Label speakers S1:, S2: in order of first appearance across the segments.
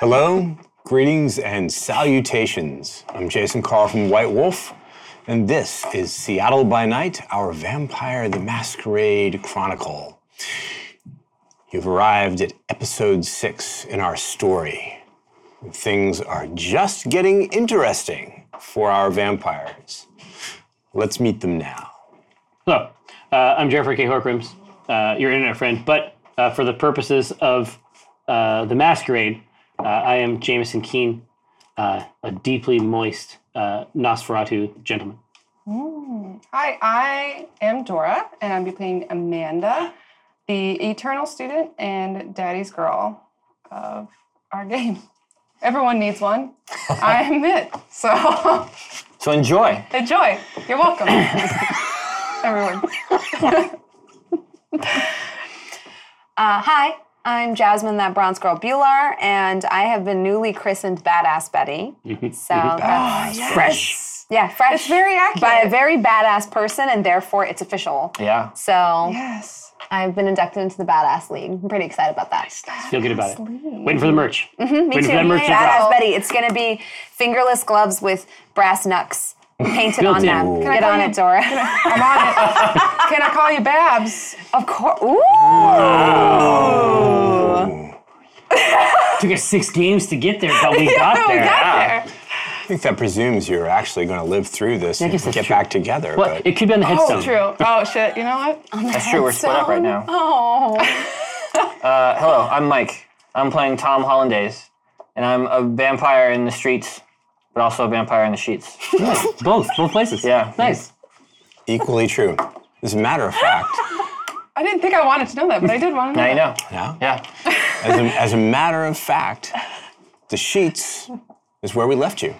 S1: Hello, greetings, and salutations. I'm Jason Carr from White Wolf, and this is Seattle by Night, our Vampire the Masquerade Chronicle. You've arrived at episode six in our story. Things are just getting interesting for our vampires. Let's meet them now.
S2: Hello, uh, I'm Jeffrey K. Horcrims, uh, your internet friend. But uh, for the purposes of uh, the masquerade, uh, I am Jameson Keen, uh, a deeply moist uh, Nosferatu gentleman.
S3: Hi, I am Dora, and I'll be playing Amanda, the eternal student and daddy's girl of our game. Everyone needs one. I'm it. So
S1: So enjoy.
S3: enjoy. You're welcome. Everyone.
S4: Uh, hi, I'm Jasmine, that bronze girl Bular, and I have been newly christened Badass Betty. So
S2: Oh,
S4: that's
S1: Fresh.
S4: yeah, fresh.
S3: It's very accurate.
S4: by a very badass person, and therefore it's official.
S1: Yeah.
S4: So
S3: Yes.
S4: I've been inducted into the Badass League. I'm pretty excited about that.
S2: Feel good about it. Waiting for the merch. Mm-hmm, Waiting for that
S4: Yay,
S2: merch to drop.
S4: Badass Betty. It's gonna be fingerless gloves with brass knucks painted on
S2: Built in.
S4: them.
S2: Ooh.
S4: Get on it, Dora.
S3: I'm on it. Can I call you Babs?
S4: of course. Ooh.
S2: Took us six games to get there, but we got
S3: We
S2: there.
S3: got there.
S1: I think that presumes you're actually going to live through this and
S2: guess
S1: get
S2: that's true.
S1: back together.
S2: Well,
S1: but-
S2: it could be on the headstone.
S3: Oh, true. Oh, shit. You know what?
S5: That's true. We're split up right now.
S4: Oh.
S5: Uh, hello, I'm Mike. I'm playing Tom Hollandaise, and I'm a vampire in the streets, but also a vampire in the sheets.
S2: Both, both places.
S5: Yeah.
S2: Nice.
S1: Equally true. As a matter of fact,
S3: I didn't think I wanted to know that, but I did want to know.
S5: Now you know.
S1: yeah,
S5: Yeah.
S1: As, a, as a matter of fact, the sheets is where we left you.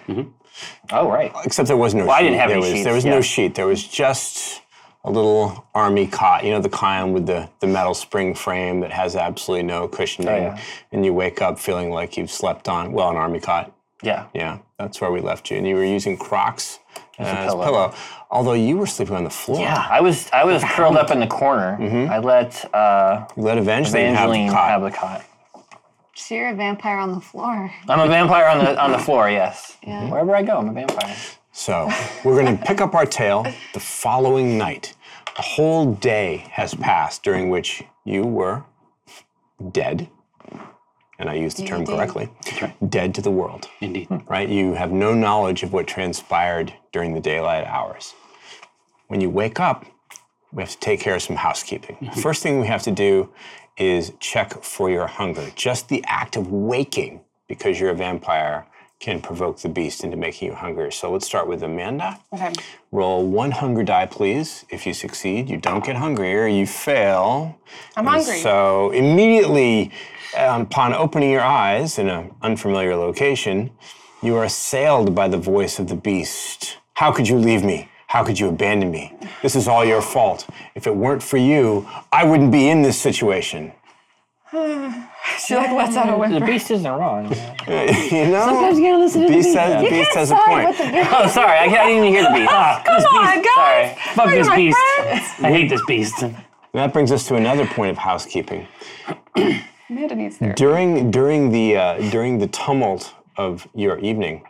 S5: Oh right.
S1: Except there was no sheet.
S5: I didn't have
S1: there
S5: any
S1: was,
S5: sheets,
S1: There was no
S5: yeah.
S1: sheet. There was just a little army cot, you know, the kind with the, the metal spring frame that has absolutely no cushioning.
S5: Oh, yeah.
S1: And you wake up feeling like you've slept on, well, an army cot.
S5: Yeah.
S1: Yeah, that's where we left you. And you were using Crocs as, a
S5: pillow.
S1: pillow. Although you were sleeping on the floor.
S5: Yeah. I was I was curled up in the corner. I let uh,
S1: You let Evangeline,
S5: Evangeline
S1: have the cot.
S5: have the cot.
S4: So you're a vampire on the floor.
S5: I'm a vampire on the on the floor. Yes. Mm-hmm. Wherever I go, I'm a vampire.
S1: So we're going to pick up our tale the following night. A whole day has passed during which you were dead, and I use the term correctly, dead to the world. Hmm.
S2: Indeed.
S1: Right? You have no knowledge of what transpired during the daylight hours. When you wake up, we have to take care of some housekeeping. First thing we have to do is check for your hunger. Just the act of waking, because you're a vampire, can provoke the beast into making you hungry. So let's start with Amanda.
S3: Okay.
S1: Roll one hunger die, please. If you succeed, you don't get hungrier. You fail.
S3: I'm
S1: And
S3: hungry.
S1: So immediately um, upon opening your eyes in an unfamiliar location, you are assailed by the voice of the beast. How could you leave me? How could you abandon me? This is all your fault. If it weren't for you, I wouldn't be in this situation.
S3: She like lets out a
S5: The
S3: whimper.
S5: beast isn't wrong.
S1: You know?
S2: you gotta listen to the
S1: beast
S2: beast,
S1: has,
S2: though.
S1: beast has a
S4: Sorry,
S1: point.
S4: but the big
S5: oh, sorry. I, I didn't even hear the beast.
S2: This
S3: Oh
S2: beast.
S5: Sorry.
S2: Fuck this
S3: my
S2: beast. I hate this beast.
S1: that brings us to another point of housekeeping.
S3: Amanda needs therapy.
S1: during during the uh, during the tumult of your evening,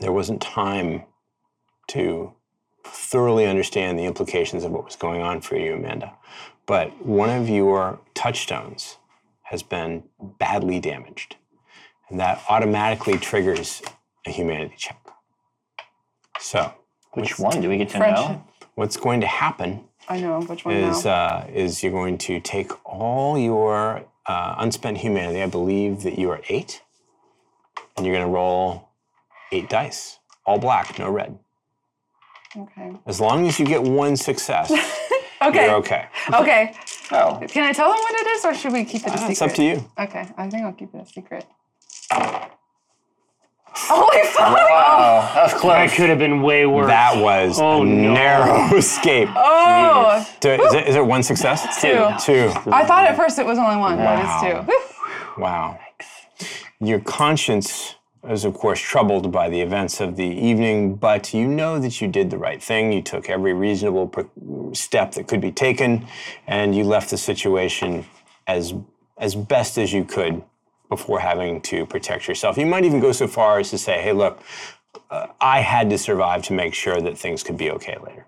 S1: there wasn't time to thoroughly understand the implications of what was going on for you, Amanda. But one of your touchstones has been badly damaged, and that automatically triggers a humanity check. So,
S5: Which one do we get to
S3: Friendship.
S5: know?
S1: what's going to happen
S3: I know which one
S1: is
S3: now.
S1: uh, is you're going to take all your uh, unspent humanity. I believe that you are at eight, and you're going to roll eight dice, all black, no red.
S3: Okay.
S1: As long as you get one success,
S3: Okay.
S1: you're okay.
S3: Okay.
S5: Oh.
S3: Can I tell them what it is, or should we keep it a secret?
S1: Ah, It's up to you.
S3: Okay, I think I'll keep it a secret. Holy fuck!
S5: Wow. That was
S2: That
S5: close.
S2: could have been way worse.
S1: That was
S2: Oh,
S1: a
S2: no.
S1: narrow escape.
S3: Oh,
S1: Do- is, it, is it one success?
S3: two.
S1: Two.
S3: I thought at first it was only one, but
S1: Wow.
S3: it's two. Whew.
S1: Wow. Your conscience is, of course, troubled by the events of the evening, but you know that you did the right thing. You took every reasonable pr- step that could be taken, and you left the situation as as best as you could before having to protect yourself. You might even go so far as to say, hey, look, uh, I had to survive to make sure that things could be okay later,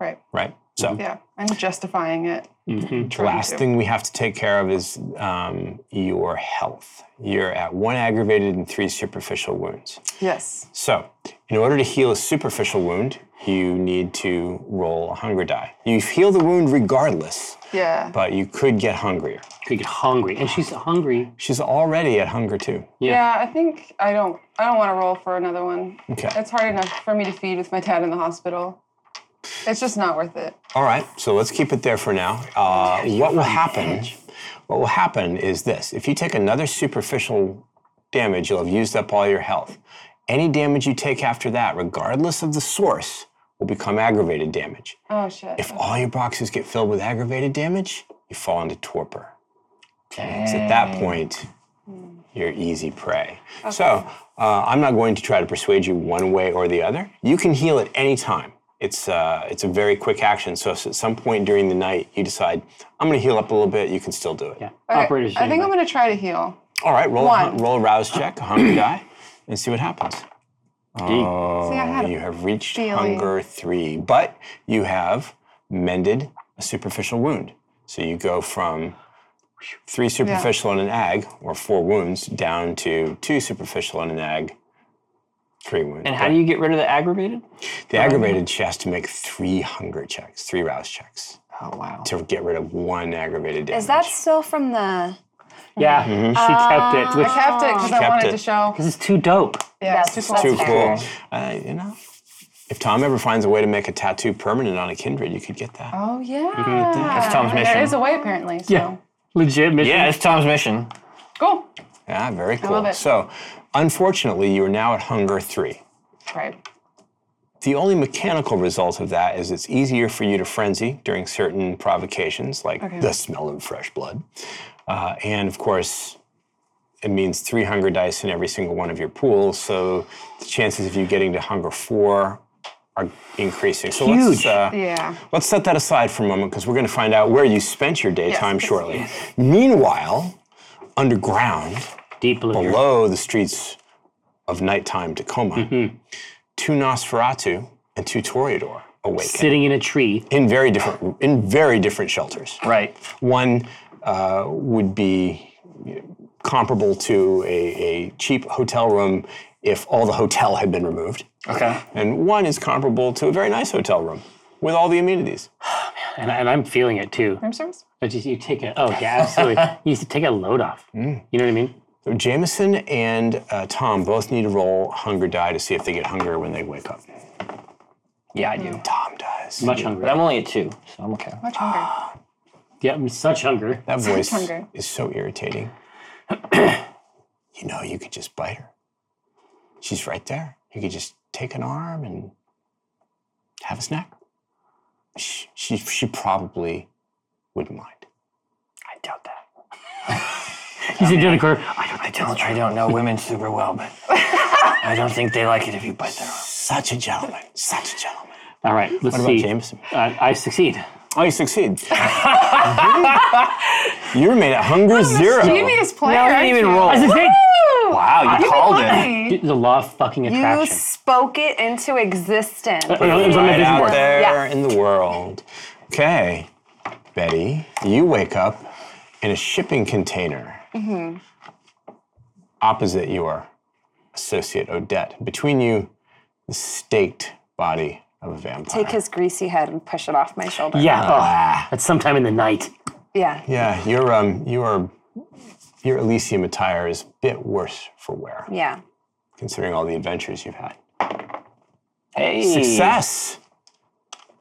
S3: Right.
S1: right? So,
S3: Yeah. I'm justifying it.
S1: the last thing we have to take care of is um, your health. You're at one aggravated and three superficial wounds.
S3: Yes.
S1: So, in order to heal a superficial wound, you need to roll a hunger die. You heal the wound regardless,
S3: Yeah.
S1: but you could get hungrier.
S2: Could get hungry, and she's hungry.
S1: She's already at hunger too.
S3: yeah. I think I don't. I don't want to roll for another one.
S1: Okay.
S3: It's hard enough for me to feed with my dad in the hospital. It's just not worth it.
S1: All right, so let's keep it there for now. Uh, what will happen? What will happen is this: if you take another superficial damage, you'll have used up all your health. Any damage you take after that, regardless of the source, will become aggravated damage.
S3: Oh shit.
S1: If all your boxes get filled with aggravated damage, you fall into torpor. So at that point, you're easy prey. So uh, I'm not going to try to persuade you one way or the other. You can heal at any time. It's uh, it's a very quick action. So if at some point during the night you decide I'm going to heal up a little bit, you can still do it.
S2: Yeah.
S3: Okay,
S2: Operators.
S3: I think I'm
S2: anyway.
S3: gonna try to heal.
S1: All right, roll a,
S3: One.
S1: roll a rouse check, a hunger die, and see what happens.
S3: See, I had
S1: Oh,
S3: a
S1: you have reached
S3: feeling.
S1: hunger three, but you have mended a superficial wound. So you go from three superficial and an ag, or four wounds, down to two superficial and an ag, three wounds.
S5: And how do you get rid of the aggravated?
S1: the aggravated, she has to make three hunger checks, three rouse checks,
S5: Oh wow.
S1: to get rid of one aggravated damage.
S4: Is that still from the?
S2: yeah, she kept it,
S3: I
S2: which
S3: kept it because I
S1: Kept
S3: wanted
S1: it.
S3: to show.
S2: this is too dope.
S3: Yeah,
S4: That's-
S3: it's too
S4: that's
S1: too
S3: cool.
S4: fair.
S1: cool? Uh, you know, if Tom ever finds a way to make a tattoo permanent on a kindred, you could get that.
S3: Oh yeah.
S5: That's Tom's
S3: There
S5: mission.
S3: is a way apparently. So.
S2: Yeah. Legit mission.
S5: Yeah, it's Tom's mission.
S3: Cool.
S1: Yeah, very cool.
S3: love it.
S1: So, unfortunately, you are now at hunger three.
S3: Right.
S1: The only mechanical result of that is it's easier for you to frenzy during certain provocations, like the smell of fresh blood. Uh, and of course, it means three hunger dice in every single one of your pools. So, the chances of you getting to hunger four are increasing. So, let's,
S2: Huge.
S1: uh,
S3: Yeah.
S1: let's set that aside for a moment because we're going to find out where you spent your daytime
S3: Yes.
S1: shortly. Meanwhile, underground,
S2: Deep blue.
S1: below the streets of nighttime Tacoma, two Nosferatu and two Toreador awaken
S2: Sitting in a tree.
S1: in very different in very different shelters.
S5: Right.
S1: One uh, would be you know, comparable to a, a cheap hotel room if all the hotel had been removed,
S5: Okay.
S1: and one is comparable to a very nice hotel room with all the amenities.
S2: And, and I'm feeling it too.
S3: Room service.
S2: But you, you take a, oh, yeah, absolutely. you used to take a load off. You know what I mean?
S1: So Jameson and uh, Tom both need to roll hunger die to see if they get hungry when they wake up.
S5: Yeah, I do.
S1: Tom does.
S2: Much hunger.
S5: But I'm only at two, so I'm okay.
S3: Much hunger.
S2: Yeah, I'm such hunger.
S1: That voice
S3: hungry.
S1: is so irritating. you know, you could just bite her. She's right there. You could just take an arm and have a snack. She, she, she probably wouldn't mind.
S5: I doubt that.
S2: You sit down in the corner. I don't
S5: I don't. I don't know women super well, but I don't think they like it if you bite their arm.
S1: Such a gentleman. Such a gentleman.
S2: All right,
S1: What
S2: let's
S1: about
S2: see.
S1: Jameson?
S2: Uh, I succeed.
S1: Oh, you succeed. you remain at hunger zero.
S3: You need his player.
S5: I didn't
S3: aren't
S5: even
S3: you?
S5: roll.
S2: I succeed.
S5: Wow, you called it.
S3: Hey.
S2: The law of fucking
S4: You
S2: attraction.
S4: spoke it into existence.
S2: Uh, no, it was on my
S1: right
S2: vision
S1: out
S2: board.
S1: there
S4: Yeah.
S1: in the world. Okay, Betty, you wake up in a shipping container opposite your associate Odette. Between you, the staked body of a vampire. Ah,
S4: Take his greasy head and push it off my shoulder.
S2: Yeah, oh, that's sometime in the night.
S4: Yeah.
S1: yeah, your um, your your Elysium attire is a bit worse for wear,
S4: Yeah.
S1: considering all the adventures you've had.
S5: Hey.
S1: Success.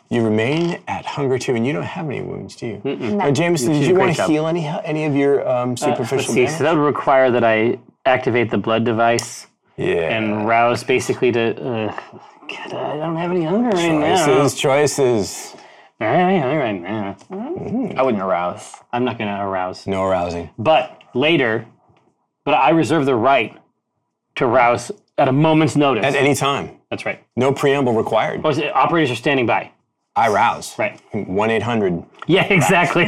S1: You remain at hunger two, and you don't have any wounds, do you? Now, Jameson, did you want to
S2: job.
S1: heal any any of your um, superficial
S2: Uh, Let's see. So
S1: damage?
S2: that would require that I activate the blood device
S1: Yeah.
S2: and rouse basically to. Uh, God, I don't have any hunger right now.
S1: choices, choices.
S2: I don't have any hunger right now.
S5: I wouldn't arouse.
S2: I'm not going to arouse.
S1: No arousing.
S2: But later, but I reserve the right to rouse at a moment's notice.
S1: At any time.
S2: That's right.
S1: No preamble required.
S2: Most- Operators are standing by.
S1: I rouse.
S2: Right.
S1: 1 800.
S2: Yeah, exactly.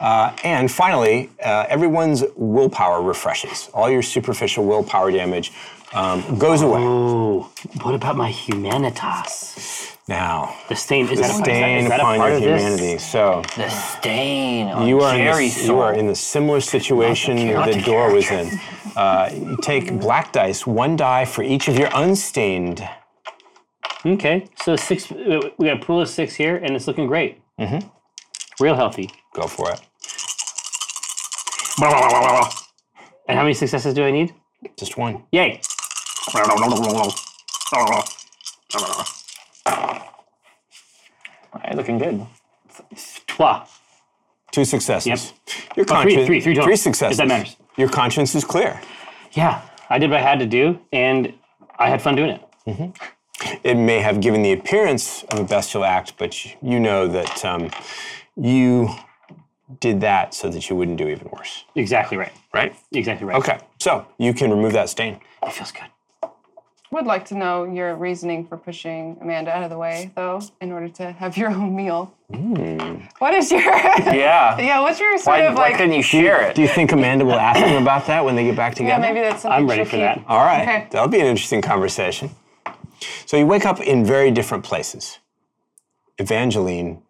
S1: Uh, and finally, uh, everyone's willpower refreshes. All your superficial willpower damage um, goes away.
S2: Oh, what about my humanitas?
S1: Now,
S2: The stain is
S1: the
S2: that a- is that-
S1: stain
S2: is that a
S1: upon
S2: part
S1: your
S2: of this?
S1: humanity. So
S5: The stain on
S1: you are, in the,
S5: Jerry's
S1: s- you are
S5: soul.
S1: in the similar situation that Dora was in. Uh, you take black dice, one die for each of your unstained.
S2: Okay, so six. uh, We got a pool of six here, and it's looking great. Mm-hmm. Real healthy.
S1: Go for it.
S2: And how many successes do I need?
S1: Just one.
S2: Yay!
S5: All right, looking good.
S2: Trois.
S1: Two successes. Your
S2: Oh, three-
S1: conscience.
S2: three- three total, if that
S1: successes.
S2: matters.
S1: Your conscience is clear.
S2: Yeah, I did what I had to do, and I had fun doing it.
S1: It may have given the appearance of a bestial act, but you know that um, you did that so that you wouldn't do even worse.
S2: Exactly right.
S1: Right?
S2: Exactly right.
S1: Okay. So you can remove that stain.
S2: It feels good.
S3: Would like to know your reasoning for pushing Amanda out of the way, though, in order to have your own meal. What is your yeah.
S5: Yeah.
S3: What's your sort
S5: Why,
S3: of
S5: why
S3: like?
S5: couldn't you share it?
S1: Do you think Amanda will ask him about that when they get back
S3: yeah,
S1: together?
S3: maybe that's something
S2: I'm ready
S3: she'll
S2: for
S3: keep.
S2: that.
S1: All right.
S3: Okay.
S1: That'll be an interesting conversation. So you wake up in very different places. Evangeline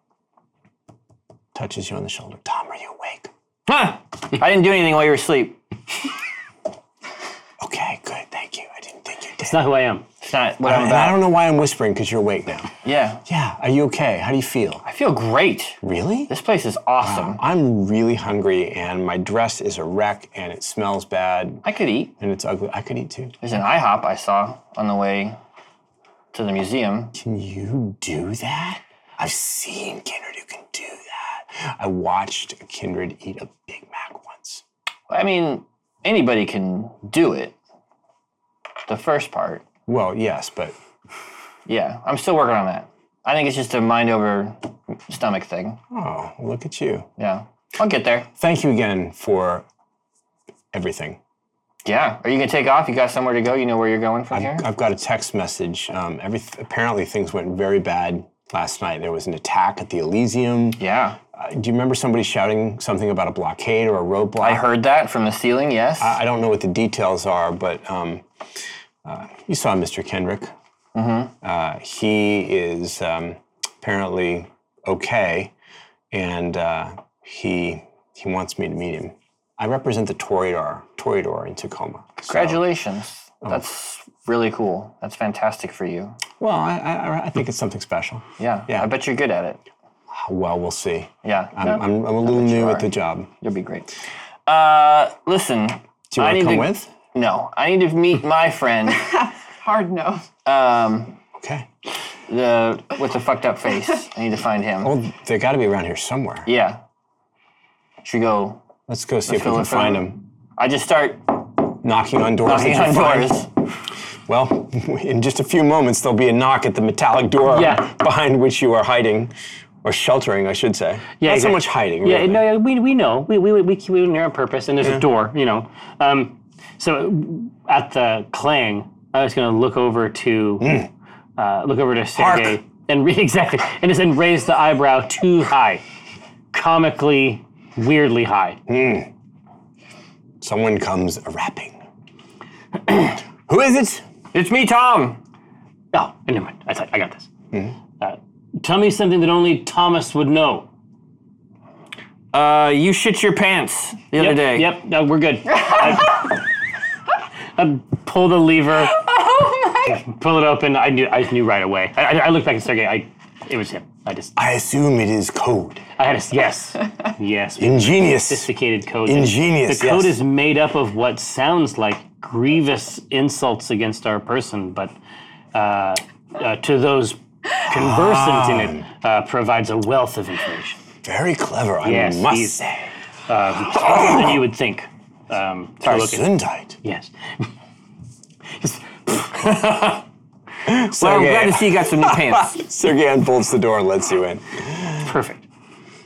S1: touches you on the shoulder. Tom, are you awake?
S5: Huh? I didn't do anything while you were asleep.
S1: Okay, good. Thank you. I didn't think you did.
S2: It's not who I am.
S5: It's not what I'm
S1: and I
S5: about.
S1: don't know why I'm whispering because you're awake now.
S5: Yeah.
S1: Yeah. Are you okay? How do you feel?
S5: I feel great.
S1: Really?
S5: This place is awesome.
S1: I'm really hungry and my dress is a wreck and it smells bad
S5: I could eat.
S1: and it's ugly. I could eat too.
S5: There's an IHOP I saw on the way to the museum.
S1: Can you do that? I've seen Kindred who can do that. I watched Kindred eat a Big Mac once.
S5: I mean, anybody can do it. The first part.
S1: Well, yes, but
S5: Yeah, I'm still working on that. I think it's just a mind over stomach thing.
S1: oh, look at you.
S5: Yeah. I'll get there.
S1: Thank you again for everything.
S5: Yeah. Are you going to take off? You got somewhere to go? You know where you're going from here?
S1: I've got a text message. Um, every, apparently, things went very bad last night. There was an attack at the Elysium.
S5: Yeah.
S1: Uh, do you remember somebody shouting something about a blockade or a roadblock?
S5: I heard that from the ceiling, yes.
S1: I I don't know what the details are, but um, uh, you saw Mr. Kendrick.
S5: Mm-hmm.
S1: Uh, he is um, apparently okay, and uh, he he wants me to meet him. I represent the Toreador, Toreador in Tacoma. So-
S5: Congratulations.
S1: Oh.
S5: That's really cool. That's fantastic for you.
S1: Well, I, I, I think it's something special.
S5: Yeah.
S1: Yeah.
S5: I bet you're good at it.
S1: Well, we'll see.
S5: Yeah.
S1: I'm, I'm, I'm a little new
S5: are.
S1: at the job.
S5: You'll be great. Uh, listen.
S1: Do you
S5: I
S1: want
S5: need
S1: to come
S5: to-
S1: with?
S5: No, I need to meet my friend Um,
S3: Hard no.
S1: Okay.
S5: the with the fucked up face. I need to find him.
S1: Well, they got to be around here somewhere.
S5: Yeah. Should we go?
S1: Let's go see if we
S5: go
S1: can
S5: look for
S1: find
S5: him.
S1: him.
S5: I just start
S1: Knocking on doors.
S5: knocking
S1: that
S5: on
S1: you find.
S5: doors.
S1: Well, in just a few moments, there'll be a knock at the metallic door
S2: Yeah.
S1: behind which you are hiding, or sheltering, I should say. Not so
S2: exact-
S1: much hiding.
S2: Yeah,
S1: really.
S2: no, yeah, we, we know. We, we, we, we went there on purpose, and there's a door, you know. Um, so at the clang, I was going to look over to
S1: Mm.
S2: uh, look over to Sergey and re- exactly and just and raise the eyebrow too high, comically, weirdly high.
S1: Someone comes a rapping. Who is it?
S5: It's me, Tom.
S2: Oh, never mind. I, thought- I got this. Uh, tell me something that only Thomas would know.
S5: Uh, you shit your pants the other
S2: Yep,
S5: day.
S2: Yep. No, we're good. I, I pull the lever.
S3: Oh my!
S2: pull it open. I knew. I just knew right away. I, I, I looked back at Sergey. I, it was him. I just.
S1: I assume it is code.
S2: I had a yes, yes.
S1: Ingenious.
S2: Sophisticated code.
S1: Ingenius,
S2: The code
S1: yes.
S2: is made up of what sounds like grievous insults against our person, but uh, uh, to those conversant in it, uh, provides a wealth of information.
S1: Very clever, I
S2: Yes,
S1: must
S2: he's-
S1: say.
S2: Harder than you would think. Um, to look at.
S1: Gesundheit.
S2: Yes.
S5: Well, I'm glad
S1: Sergey,
S5: to see you got some new pants.
S1: Sergey unbolts the door and lets you in.
S2: Perfect.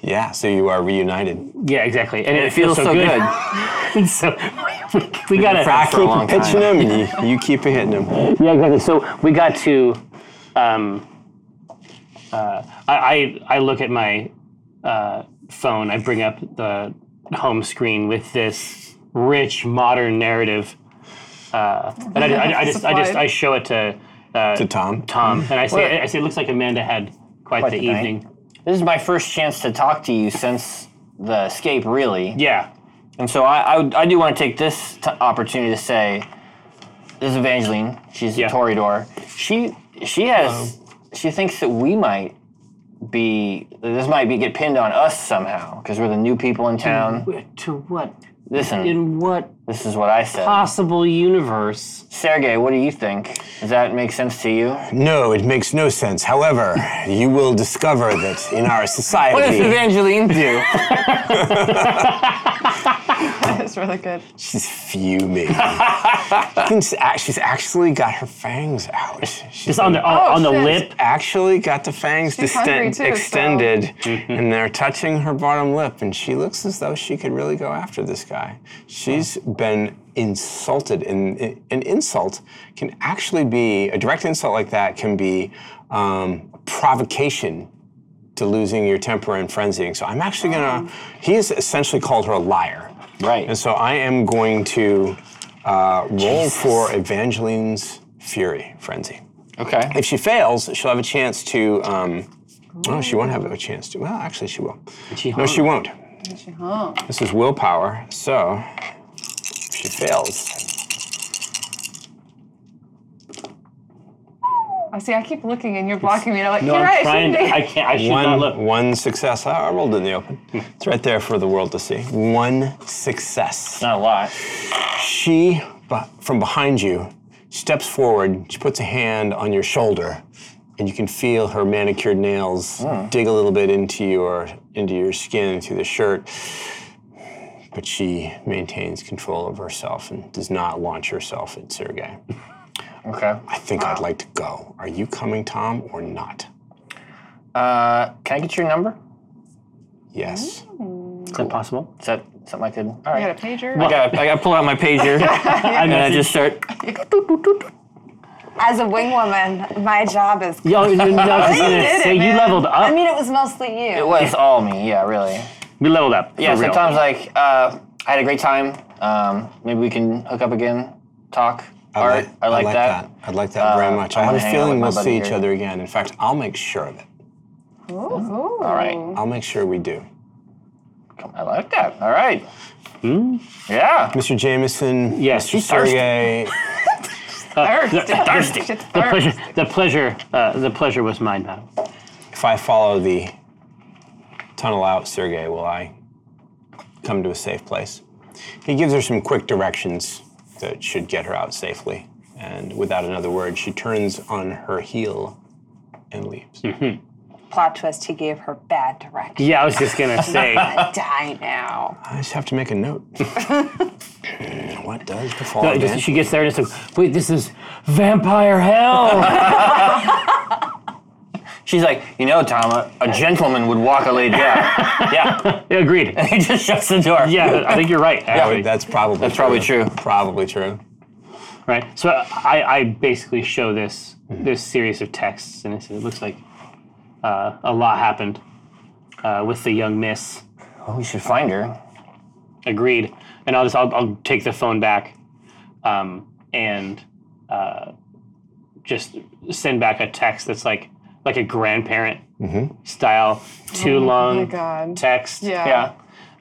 S1: Yeah, so you are reunited.
S2: Yeah, exactly. And,
S5: It feels so good.
S2: And so we, we got
S5: friends
S2: to
S5: for a long time.
S1: Pitching him, and you, you keep hitting him.
S2: Yeah, exactly. So we got to. Um, uh, I, I I look at my uh, phone, I bring up the home screen with this rich modern narrative. Uh, and I, I, I just, I just, I show it to uh,
S1: To Tom.
S2: Tom, and I say, I say, it looks like Amanda had quite
S5: Quite
S2: the,
S5: the night.
S2: evening.
S5: This is my first chance to talk to you since the escape, really.
S2: Yeah,
S5: And so I, I, would- I do want to take this t- opportunity to say, this is Evangeline. She's
S2: Yeah.
S5: a Torridor. She she has she thinks that we might be this might be get pinned on us somehow because we're the new people in town.
S2: Wh- to what?
S5: Listen,
S2: In what
S5: this is what I said.
S2: possible universe?
S5: Sergey, what do you think? Does that make sense to you?
S1: No, it makes no sense. However, you will discover that in our
S5: What does
S1: society,
S5: Evangeline do?
S3: That's really good.
S1: she's fuming. You can s- act- she's actually got her fangs out. She's
S2: Just on the on, on the
S3: Oh, shit.
S2: lip.
S1: actually got the fangs
S3: She's hungry
S1: disten-
S3: too, so-
S1: extended, and they're touching her bottom lip, and she looks as though she could really go after this guy. She's been insulted, and and an insult can actually be a direct insult like that can be um, provocation to losing your temper and frenzying. So I'm actually gonna. He has essentially called her a liar,
S5: Right.
S1: and so I am going to uh, roll for Evangeline's fury frenzy.
S5: Okay.
S1: If she fails, she'll have a chance to. Um, oh, she won't have a chance to. Well, actually, she will.
S2: She
S1: no, she
S2: hung.
S1: won't.
S3: She hung.
S1: This is willpower. So, if she fails,
S3: I see. I keep looking, and you're blocking me. And I'm like,
S2: No,
S3: you're
S2: I'm
S3: right.
S2: trying.
S3: It
S2: To, I
S3: shouldn't be.
S2: can't. I should not
S1: one,
S2: look.
S1: one success. Ah, I I rolled in the open. It's right there for the world to see. One success.
S5: Not a lot.
S1: She, beh- from behind you, steps forward. She puts a hand on your shoulder, and you can feel her manicured nails
S5: Hmm.
S1: dig a little bit into your into your skin through the shirt. But she maintains control of herself and does not launch herself at Sergei.
S5: Okay.
S1: I think I'd like to go. Are you coming, Tom, or not?
S5: Uh, can I get your number?
S1: Yes.
S5: Hmm.
S2: Is that possible?
S5: Is that something I could? All
S3: I got
S5: right.
S3: a pager.
S5: I got. I got to pull out my pager and I just start.
S4: As a wing woman, my job is.
S2: Yo, no, no, I was just gonna
S3: did it,
S2: say, you
S3: man.
S2: leveled up.
S4: I mean, it was mostly you.
S5: It was all me. Yeah, really.
S2: we leveled up.
S5: Yeah,
S2: for real.
S5: sometimes like uh, I had a great time. Um, maybe we can hook up again, talk,
S1: I'd
S5: art. I like, that. Uh,
S1: I'd like that very much. I
S5: I'm
S1: have a
S5: gonna hang out
S1: feeling
S5: with my
S1: we'll
S5: buddy
S1: see each
S5: here.
S1: other again. In fact, I'll make sure of it.
S3: All
S5: right.
S1: I'll make sure we do.
S5: Come- I like that. All right. Hmm? Yeah.
S1: Mr. Jameson,
S2: Yes,
S1: Mr.
S2: she's thirsty.
S1: Sergey,
S3: Thirsty.
S5: thirsty.
S3: Shit's
S2: the pleasure,
S3: thirsty.
S2: the pleasure, uh, the pleasure was mine, madam.
S1: if I follow the tunnel out, Sergey, will I come to a safe place? He gives her some quick directions that should get her out safely. And without another word, she turns on her heel and leaves.
S4: Plot twist, he gave her bad direction.
S2: Yeah, I was just gonna say.
S4: Die now.
S1: I just have to make a note. Hmm, what does befall
S2: but just-
S1: man?
S2: she gets there and it's like, wait, this is vampire hell.
S5: She's like, you know, Tom, a, a gentleman would walk a lady out. yeah.
S2: Agreed.
S5: He just shuts the door.
S2: Yeah, I think you're right. Actually.
S1: That's probably That's
S5: probably true.
S1: Probably true.
S2: Right. So I, I basically show this this series of texts, and it's- it looks like uh, a lot happened uh, with the young miss.
S5: Oh, we should find her.
S2: Agreed. And I'll just I'll, I'll take the phone back, um, and uh, just send back a text that's like like a grandparent
S1: Mm-hmm.
S2: style, too long
S3: Oh my God.
S2: text.
S3: Yeah.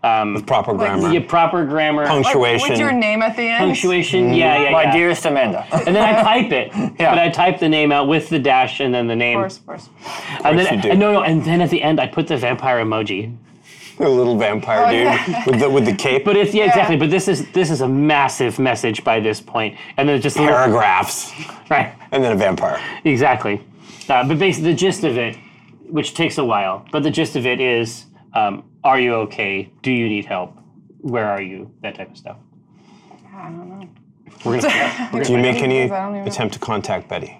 S5: Yeah.
S1: Proper grammar.
S2: Your proper grammar,
S1: Punctuation. Mm-hmm.
S3: With your name at the end.
S2: punctuation. Yeah, yeah,
S5: My
S2: yeah.
S5: dearest Amanda.
S2: And then I type it.
S5: Yeah.
S2: But I type the name out with the dash and then the name.
S3: Of course, of course.
S2: And
S1: course
S2: then,
S1: you do.
S2: and no, no, and then at the end, I put the vampire emoji.
S1: a little vampire
S3: Oh,
S1: dude
S3: yeah.
S1: with, the, with the cape.
S2: But it's yeah, exactly. But this is this is a massive message by this point, and then just a little,
S1: paragraphs.
S2: right,
S1: And then a vampire.
S2: exactly. Uh, but basically, the gist of it, which takes a while, but the gist of it is, um, are you okay? Do you need help? Where are you? That type of stuff.
S3: I don't know.
S2: We're gonna,
S1: Do you make any
S3: I don't even know.
S1: attempt to contact Betty?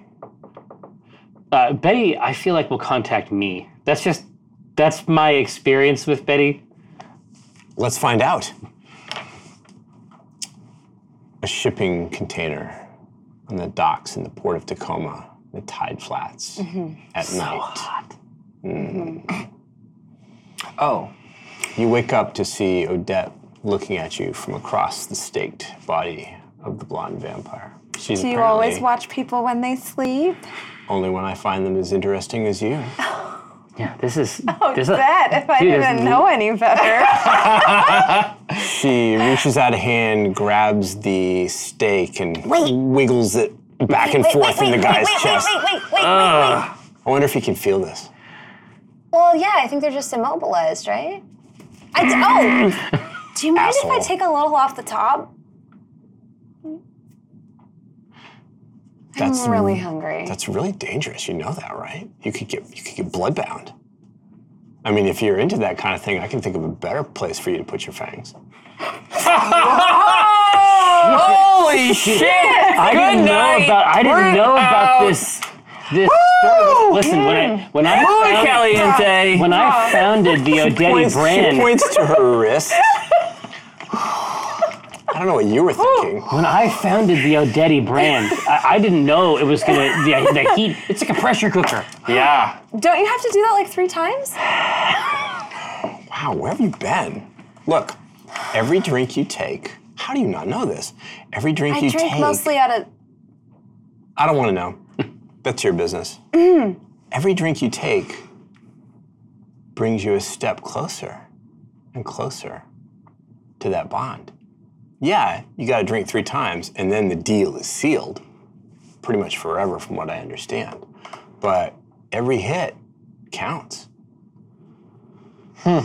S2: uh, Betty, I feel like will contact me. That's just that's my experience with Betty.
S1: Let's find out. A shipping container on the docks in the port of Tacoma, the tide flats at night.
S5: Oh.
S1: You wake up to see Odette looking at you from across the staked body of the blonde vampire. She's
S4: Do you
S1: apparently
S4: always watch people when they sleep?
S1: only when I find them as interesting as you.
S2: Yeah, this is. this is
S4: Oh, That if I
S2: dude, this
S4: didn't
S2: is-
S4: know any better.
S1: She reaches out a hand, grabs the stake, and wiggles it back and forth in the guy's chest.
S4: wait, wait, wait, wait, wait.
S1: I wonder if he can feel this.
S4: Well, yeah, I think they're just immobilized, right? I d- oh, do you mind if
S1: Asshole.
S4: I take a little off the top?
S1: That's
S4: I'm really hungry.
S1: That's really dangerous. You know that, right? You could get you could get bloodbound. I mean, if you're into that kind of thing, I can think of a better place for you to put your fangs.
S5: Oh, Holy shit!
S2: I didn't know
S5: night.
S2: about. I
S5: We're
S2: didn't know
S5: out.
S2: about this. This story. Listen, when I when I found,
S5: Caliente.
S2: when I founded the Odetti brand,
S1: She points to her wrist. I don't know what you were thinking.
S2: when I founded the Odetti brand, I, I didn't know it was gonna the, the heat. It's like a pressure cooker.
S5: Yeah.
S4: Don't you have to do that like three times?
S1: Wow, where have you been? Look, every drink you take. How do you not know this? Every drink
S4: I
S1: you
S4: drink
S1: take.
S4: mostly out of.
S1: I don't want to know. That's your business. Every drink you take brings you a step closer and closer to that bond. Yeah, you got to drink three times, and then the deal is sealed pretty much forever, from what I understand. But every hit counts. Hmm.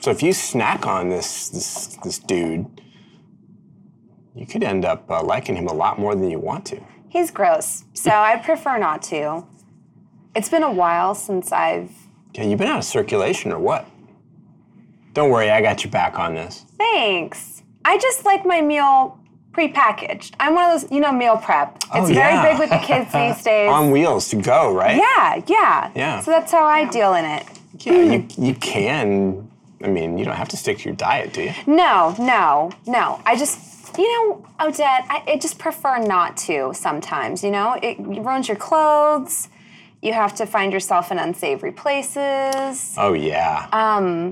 S1: So if you snack on this this, this dude, you could end up uh, liking him a lot more than you want to.
S4: He's gross, so I prefer not to. It's been a while since I've.
S1: Yeah, you've been out of circulation or what? Don't worry, I got your back on this.
S4: Thanks. I just like my meal prepackaged. I'm one of those, you know, meal prep. It's very
S1: Oh, yeah.
S4: big with the kids these days.
S1: On wheels to go, right?
S4: yeah, yeah.
S1: Yeah.
S4: So that's how I deal in it.
S1: Yeah, you, you can. I mean, you don't have to stick to your diet, do you?
S4: No, no, no. I just, you know, Odette, I, I just prefer not to sometimes, you know? It ruins your clothes. You have to find yourself in unsavory places.
S1: Oh, yeah.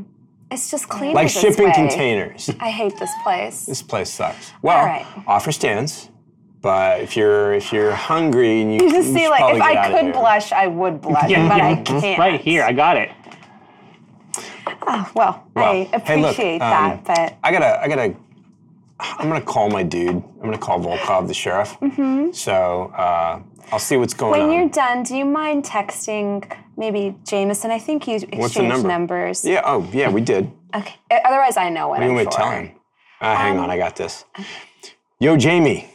S4: It's just cleaner
S1: like
S4: Uh, this
S1: shipping
S4: way.
S1: containers.
S4: I hate this place.
S1: this place sucks. Well,
S4: right.
S1: offer stands, but if you're if you're hungry and you,
S4: You just
S1: you
S4: see,
S1: should
S4: like,
S1: probably
S4: if
S1: get
S4: I
S1: out of
S4: could
S1: here.
S4: blush, I would blush,
S2: Yeah,
S4: but
S2: yeah.
S4: I can't.
S2: Right here, I got it.
S4: Well, I
S1: Hey,
S4: appreciate
S1: look, um,
S4: that, but
S1: I gotta, I gotta, I'm gonna call my dude. I'm gonna call Volkov, the sheriff. Mm-hmm. So uh, I'll see what's going
S4: when
S1: on.
S4: you're done, do you mind texting maybe Jameson? I think you exchanged
S1: What's the number?
S4: numbers.
S1: yeah. Oh, yeah. We did.
S4: Okay. Otherwise, I know what,
S1: What do
S4: I'm
S1: you want me to tell
S4: for.
S1: him? Uh, hang on, I got this. Yo, Jamie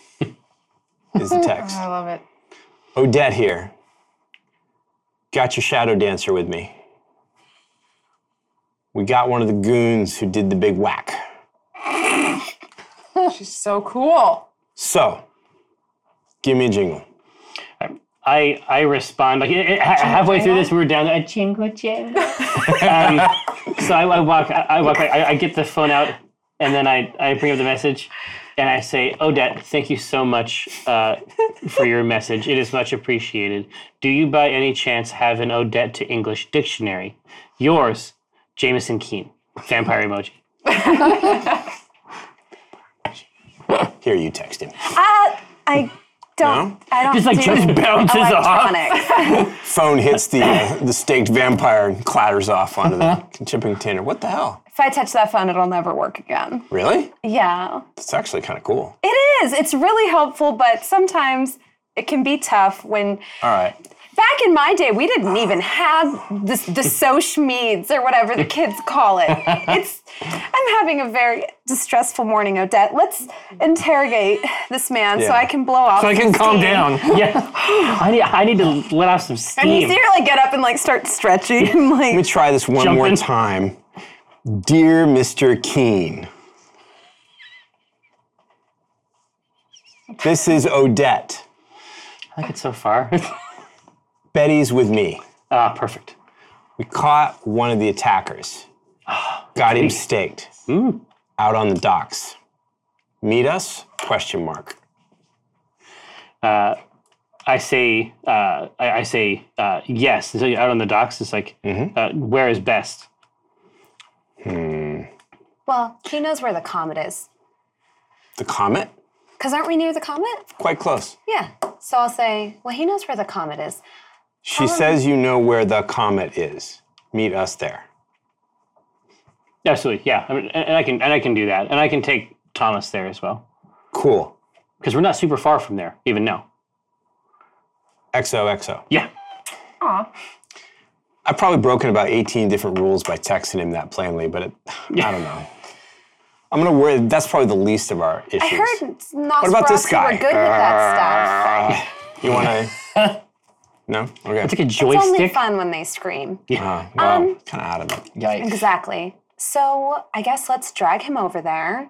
S1: is the text.
S3: I love it.
S1: Odette here. Got your shadow dancer with me. We got one of the goons who did the big whack.
S3: She's so cool.
S1: So, give me a jingle.
S2: I I respond like it, it, ha- halfway through this, we were down there. Jingle jingle. um, so I, I walk. I, I walk. I, I get the phone out, and then I I bring up the message, and I say, Odette, thank you so much uh, for your message. It is much appreciated. Do you by any chance have an Odette to English dictionary? Yours, Jameson Keen. Vampire emoji.
S1: Here, you text him.
S4: Uh, I don't.
S1: No?
S4: I don't.
S2: Just like
S4: do
S2: just bounces off.
S4: electronics.
S1: Phone hits the uh, the staked vampire and clatters off onto the shipping container. What the hell?
S4: if I touch that phone, it'll never work again.
S1: Really?
S4: Yeah,
S1: It's actually kind of cool.
S4: it is. It's really helpful, but sometimes it can be tough when.
S1: All right.
S4: Back in my day, we didn't even have this, the social meds or whatever the kids call it. It's. I'm having a very distressful morning, Odette. Let's interrogate this man so
S1: Yeah.
S4: I can blow off.
S5: So I can
S4: some
S5: calm
S4: steam.
S5: down.
S2: Yeah, I need I need to let off some
S4: And you
S2: steam.
S4: see her like get up and like start stretching and like.
S1: Let me try this one more
S2: Jumping.
S1: time. Dear Mr. Keene, this is Odette.
S2: I like it so far.
S1: Betty's with me.
S2: Ah, perfect.
S1: We caught one of the attackers, got him staked out on the docks. Meet us? Question mark.
S2: I say, uh, I, I say uh, Mm-hmm. yes. So you're out on the docks. It's like, uh, where is best?
S4: Well, he knows where the comet is.
S1: The comet?
S4: Because aren't we near the comet?
S1: Quite close.
S4: Yeah. So I'll say, well, he knows where the comet is.
S1: She says you know where the comet is. Meet us there.
S2: Absolutely, yeah. I mean, and and I can and I can do that, and I can take Thomas there as well
S1: Cool.
S2: because we're not super far from there even now.
S1: XOXO.
S2: Yeah,
S3: Aw.
S1: I've probably broken about 18 different rules by texting him that plainly, but it, I don't know. I'm gonna worry. That's probably the least of our issues.
S4: I heard Nosferatu
S1: What about this guy? Uh,
S4: were good with that stuff.
S1: You wanna? no. Okay.
S2: it's like a
S4: It's only
S2: joystick.
S4: fun when they scream.
S1: Uh, well,
S4: Um,
S1: kind of out of it.
S5: Yikes.
S4: Exactly. So I guess let's drag him over there,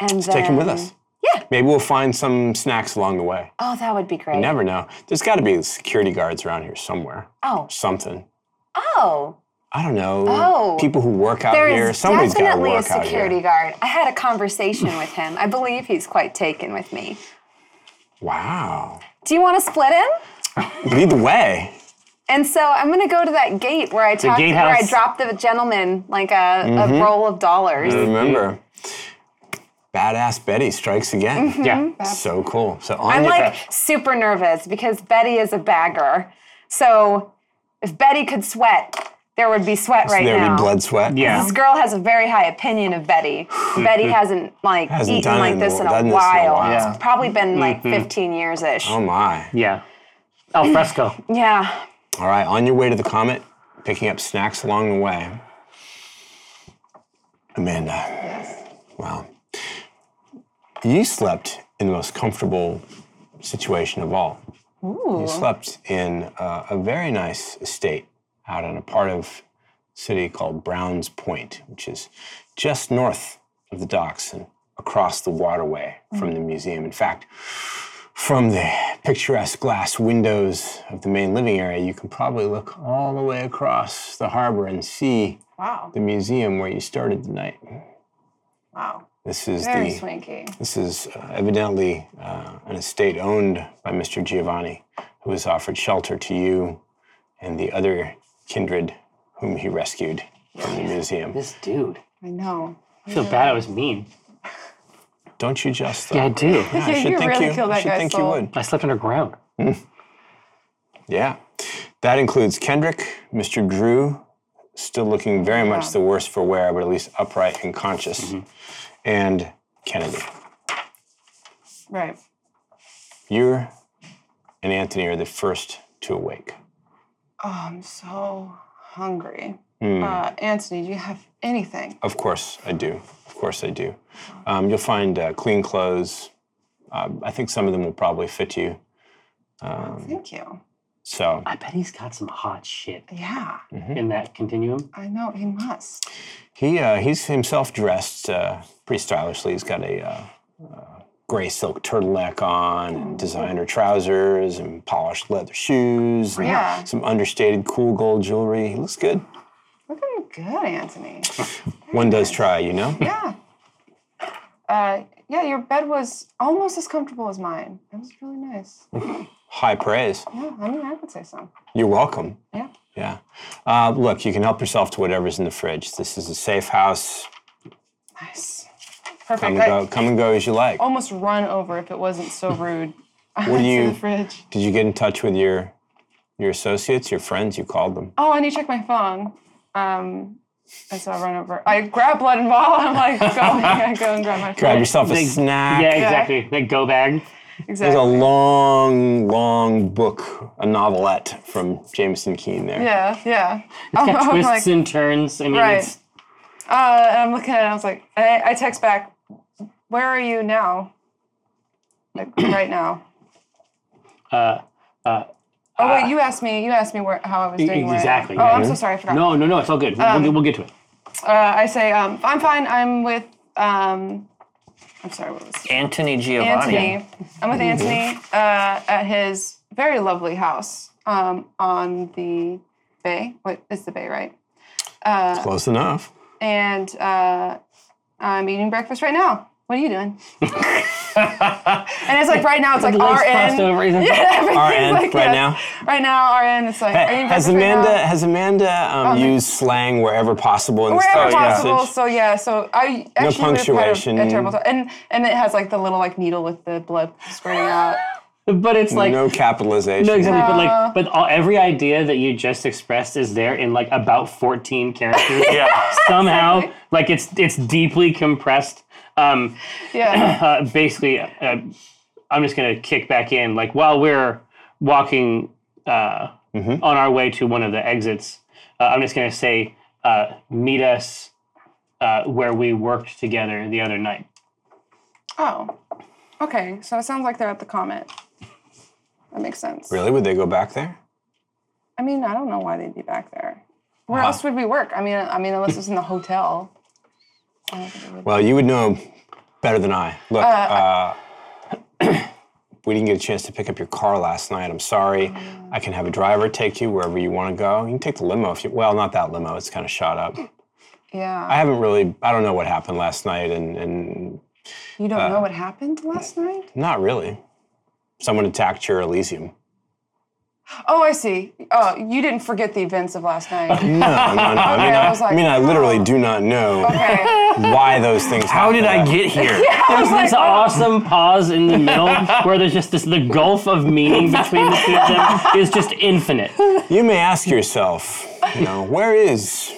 S4: and then
S1: Take him with us.
S4: um, Yeah.
S1: Maybe we'll find some snacks along the way.
S4: Oh, that would be great.
S1: You never know. There's got to be security guards around here somewhere.
S4: Oh.
S1: Something.
S4: Oh.
S1: I don't know.
S4: Oh.
S1: People who work out
S4: There
S1: here.
S4: is
S1: Somebody's got to
S4: definitely a
S1: work out
S4: security
S1: here.
S4: guard. I had a conversation with him. I believe he's quite taken with me.
S1: Wow.
S4: Do you want to split him?
S1: Lead the way.
S4: And so I'm going to go to that gate where I talked, where I
S2: gatehouse.
S4: dropped the gentleman like a,
S1: Mm-hmm.
S4: a roll of dollars.
S1: Remember, badass Betty strikes again.
S2: yeah,
S1: So cool. So
S4: I'm
S1: Anya,
S4: Mm-hmm. like super nervous because Betty is a bagger. So if Betty could sweat, there would be sweat right
S1: there would
S4: now.
S1: be blood sweat.
S2: yeah.
S4: This girl has a very high opinion of Betty. Betty hasn't like
S1: Hmm. Hasn't
S4: eaten
S1: done it
S4: like
S1: in
S4: this
S1: a-
S4: in a
S1: done this in a
S4: while.
S1: while. Mm-hmm.
S5: Yeah.
S4: It's probably been like 15 years ish.
S1: Oh my.
S2: Yeah. Al fresco.
S4: Yeah.
S1: All right, on your way to the comet, picking up snacks along the way. Amanda. Yes. Wow. You slept in the most comfortable situation of all. You slept in uh, a very nice estate out in a part of city called Browns Point, which is just north of the docks and across the waterway from the museum. In fact, from the picturesque glass windows of the main living area, you can probably look all the way across the harbor and see
S3: Wow.
S1: the museum where you started the night.
S3: Wow.
S1: This is
S3: Very
S1: the
S3: swanky.
S1: this is uh, evidently uh, an estate owned by Mr. Giovanni, who has offered shelter to you and the other kindred whom he rescued from the museum.
S2: This dude.
S3: I know.
S2: I feel bad. I was mean.
S1: Don't you just? Though?
S2: Yeah, I do.
S1: I should
S3: you
S1: think
S3: really
S1: you.
S3: killed
S1: I
S3: that
S1: should
S3: guy's
S1: think you
S3: soul.
S1: would.
S2: I slept underground.
S1: Yeah. That includes Kendrick, Mr. Drew, still looking very much the worse for wear, but at least upright and conscious, and Kennedy.
S3: Right.
S1: You and Anthony are the first to awake.
S3: Oh, I'm so hungry.
S1: Hmm.
S3: Uh, Anthony, do you have anything?
S1: Of course I do. Of course I do. Um, you'll find uh, clean clothes. Uh, I think some of them will probably fit you.
S3: Thank you.
S1: So
S2: I bet he's got some hot shit
S3: Yeah,
S2: in that continuum.
S3: I know. He must.
S1: He uh, he's himself dressed uh, pretty stylishly. He's got a uh, uh, gray silk turtleneck on, and designer trousers, and polished leather shoes. and
S3: Yeah.
S1: Some understated cool gold jewelry. He looks good.
S3: Looking good, Anthony.
S1: One does try, you know.
S3: Yeah. Uh, yeah, your bed was almost as comfortable as mine. It was really nice.
S1: Hmm. High praise.
S3: Yeah, I mean, I could say so.
S1: You're welcome.
S3: Yeah.
S1: Yeah. Uh, look, you can help yourself to whatever's in the fridge. This is a safe house.
S3: Nice.
S1: Come
S3: Perfect.
S1: and
S3: I
S1: go. Come and go as you like.
S2: Oh.
S3: almost run over if it wasn't so rude.
S1: What do
S3: to
S1: you?
S3: the fridge.
S1: Did you get in touch with your your associates, your friends? You called them.
S3: Oh, I need to check my phone. Um, and so I run over. I grab blood and ball. I'm like, go, I go and grab my phone.
S1: Grab yourself a
S2: They-
S1: snack.
S2: Yeah, exactly. That go bag.
S1: There's a
S3: Exactly.
S1: long, long book, a novelette from Jameson Keene there.
S3: Yeah, yeah. I'm,
S2: Got
S3: I'm
S2: twists
S3: like,
S2: and turns. I mean,
S3: Oh Right.
S2: it's
S3: uh, and I'm looking at it. I was like, I, I text back, where are you now? Like right now. Uh, uh, oh wait, you asked me. You asked me where, how I was doing. where I am.
S2: exactly,
S3: oh,
S2: yeah.
S3: I'm so sorry. I forgot.
S2: no, no, no. It's all good. We'll- we'll, get, we'll get to it.
S3: Uh, I say, um, I'm fine. I'm with. Um, I'm sorry. What was
S5: Anthony Giovanni.
S3: Anthony. I'm with
S1: Mm-hmm.
S3: Anthony uh, at his very lovely house um, on the bay. What is the bay, right?
S1: Close enough.
S3: And uh, I'm eating breakfast right now. What are you doing? and as I like right now, it's like
S2: Legs
S3: RN.
S2: crossed over. Ethan.
S3: Everything's
S1: RN
S3: like
S1: right
S3: that.
S1: now?
S3: Right now, RN. It's like, are you
S1: Has
S3: breakfast right now?
S1: Amanda has Amanda um,
S3: no.
S1: used slang wherever possible in
S3: Wherever
S1: the start of the
S3: possible,
S1: message?
S3: so yeah, so I actually was part of
S1: punctuation.
S3: a terrible time. and and it has like the little like needle with the blood squirting out.
S2: But it's like
S1: no capitalization.
S2: No, exactly. But like, but all, every idea that you just expressed is there in like about fourteen characters.
S5: Yeah.
S2: Somehow, like it's it's deeply compressed. Um,
S3: Yeah,
S2: uh, basically, uh, I'm just gonna kick back in. Like while we're walking uh, on our way to one of the exits, uh, I'm just gonna say, uh, meet us uh, where we worked together the other night.
S3: Oh, okay. So it sounds like they're at the Comet. That makes sense.
S1: Really? Would they go back there?
S3: I mean, I don't know why they'd be back there. Where
S1: Uh-huh.
S3: else would we work? I mean, I mean, unless it's in the hotel. I don't think it would-
S1: Well, you would know better than I. Look, uh, we didn't get a chance to pick up your car last night. I'm sorry. I can have a driver take you wherever you want to go. You can take the limo if you. Well, not that limo. It's kind of shot up. I
S3: Yeah,
S1: haven't really. I don't know what happened last night, and and
S3: you
S1: uh,
S3: don't know what happened last night.
S1: not really. Someone attacked your Elysium.
S3: Oh, I see. Oh, you didn't forget the events of last night.
S1: No, no, no. I mean,
S3: Okay, I
S1: I,
S3: was like,
S1: I mean, I literally
S3: oh.
S1: do not know
S3: Okay.
S1: why those things.
S5: How did I get here?
S2: There's this
S3: oh.
S2: awesome pause in the middle where there's just this the gulf of meaning between the two of them is just infinite.
S1: You may ask yourself, you know, where is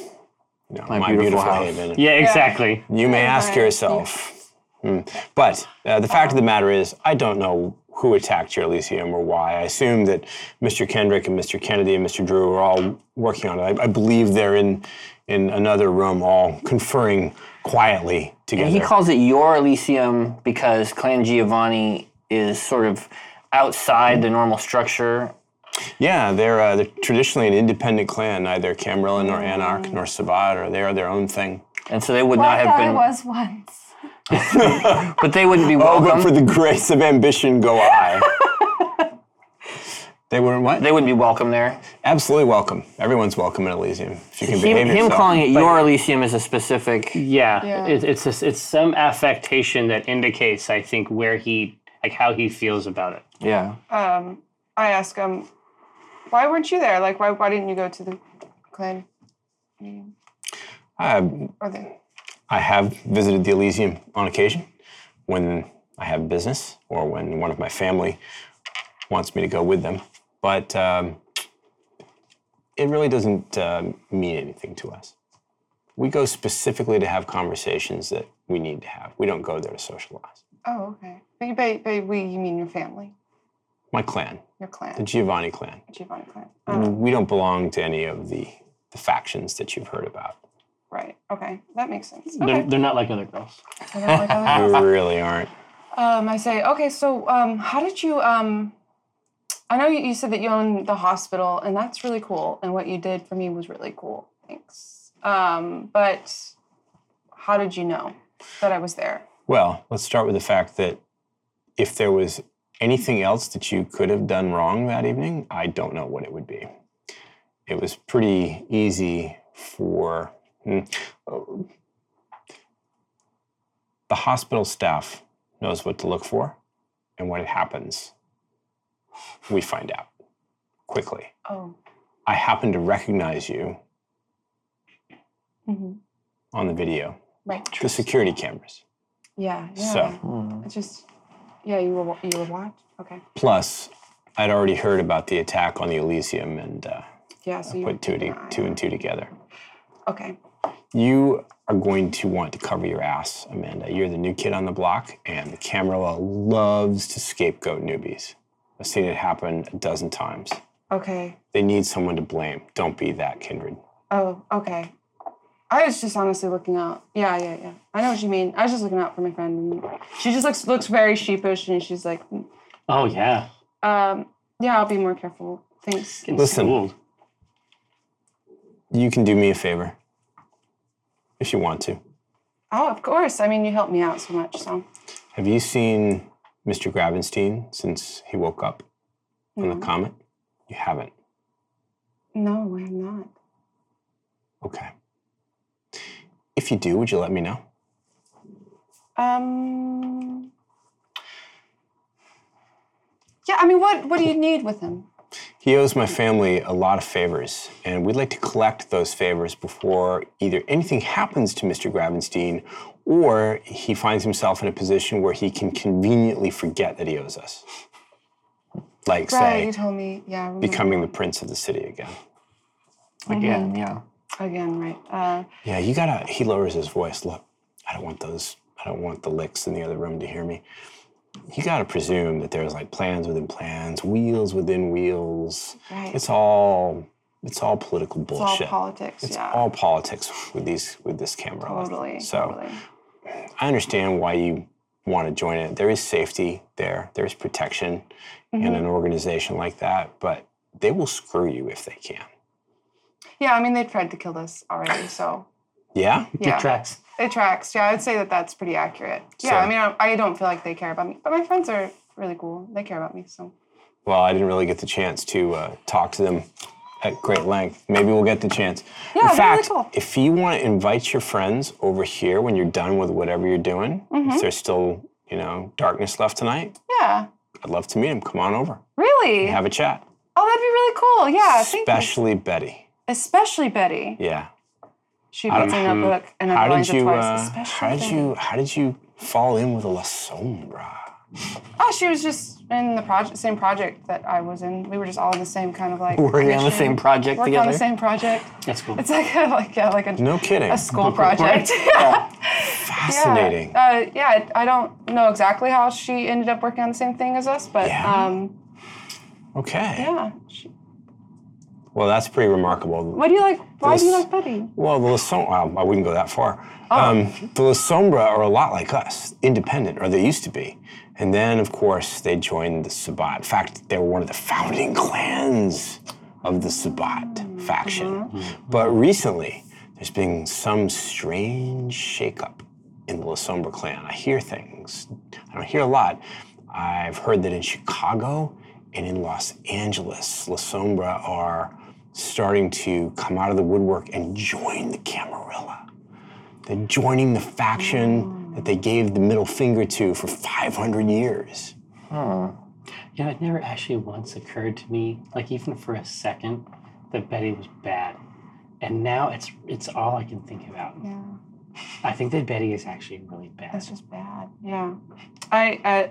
S1: you know, my, beautiful,
S5: beautiful house.
S1: haven?
S2: Yeah, exactly.
S1: You may ask
S3: Right.
S1: yourself. Hmm. But uh, the fact of the matter is, I don't know who attacked your Elysium or why. I assume that Mr. Kendrick and Mr. Kennedy and Mr. Drew are all working on it. I, I believe they're in in another room, all conferring quietly together.
S5: He calls it your Elysium because Clan Giovanni is sort of outside the normal structure.
S1: Yeah, they're, uh, they're traditionally an independent clan. Neither Camarilla nor Anarch nor Sabat are they are their own thing.
S5: And so they would
S4: I
S5: not
S4: thought
S5: have
S4: it
S5: been,
S4: was once.
S5: but they wouldn't be
S1: Oh,
S5: welcome.
S1: but for the grace of ambition, go I. they weren't what?
S5: they wouldn't be welcome there.
S1: Absolutely welcome. Everyone's welcome in Elysium if you can behave
S5: Him, him
S1: yourself.
S5: calling it your Elysium is a specific.
S2: Yeah,
S3: Yeah.
S2: It, it's just, it's some affectation that indicates, I think, where he like how he feels about it.
S5: Yeah.
S3: um, I ask him, why weren't you there? Like, why, why didn't you go to the clan?
S1: I,
S3: Or the,
S1: I have visited the Elysium on occasion when I have business or when one of my family wants me to go with them, but um, it really doesn't uh, mean anything to us. We go specifically to have conversations that we need to have. We don't go there to socialize.
S3: oh, okay. But you, by, by we, you mean your family,
S1: My clan,
S3: your
S1: the
S3: clan,
S1: Giovanni clan,
S3: Giovanni clan. Oh,
S5: Mm.
S1: we don't belong to any of the, the factions that you've heard about.
S3: right. Okay. That makes sense.
S2: They're,
S3: Okay.
S2: they're not like other girls.
S3: I don't like how
S1: We
S3: that-
S1: really aren't.
S3: um, I say, okay, so um, how did you, um, I know you, you said that you own the hospital, and that's really cool. And what you did for me was really cool. Thanks. Um, but how did you know that I was there?
S1: Well, let's start with the fact that if there was anything else that you could have done wrong that evening, I don't know what it would be. It was pretty easy for hmm, oh. the hospital staff knows what to look for, and when it happens, we find out quickly.
S3: Oh.
S1: I happen to recognize you
S3: hmm
S1: on the video,
S3: Right.
S1: the security cameras.
S3: Yeah, yeah.
S1: So.
S3: It's just, yeah, you were wa- you were watched. Okay.
S1: Plus, I'd already heard about the attack on the Elysium and uh,
S3: Yeah. So you
S1: put two, to, two and two together.
S3: Okay.
S1: You are going to want to cover your ass, Amanda. You're the new kid on the block, and the Camarilla loves to scapegoat newbies. I've seen it happen a dozen times.
S3: Okay.
S1: They need someone to blame. Don't be that kindred.
S3: Oh, okay. I was just honestly looking out. Yeah, yeah, yeah. I know what you mean. I was just looking out for my friend. And she just looks looks very sheepish, and she's like, "Mm,
S2: Oh yeah,
S3: um, yeah, I'll be more careful. Thanks.
S2: Getting
S1: Listen.
S2: schooled.
S1: You can do me a favor if you want to.
S3: Oh, of course. I mean, you helped me out so much. So
S1: Have you seen Mr. Gravenstein since he woke up on the comet? You haven't.
S3: no, I'm not.
S1: Okay. If you do, would you let me know?
S3: Um, Yeah, I mean, what what do you need with him?
S1: He owes my family a lot of favors, and we'd like to collect those favors before either anything happens to Mr. Gravenstein or he finds himself in a position where he can conveniently forget that he owes us. Like,
S3: Right, you
S1: say,
S3: told me. Yeah, I remember
S1: becoming the prince of the city again.
S5: Again, yeah.
S3: again, right? Uh,
S1: Yeah, you gotta. He lowers his voice. Look, I don't want those. I don't want the licks in the other room to hear me. You gotta presume that there's like plans within plans, wheels within wheels.
S3: Right.
S1: It's all. It's all political
S3: it's all
S1: bullshit.
S3: politics.
S1: It's
S3: yeah,
S1: all politics with these with this camera. on.
S3: totally.
S1: So
S3: totally.
S1: I understand why you want to join it. There is safety there. There's protection
S3: Mm-hmm.
S1: in an organization like that, but they will screw you if they can.
S3: Yeah, I mean, they tried to kill us already, so
S1: Yeah.
S3: yeah,
S2: It tracks.
S3: it tracks. Yeah, I'd say that that's pretty accurate. Yeah, I
S1: So-
S3: mean, I, I don't feel like they care about me, but my friends are really cool. They care about me, so
S1: Well, I didn't really get the chance to uh, talk to them at great length. Maybe we'll get the chance.
S3: Yeah,
S1: In
S3: that'd be really
S1: fact,
S3: cool.
S1: if you want to invite your friends over here when you're done with whatever you're doing,
S3: Mm-hmm.
S1: if there's still you know darkness left tonight,
S3: yeah.
S1: I'd love to meet them. Come on over,
S3: Really?
S1: have a chat.
S3: oh, that'd be really cool. Yeah, thank you.
S1: Especially Betty.
S3: Especially Betty.
S1: Yeah.
S3: She puts in a book, and I've
S1: How
S3: only
S1: did you?
S3: twice.
S1: Uh,
S3: Especially
S1: how did
S3: Betty.
S1: you? How did you fall in with a La Sombra?
S3: Oh, she was just in the project, same project that I was in. We were just all in the same kind of like
S5: Working on the
S3: commission.
S5: same project
S3: Working
S5: together.
S3: on the same project.
S2: That's cool.
S3: It's like a, like a, like a
S1: No kidding.
S3: a school project. Yeah.
S1: Fascinating.
S3: Uh, yeah, I don't know exactly how she ended up working on the same thing as us, but
S1: Yeah.
S3: um,
S1: Okay.
S3: yeah. She,
S1: Well, that's pretty remarkable.
S3: what do you like? Why do you
S1: This-
S3: like Betty?
S1: Well, the Lasombra, well, I wouldn't go that far.
S3: Oh.
S1: Um, the Lasombra are a lot like us, independent, or they used to be. And then, of course, they joined the Sabbat. In fact, they were one of the founding clans of the Sabbat faction.
S3: Mm-hmm.
S1: But recently, there's been some strange shakeup in the Lasombra clan. I hear things. I don't hear a lot. I've heard that in Chicago and in Los Angeles, Lasombra are starting to come out of the woodwork and join the Camarilla. They're joining the faction that they gave the middle finger to for 500 years.
S2: You know, it never actually once occurred to me, like even for a second, that Betty was bad. And now it's it's all I can think about.
S3: Yeah,
S2: I think that Betty is actually really bad.
S3: that's just bad. Yeah. I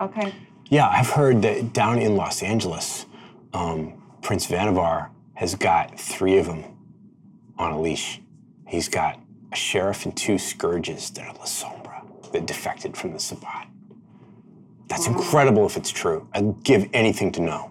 S3: uh, okay.
S1: Yeah, I've heard that down in Los Angeles, um, Prince Vannevar has got three of them on a leash. He's got a sheriff and two scourges that are La Sombra that defected from the Sabbat. That's incredible if it's true. I'd give anything to know.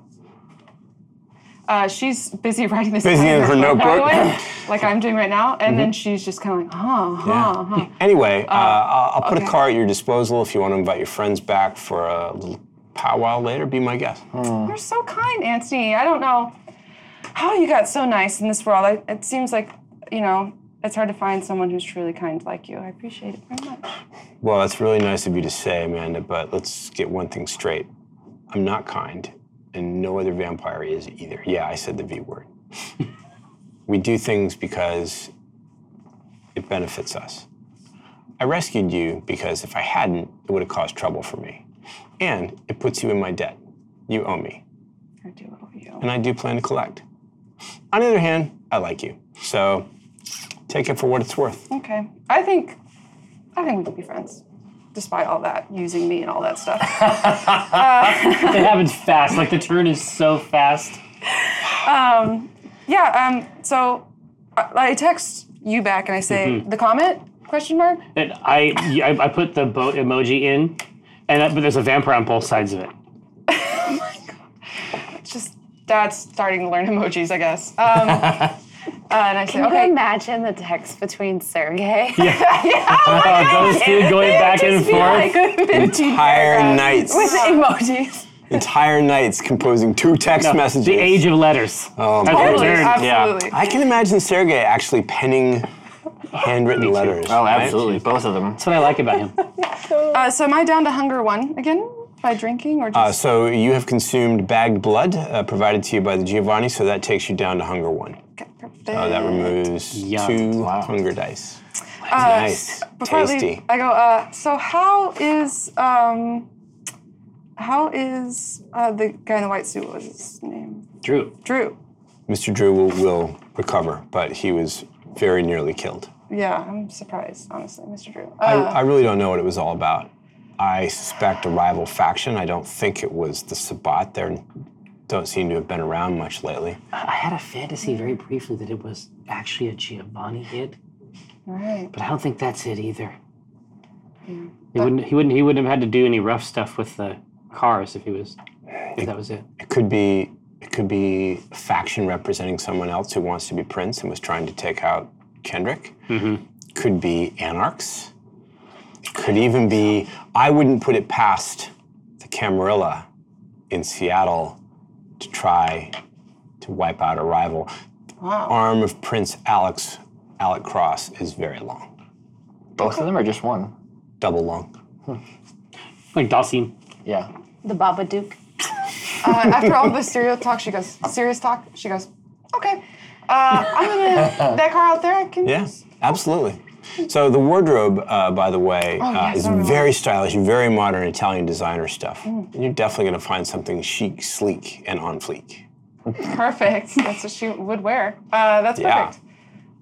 S3: Uh, she's busy writing this.
S1: Busy
S3: down
S1: in her
S3: notebook, by the
S1: notebook. Mm-hmm.
S3: way, like I'm doing right now, and then she's just kind of like, huh, huh,
S1: Yeah.
S3: huh.
S1: Anyway, uh, I'll, I'll put
S3: Oh, okay.
S1: a car at your disposal if you want to invite your friends back for a little powwow later. Be my guest.
S3: You're so kind, Anthony. I don't know how you got so nice in this world. I, it seems like, you know, it's hard to find someone who's truly kind like you. I appreciate it very much.
S1: Well, that's really nice of you to say, Amanda, but let's get one thing straight. I'm not kind, and no other vampire is either. Yeah, I said the V word. we do things because it benefits us. I rescued you because if I hadn't, it would have caused trouble for me. And it puts you in my debt. You owe me
S3: I do owe you.
S1: and I do plan to collect. On the other hand, I like you, so take it for what it's worth.
S3: Okay. I think, I think we can be friends, despite all that using me and all that stuff.
S2: it happens fast. Like the turn is so fast.
S3: yeah. Um. So, I, I text you back and I say
S1: Mm-hmm.
S3: the comment question mark.
S2: And I, I I put the boat emoji in, and I, but there's a vampire on both sides of it.
S3: It's just dad's starting to learn emojis, I guess. Um, uh, and I say
S4: Can you
S3: okay.
S4: imagine the text between Sergey?
S2: Oh, those two going back and
S4: Just be
S2: forth.
S4: like,
S1: Entire nights,
S4: with emojis.
S1: entire nights composing two text messages.
S2: The age of letters. Oh,
S3: Totally, absolutely.
S1: yeah, I can imagine Sergey actually penning handwritten letters.
S5: Oh,
S1: right?
S5: absolutely. Both of them.
S2: That's what I like about him.
S3: Uh, so am I down to hunger one again by drinking or just?
S1: Uh, so you have consumed bagged blood uh, provided to you by the Giovanni, so that takes you down to hunger one. So that removes
S2: Yum.
S1: two
S5: Wow.
S1: hunger dice. nice,
S3: Before I leave,
S1: tasty.
S3: I go, uh, so how is um How is uh, the guy in the white suit? What was his name?
S2: Drew.
S3: Drew.
S1: Mr. Drew will, will recover, but he was very nearly killed.
S3: Yeah, I'm surprised, honestly, Mr. Drew.
S1: I,
S3: Uh,
S1: I really don't know what it was all about. I suspect a rival faction. I don't think it was the Sabbat. They don't seem to have been around much lately.
S2: I had a fantasy very briefly that it was actually a Giovanni hit,
S3: all right.
S2: but I don't think that's it either.
S4: Mm.
S2: He wouldn't. He wouldn't. He wouldn't have had to do any rough stuff with the cars if he was. If that was it.
S1: It could be it could be a faction representing someone else who wants to be prince and was trying to take out Kendrick. Could be anarchs. Could even be I wouldn't put it past the Camarilla in Seattle to try to wipe out a rival.
S3: Wow.
S1: arm of Prince Alex Alec Cross is very long.
S5: Both of them or just one?
S1: Double long.
S2: Like Dalcine.
S5: Yeah.
S4: The Baba Duke.
S3: Uh, after all the serious talk, she goes, serious talk, she goes, okay, uh, I'm gonna, that car out there, I can.
S1: Yeah, absolutely. So the wardrobe, uh, by the way, uh,
S3: Oh, yes,
S1: is
S3: I remember. Mm.
S1: very stylish, very modern Italian designer stuff. And You're definitely going to find something chic, sleek, and on fleek.
S3: Perfect. That's what she would wear. Uh, that's
S1: Yeah.
S3: perfect.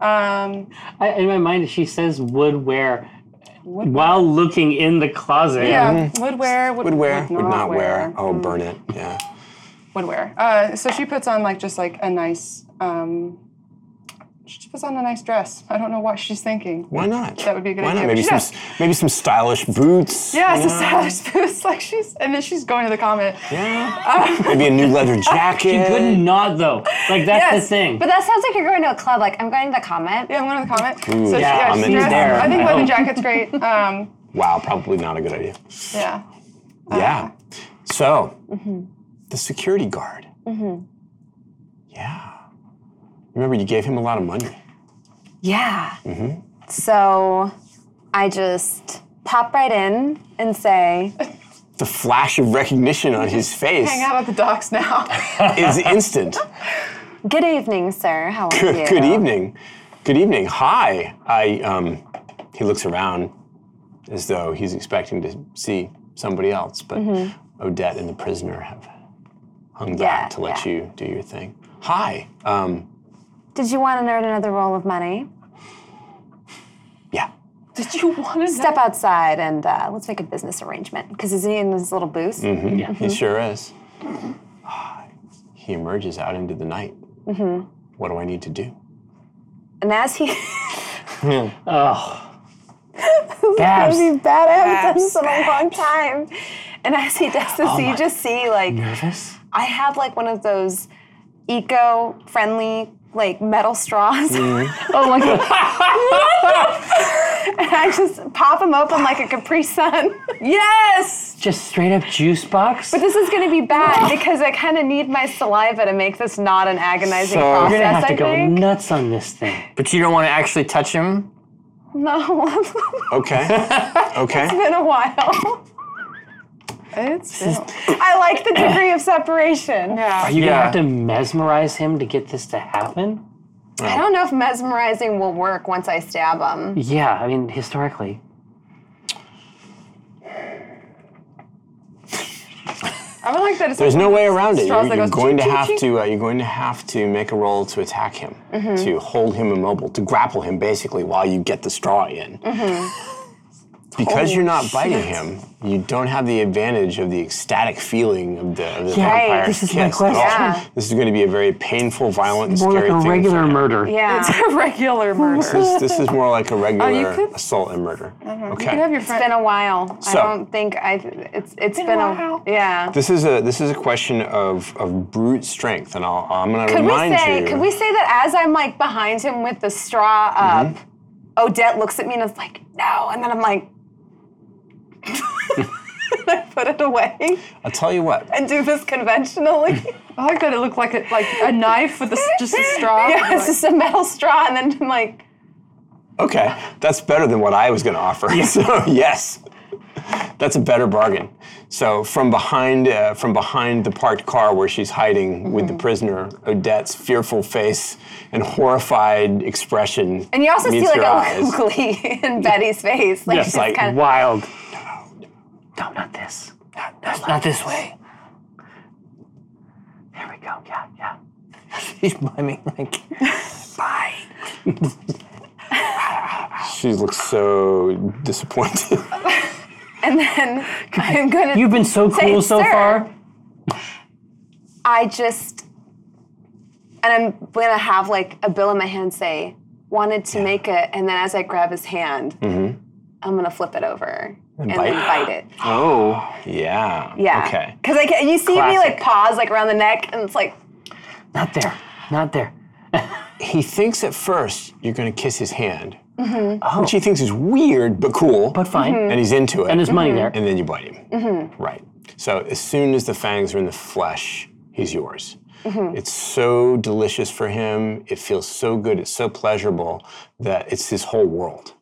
S3: Um,
S2: I, in my mind, she says would wear while looking in the closet.
S3: yeah, would wear, would,
S1: Would wear,
S3: would not wear.
S1: Oh, burn it. Yeah.
S3: would wear. Uh, so she puts on like just like a nice. Um, she puts on a nice dress. I don't know what she's thinking.
S1: Why not?
S3: That would be a good
S1: Why
S3: idea.
S1: Not? Maybe
S3: She
S1: some,
S3: does.
S1: maybe some stylish boots.
S3: Yeah,
S1: you
S3: it's a
S1: know?
S3: stylish boots. Like she's, and then she's going to the comment.
S1: Yeah. maybe a new leather jacket.
S2: She could not though. Like that's the
S3: Yes,
S2: thing.
S4: But that sounds like you're going to a club. Like I'm going to the comment.
S3: Yeah, I'm going to the comment. so she,
S1: Yeah,
S3: yeah,
S1: I'm
S3: she's
S1: in
S3: dressed.
S1: there.
S3: I think
S2: I
S3: leather
S2: hope.
S3: jacket's great. Um,
S1: Wow, probably not a good idea.
S3: yeah. Uh-huh.
S1: Yeah. So,
S3: Mm-hmm.
S1: the security guard. Yeah. Remember, you gave him a lot of money.
S4: Yeah.
S1: Mm-hmm.
S4: So I just pop right in and say,
S1: The flash of recognition on his face
S3: Hang out at the docks now.
S1: is instant.
S4: "Good evening, sir. How are you?"
S1: Good, good evening. Good evening. Hi. I. Um, he looks around as though he's expecting to see somebody else, but Odette and the prisoner have hung
S4: Mm-hmm. Yeah,
S1: back to let
S4: yeah.
S1: you do your thing. Hi. Um,
S4: Did you want to earn another roll of money?
S1: yeah.
S3: Did you want to
S4: Step outside and uh, let's make a business arrangement. Because is he in his little booth?
S2: Mm.
S1: He
S4: Mm-hmm.
S1: sure is. He emerges out into the night.
S4: Mm-hmm.
S1: What do I need to do?
S4: And as he,
S2: Oh.
S4: Babs.
S2: Babs.
S4: he's bad at this in a long time. And as he does this, you
S2: Oh my-
S4: just see like
S2: Nervous?
S4: I have like one of those eco-friendly like metal straws.
S2: Oh, like the,
S4: and I just pop them open like a Capri Sun. yes!
S2: just straight up juice box.
S4: But this is gonna be bad because I kind of need my saliva to make this not an agonizing
S5: So-
S4: process.
S5: You're
S2: You're gonna have to
S4: I
S2: go
S4: think.
S2: nuts on this thing.
S5: But you don't want to actually touch him?
S4: No, it's
S1: Okay. okay.
S4: been a while.
S3: It's
S4: I like the degree of separation.
S2: Are you
S5: Yeah.
S2: gonna have to mesmerize him to get this to happen?
S4: I don't know if mesmerizing will work once I stab him.
S2: Yeah, I mean historically.
S3: I would like that. It's
S1: There's
S3: like
S1: no
S3: one of
S1: way
S3: those
S1: around it.
S3: straws
S1: You're,
S3: that
S1: you're
S3: goes
S1: going to
S3: ching, ching,
S1: have
S3: ching.
S1: to. Uh, you're going to have to make a roll to attack him, to hold him immobile, to grapple him basically while you get the straw in. Because you're not biting him, you don't have the advantage of the ecstatic feeling of the, of the
S2: Yeah,
S4: Right,
S1: vampire's
S4: this
S2: is my
S1: kiss at all.
S4: question. Yeah.
S1: This is going to be a very painful, violent, and
S2: More
S1: scary
S2: like a
S1: thing for
S2: regular
S1: him.
S2: murder.
S4: Yeah.
S3: It's a regular murder.
S1: This, this is more like a regular
S3: could-
S1: assault and murder. Okay.
S3: You can have your
S4: It's
S3: friend.
S4: been a while. I
S1: So-
S4: don't think I. It's it's been, a,
S3: while.
S4: yeah.
S1: this is a this is a question of, of brute strength, and I'll, I'm going to
S4: Could we
S1: remind
S4: say?
S1: you.
S4: Could we say that as I'm like behind him with the straw up, Odette looks at me and is like, "No," and then I'm like, and I put it away
S1: I'll tell you what.
S4: and do this conventionally.
S3: I like that it looked like a, like a knife with a s just a straw.
S4: yeah, it's just a metal straw, and then I'm like,
S1: Okay, that's better than what I was going to offer. so yes, that's a better bargain. So from behind uh, from behind the parked car where she's hiding with the
S4: Mm-hmm.
S1: prisoner, Odette's fearful face and horrified expression.
S4: and you also see
S1: meets
S4: like
S1: your
S4: a
S1: eyes.
S4: look of glee in Betty's face, like
S2: Yes,
S4: she's Oh.
S1: like,
S4: kind of
S2: Wild. No, not this. Not
S5: That's not this way. There we go. Yeah, yeah. She's miming like, bye.
S1: She looks so disappointed.
S4: And then I'm gonna.
S2: You've been so
S4: say,
S2: cool so
S4: "Sir,
S2: far.
S4: I just, and I'm gonna have like a bill in my hand say, wanted to make it, and then as I grab his hand, I'm gonna flip it over and,
S1: bite.
S4: then bite it.
S5: Oh,
S1: yeah.
S4: Yeah.
S1: Okay.
S4: Because I can, you see me like
S5: Classic.
S4: pause like around the neck, and it's like,
S5: not there. Not there.
S1: He thinks at first you're going to kiss his hand,
S4: Mm-hmm.
S1: which he thinks is weird but cool.
S5: But fine.
S1: and he's into it.
S2: And there's
S4: Mm-hmm.
S2: money there.
S1: and then you bite him. Right. So as soon as the fangs are in the flesh, he's yours.
S4: Mm-hmm.
S1: It's so delicious for him. It feels so good. It's so pleasurable that it's his whole world.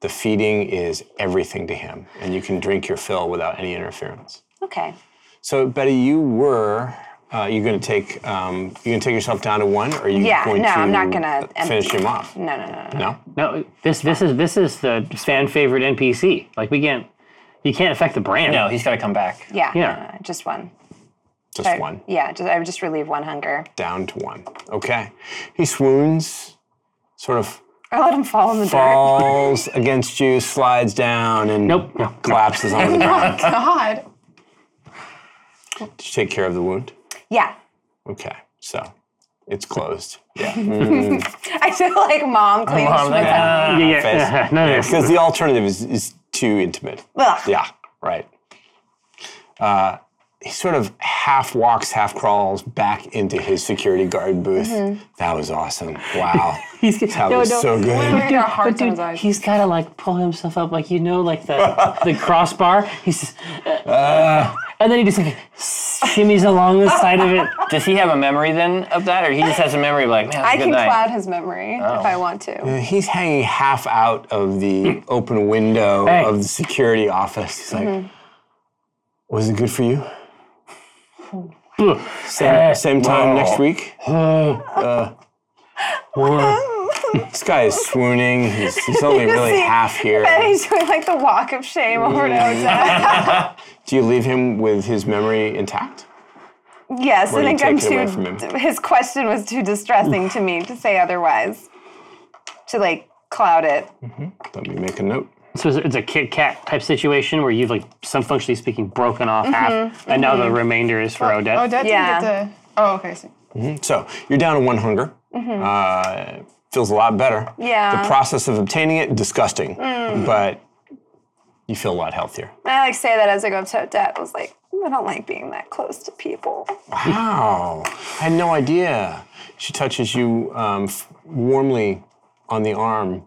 S1: The feeding is everything to him, and you can drink your fill without any interference.
S4: okay.
S1: So Betty, you were. Uh, you're going to take um, you going to take yourself down to one, or are you
S4: Yeah,
S1: going
S4: no,
S1: to uh,
S4: I'm not gonna empty-
S1: finish him off?
S4: No, no, no, no.
S1: No.
S2: No, this this is this is the fan favorite NPC. Like we can't, you can't affect the brand.
S5: No, he's got to come back.
S4: Yeah.
S2: Yeah.
S4: no, no, just one.
S1: Just
S4: I-
S1: one.
S4: Yeah. Just, I would just relieve one hunger.
S1: Down to one. Okay. He swoons, sort of
S4: I let him fall in the dirt.
S1: falls against you, slides down, and
S2: Nope, no, no.
S1: collapses on the ground.
S3: Oh, God.
S1: Did you take care of the wound?
S4: Yeah.
S1: Okay, so it's closed. Yeah,
S4: I feel like mom cleans.
S5: Mom, like, ah.
S2: yeah, yeah.
S1: face.
S2: no, no,
S1: because the alternative is, is too intimate.
S4: Ugh.
S1: Yeah, right. Uh, he sort of half walks, half crawls back into his security guard booth. That was awesome. Wow,
S2: He's get-
S1: that
S2: no,
S1: was
S2: no.
S1: so good.
S3: Put your hearts in his eyes.
S2: He's got to like pull himself up, like you know, like the the crossbar. He's just, uh, and then he just like shimmies along the side of it.
S5: Does he have a memory then of that, or he just has a memory of like, man, it was
S4: I
S5: a good
S4: can
S5: night.
S4: cloud his memory if I want to.
S1: He's hanging half out of the open window
S2: Hey.
S1: of the security office. He's like, "Was it good for you? Same, same time
S5: Wow.
S1: next week." Uh, This guy is swooning. He's, he's only really
S4: see-
S1: half here.
S4: And he's doing like the walk of shame over to
S1: Mm.
S4: Odette.
S1: Do you leave him with his memory intact?
S4: Yes, I
S1: do you
S4: think I'm
S1: take it away
S4: too.
S1: from
S4: His question was too distressing to me to say otherwise. To like cloud it.
S1: Let me make a note.
S2: So it's- it's a Kit Kat type situation where you've like some functionally speaking broken off half,
S3: Mm-hmm,
S2: and now the remainder is for Odette.
S3: Oh, Dad
S4: Yeah.
S3: didn't get to. Oh, okay. So
S1: So you're down to one hunger. Uh, feels a lot better.
S4: Mm-hmm. Yeah. Mm.
S1: The process of obtaining it disgusting, but you feel a lot healthier.
S4: And I like say that as I go up to Odette. I was like, I don't like being that close to people.
S1: Wow. I had no idea. She touches you um, f- warmly on the arm.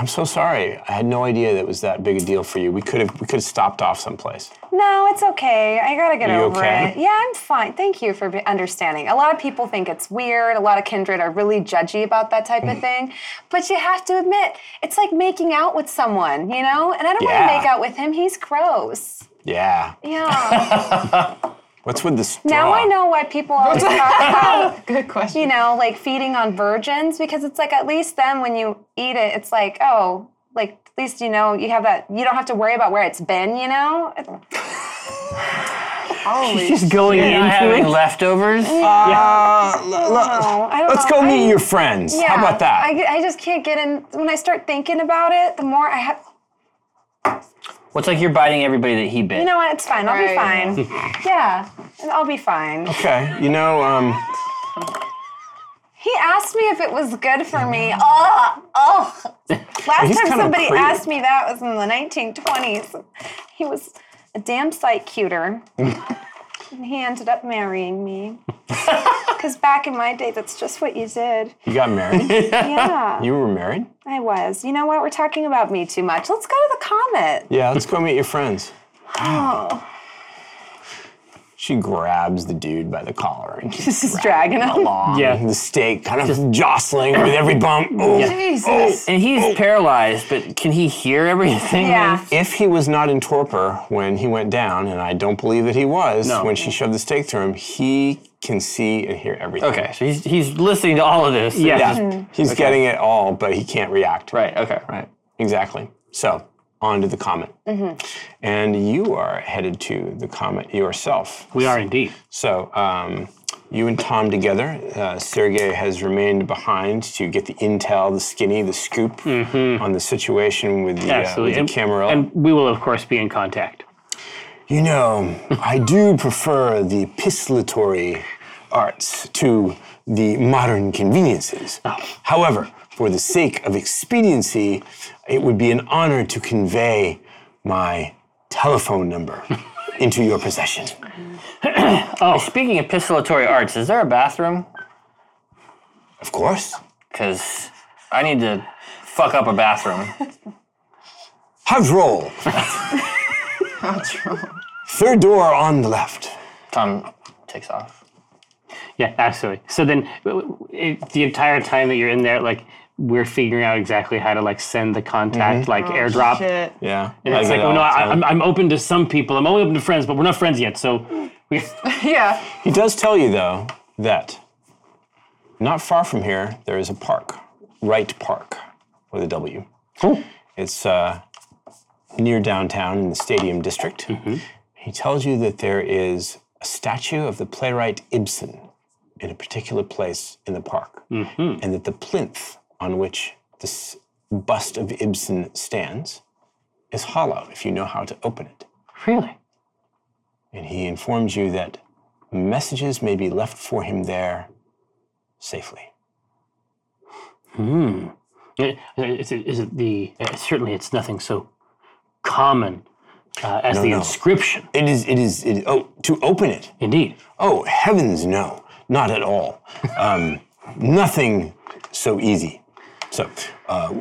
S1: I'm so sorry. I had no idea that was that big a deal for you. We could have we could have stopped off someplace.
S4: No, it's okay. I gotta get
S1: You
S4: over
S1: okay?
S4: it. Yeah, I'm fine. Thank you for be- understanding. A lot of people think it's weird. A lot of kindred are really judgy about that type
S1: Mm.
S4: of thing. But you have to admit, it's like making out with someone, you know? And I don't
S1: Yeah.
S4: want to make out with him. He's gross.
S1: Yeah.
S4: Yeah.
S1: What's with the straw?
S4: now I know why people always talk about,
S3: good question.
S4: you know, like feeding on virgins because it's like at least then when you eat it, it's like, oh, like at least you know you have that. You don't have to worry about where it's been, you know? It's-
S3: Holy
S2: Just going
S5: You're not
S2: into
S5: having
S2: it.
S5: leftovers.
S1: Uh, l- l-
S4: I don't
S1: let's
S4: know.
S1: go meet
S4: I-
S1: your friends.
S4: Yeah,
S1: How about that?
S4: I, I just can't get in. When I start thinking about it, the more I have.
S5: What's like you're biting everybody that he bit?
S4: You know what? It's fine. I'll
S3: Right.
S4: be fine. yeah, and I'll be fine.
S1: okay. You know, um,
S4: He asked me if it was good for me. Oh, oh. Last
S1: He's kind of
S4: time
S1: a
S4: somebody
S1: creep.
S4: asked me that was in the 1920s. He was a damn sight cuter. and he ended up marrying me. Because back in my day, that's just what you did.
S1: you got married.
S4: Yeah,
S1: you were married.
S4: I was. You know what? We're talking about me too much. Let's go to the comet.
S1: Yeah. Let's go meet your friends.
S4: Oh.
S1: She grabs the dude by the collar and keeps
S4: This is dragging him.
S1: along
S2: Yeah.
S1: the stake, kind of jostling with every bump. Oh.
S3: Jesus.
S5: and he's paralyzed, but can he hear everything?
S4: Yeah.
S1: If he was not in torpor when he went down, and I don't believe that he was
S5: No.
S1: when she shoved the stake through him, he can see and hear everything.
S5: Okay, Mm-hmm. so he's, he's listening to all of this.
S2: Yeah.
S1: Yeah. He's getting it all, but he can't react.
S5: Right, okay.
S1: Right. Exactly. So onto the comet.
S5: Mm-hmm.
S1: And you are headed to the comet yourself.
S2: We are indeed.
S1: So um, you and Tom together. Uh, Sergey has remained behind to get the intel, the skinny, the scoop on the situation with the, uh, with
S2: Mm-hmm. Absolutely.
S1: the
S2: and,
S1: Camarilla.
S2: and we will, of course, be in contact.
S1: you know, I do prefer the epistolatory arts to the modern conveniences.
S2: Oh.
S1: However, for the sake of expediency, it would be an honor to convey my telephone number into your possession.
S5: Speaking of epistolatory arts, is there a bathroom?
S1: Of course.
S5: Because I need to fuck up a bathroom.
S1: House roll. Third door on the left.
S5: Tom takes off.
S2: Yeah, absolutely. So then, w- w- it, the entire time that you're in there, like we're figuring out exactly how to like send the contact, like airdrop.
S3: Shit.
S1: Yeah.
S2: And it's like, well, no, I, I'm, I'm open to some people. I'm only open to friends, but we're not friends yet. So, we,
S3: Yeah.
S1: he does tell you, though, that not far from here, there is a park, Wright Park, with a W. It's uh, near downtown in the Stadium District. He tells you that there is a statue of the playwright Ibsen in a particular place in the park, and that the plinth on which this bust of Ibsen stands is hollow if you know how to open it
S2: really,
S1: and he informs you that messages may be left for him there safely.
S2: Uh, is it, is it the? uh, certainly, it's nothing so common uh, as the
S1: no.
S2: inscription.
S1: It is, it is, it, oh, to open it.
S2: Indeed.
S1: Oh, heavens, no, not at all. Um, nothing so easy. So, uh,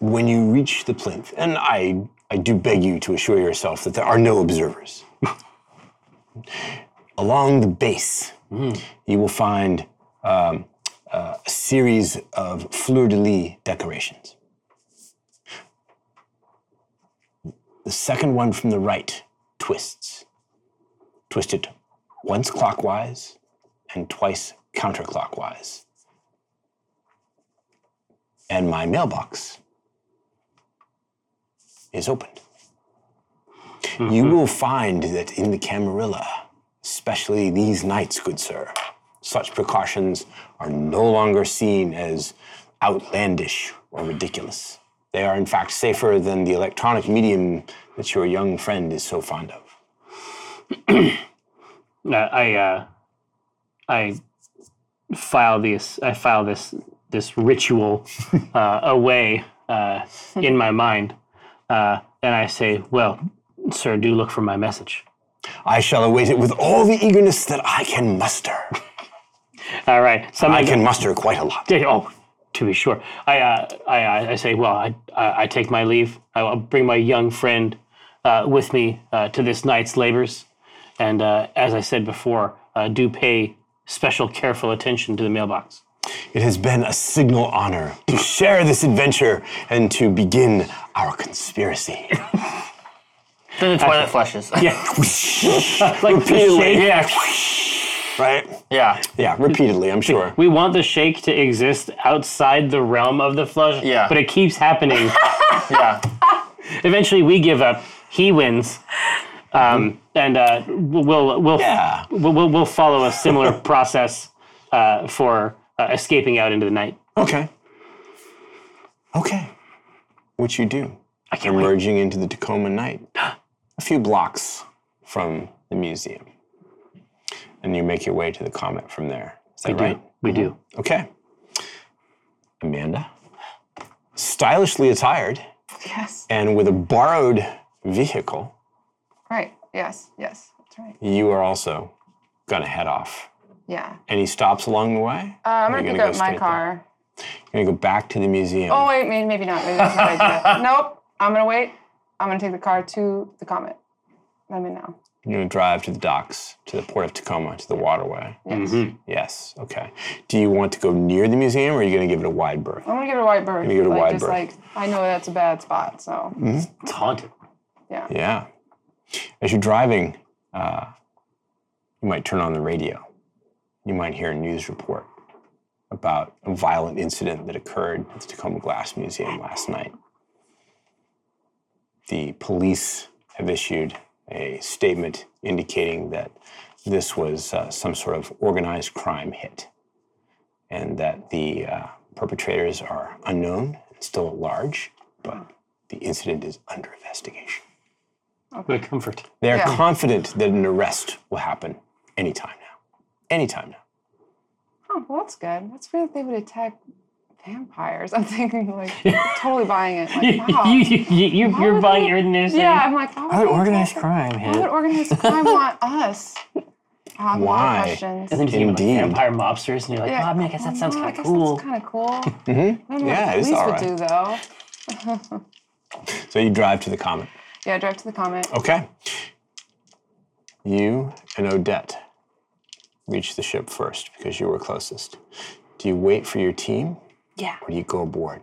S1: when you reach the plinth, and I, I do beg you to assure yourself that there are no observers. Along the base, you will find um, uh, a series of fleur de lis decorations. The second one from the right twists. Twist it once clockwise and twice counterclockwise. And my mailbox is opened. You will find that in the Camarilla, especially these nights, good sir, such precautions are no longer seen as outlandish or ridiculous. They are, in fact, safer than the electronic medium that your young friend is so fond of.
S2: Uh, I uh, I file this I file this this ritual uh, away uh, in my mind, uh, and I say, "Well, sir, do look for my message."
S1: I shall await it with all the eagerness that I can muster.
S2: All right, so I'm
S1: I
S2: like-
S1: can muster quite a lot.
S2: Yeah, Oh, to be sure. I uh, I, I I say, well, I, I I take my leave. I will bring my young friend uh, with me uh, to this night's labors, and uh, as I said before, uh, do pay special careful attention to the mailbox.
S1: It has been a signal honor to share this adventure and to begin our conspiracy.
S5: Then the toilet flushes.
S2: Yeah, like the shake.
S5: yeah.
S1: Right?
S5: Yeah.
S1: Yeah, repeatedly, I'm sure.
S2: We want the shake to exist outside the realm of the flush,
S5: Yeah.
S2: but it keeps happening.
S5: Yeah.
S2: Eventually, we give up. He wins, um,
S5: Mm-hmm.
S2: and uh, we'll we'll,
S1: Yeah.
S2: we'll we'll we'll follow a similar process uh, for uh, escaping out into the night.
S1: Okay. Okay. What you do?
S2: I can't wait.
S1: Emerging into the Tacoma night, a few blocks from the museum. And you make your way to the comet from there. Is that
S2: We
S1: right? Mm-hmm.
S2: do. We do.
S1: Okay. Amanda, stylishly attired
S3: Yes.
S1: and with a borrowed vehicle,
S3: Right. Yes. Yes. That's right.
S1: you are also gonna head off.
S3: Yeah.
S1: Any stops along the way?
S3: Uh, I'm
S1: Or are
S3: gonna
S1: you
S3: pick
S1: go
S3: up
S1: straight
S3: my
S1: there?
S3: car.
S1: You're gonna go back to the museum.
S3: Oh wait, maybe, maybe not. Maybe that's a good idea. Nope. I'm gonna wait. I'm gonna take the car to the comet. Let me know.
S1: You're gonna drive to the docks, to the port of Tacoma, to the waterway.
S3: Yes.
S1: Yes. Okay. Do you want to go near the museum, or are you gonna give it a wide berth?
S3: I'm gonna give it a wide berth.
S1: You give it a
S3: like,
S1: wide
S3: just
S1: berth. Mm.
S3: like I know that's a bad spot, so
S2: It's haunted.
S3: yeah.
S1: Yeah. As you're driving, uh, you might turn on the radio. You might hear a news report about a violent incident that occurred at the Tacoma Glass Museum last night. the police have issued a statement indicating that this was uh, some sort of organized crime hit and that the uh, perpetrators are unknown and still at large, but the incident is under investigation.
S2: Good comfort.
S1: They are
S3: Yeah.
S1: confident that an arrest will happen anytime now. Anytime now.
S3: Oh, well, that's good. That's weird that they would attack vampires. I'm thinking, like, totally buying it. Like, wow.
S2: you, you, you,
S3: Why
S2: you're
S3: would
S2: buying
S3: they-
S2: everything they're saying.
S3: Yeah, I'm like, oh, why would, they attack-
S5: crime
S3: Why would organized crime want us? I have a lot
S1: Why?
S3: of questions.
S2: And then you think about
S1: Indeed.
S2: vampire mobsters, and you're like,
S3: Yeah.
S2: oh, man, I guess that sounds
S3: Oh, I
S2: kind
S3: guess
S2: of cool.
S3: That's kind of cool. I don't know
S1: Mm-hmm. Yeah,
S3: what the
S1: it's
S3: police would
S1: alright.
S3: do though.
S1: So you drive to the comet.
S3: Yeah, drive to the comet.
S1: Okay. You and Odette reach the ship first because you were closest. Do you wait for your team
S4: Yeah.
S1: or do you go aboard?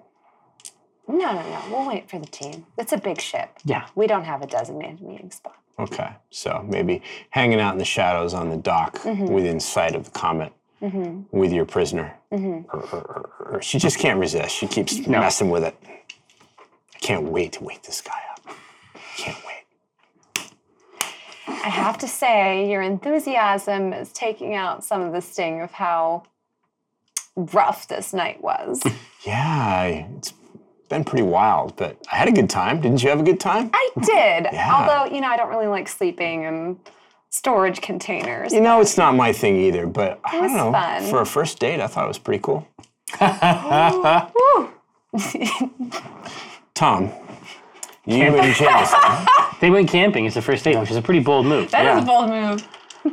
S4: No, no, no. We'll wait for the team. It's a big ship.
S2: Yeah.
S4: We don't have a designated meeting spot.
S1: Okay, so maybe hanging out in the shadows on the dock
S4: Mm-hmm.
S1: within sight of the comet with your prisoner.
S4: Mm-hmm.
S1: Or, or- or- or- she just can't resist. She keeps messing with it. I can't wait to wake this guy up. Can't wait.
S4: I have to say, your enthusiasm is taking out some of the sting of how rough this night was.
S1: Yeah, I- it's been pretty wild, but I had a good time. Didn't you have a good time?
S4: I did.
S1: Yeah.
S4: Although, you know, I don't really like sleeping in storage containers.
S1: You know, it's not my thing either, but I
S4: was
S1: don't know.
S4: fun.
S1: For a first date, I thought it was pretty cool. Tom, you and Jameson,
S2: They went camping. It's the first date, which is a pretty bold move.
S3: That is a bold move.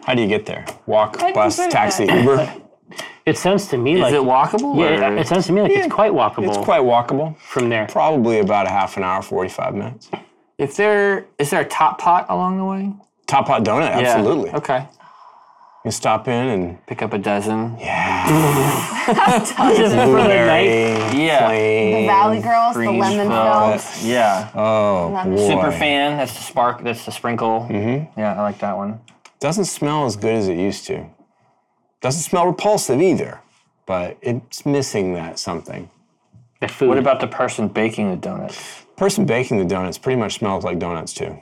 S1: how do you get there? Walk,
S3: I'd
S1: bus,
S3: consider
S1: taxi,
S3: that.
S1: Uber?
S2: It sounds to me like
S5: Is it walkable?
S2: yeah,
S5: or-
S2: it sounds to me like it's quite walkable
S1: It's quite walkable.
S2: from there.
S1: Probably about a half an hour, 45 minutes.
S5: if there is there a top pot along the way?
S1: Top Hot Donut,
S5: Yeah,
S1: absolutely. You
S5: Okay.
S1: can stop in and
S5: Pick up a dozen.
S2: Just for the night.
S1: blueberry,
S5: Yeah.
S1: plain-
S4: Valley Girls, the
S5: Green
S4: lemon
S5: velvet.
S4: filled.
S5: Yeah.
S1: Oh,
S4: Lemon.
S1: boy.
S5: Super fan. That's the spark. That's the sprinkle. Mm-hmm. Yeah, I like that one.
S1: Doesn't smell as good as it used to. Doesn't smell repulsive either, but it's missing that something.
S2: The food.
S5: What about the person baking the donuts?
S1: Person baking the donuts pretty much smells like donuts too.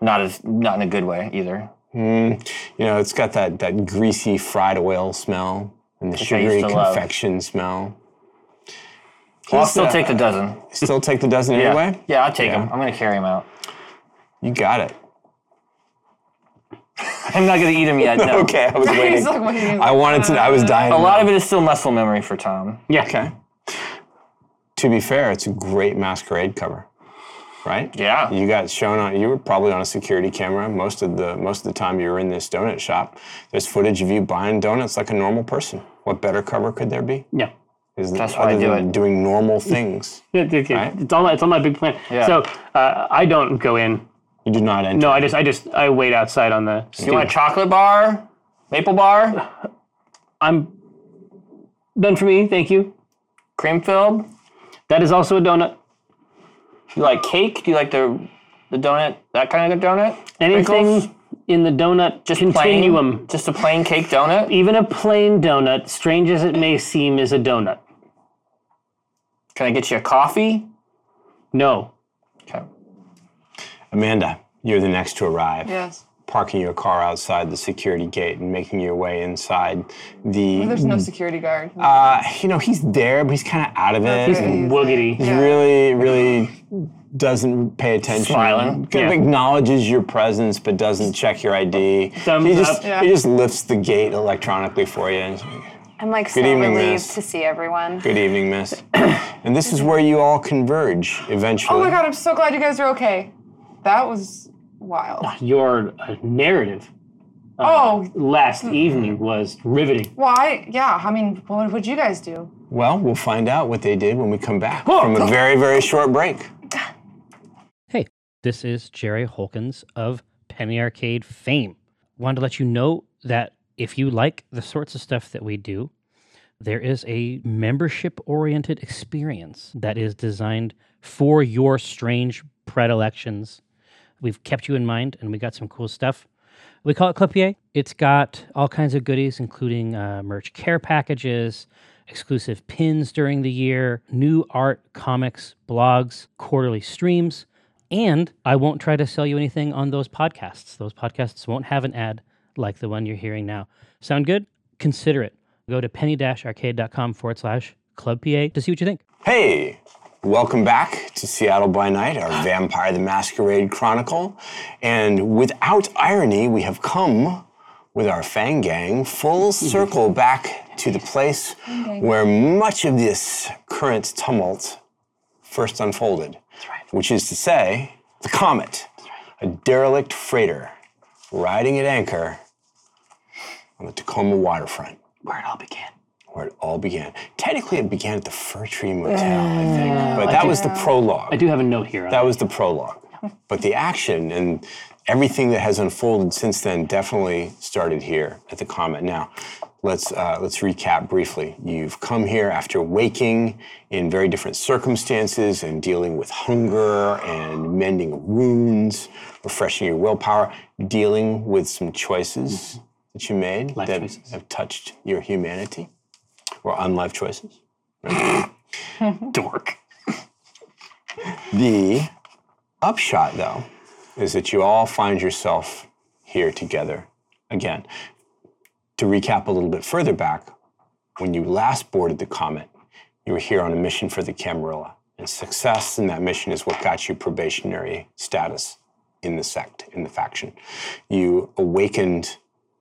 S5: Not as not in a good way either.
S1: You know, it's got that, that greasy fried oil smell and the
S5: I used
S1: sugary
S5: to love.
S1: confection smell.
S5: Well, I'll
S1: He's,
S5: still
S1: uh,
S5: take the dozen.
S1: Still take the dozen
S5: Yeah.
S1: anyway?
S5: Yeah, I'll take them. I'm gonna carry them out.
S1: You got it.
S5: I'm not gonna eat them yet. No.
S1: Okay, I was
S3: He's
S1: waiting.
S3: like, what do you
S1: I wanted to. I was dying.
S5: uh, A lot of it is still muscle memory for Tom.
S2: Yeah.
S1: Okay. To be fair, it's a great masquerade cover, right?
S5: Yeah.
S1: You got shown on. You were probably on a security camera most of the most of the time you were in this donut shop. There's footage of you buying donuts like a normal person. What better cover could there be?
S2: Yeah.
S1: Is
S5: That's why I
S1: other
S5: do
S1: than
S5: it.
S1: Doing normal things.
S2: Yeah, yeah, yeah.
S1: Right?
S2: It's all my, it's all my big plan.
S5: Yeah.
S2: So uh, I don't go in.
S1: You do not enter.
S2: No, I just I just I wait outside on the.
S5: You want a chocolate bar? Maple bar?
S2: I'm done for me. Thank you.
S5: Cream filled?
S2: That is also a donut.
S5: You like cake? Do you like the the donut? That kind of donut?
S2: Anything
S5: Sprinkles?
S2: in the donut just
S5: Plain?
S2: continuum.
S5: Just a plain cake donut?
S2: Even a plain donut, strange as it may seem, is a donut.
S5: Can I get you a coffee?
S2: No.
S5: Okay.
S1: Amanda, you're the next to arrive.
S3: Yes.
S1: Parking your car outside the security gate and making your way inside the.
S3: There's no security guard.
S1: Mm-hmm. uh, you know he's there, but he's kind of out of it.
S3: He's-
S1: and-
S2: Woogity.
S1: He really, really doesn't pay attention. Kind
S5: Smiling.
S1: of
S2: Um, Yeah.
S1: Acknowledges your presence, but doesn't check your ID.
S2: Thumbs
S1: he just
S2: up.
S3: Yeah.
S1: he just lifts the gate electronically for you. and he's like,
S4: I'm like so
S1: evening,
S4: relieved
S1: miss.
S4: to see everyone.
S1: Good evening, miss. and this is where you all converge eventually.
S3: oh my god, I'm so glad you guys are okay. That was wild.
S2: Your uh, narrative
S3: Oh,
S2: last
S5: Mm-hmm.
S2: evening was riveting.
S3: why? Yeah. I mean, what would you guys do?
S1: Well, we'll find out what they did when we come back from a very, very short break.
S6: Hey, this is Jerry Holkins of Penny Arcade fame. Wanted to let you know that if you like the sorts of stuff that we do, there is a membership oriented experience that is designed for your strange predilections. We've kept you in mind and we got some cool stuff. We call it Clipier. It's got all kinds of goodies, including uh, merch care packages, exclusive pins during the year, new art, comics, blogs, quarterly streams, And I won't try to sell you anything on those podcasts. Those podcasts won't have an ad like the one you're hearing now. Sound good? Consider it. Go to penny arcade.com forward slash club PA to see what you think.
S1: Hey, welcome back to Seattle by Night, our Vampire the Masquerade Chronicle. And without irony, we have come with our Fang Gang full circle back to the place where much of this current tumult first unfolded. Which is to say, the Comet, a derelict freighter riding at anchor on the Tacoma waterfront
S5: Where it all began.
S1: where it all began. Technically, it began at the Fir Tree Motel, I think, but that was the prologue.
S2: I do have a note here. on
S1: That was the prologue. But the action and everything that has unfolded since then definitely started here at the Comet. Now, let's uh, let's recap briefly. You've come here after waking in very different circumstances and dealing with hunger and mending wounds, refreshing your willpower, dealing with some choices that you made
S2: Mm-hmm. Life
S1: that
S2: choices.
S1: have touched your humanity or unlife choices.
S2: dork.
S1: The upshot, though, is that you all find yourself here together again. To recap a little bit further back, when you last boarded the Comet, you were here on a mission for the Camarilla, and success in that mission is what got you probationary status in the sect, in the faction. You awakened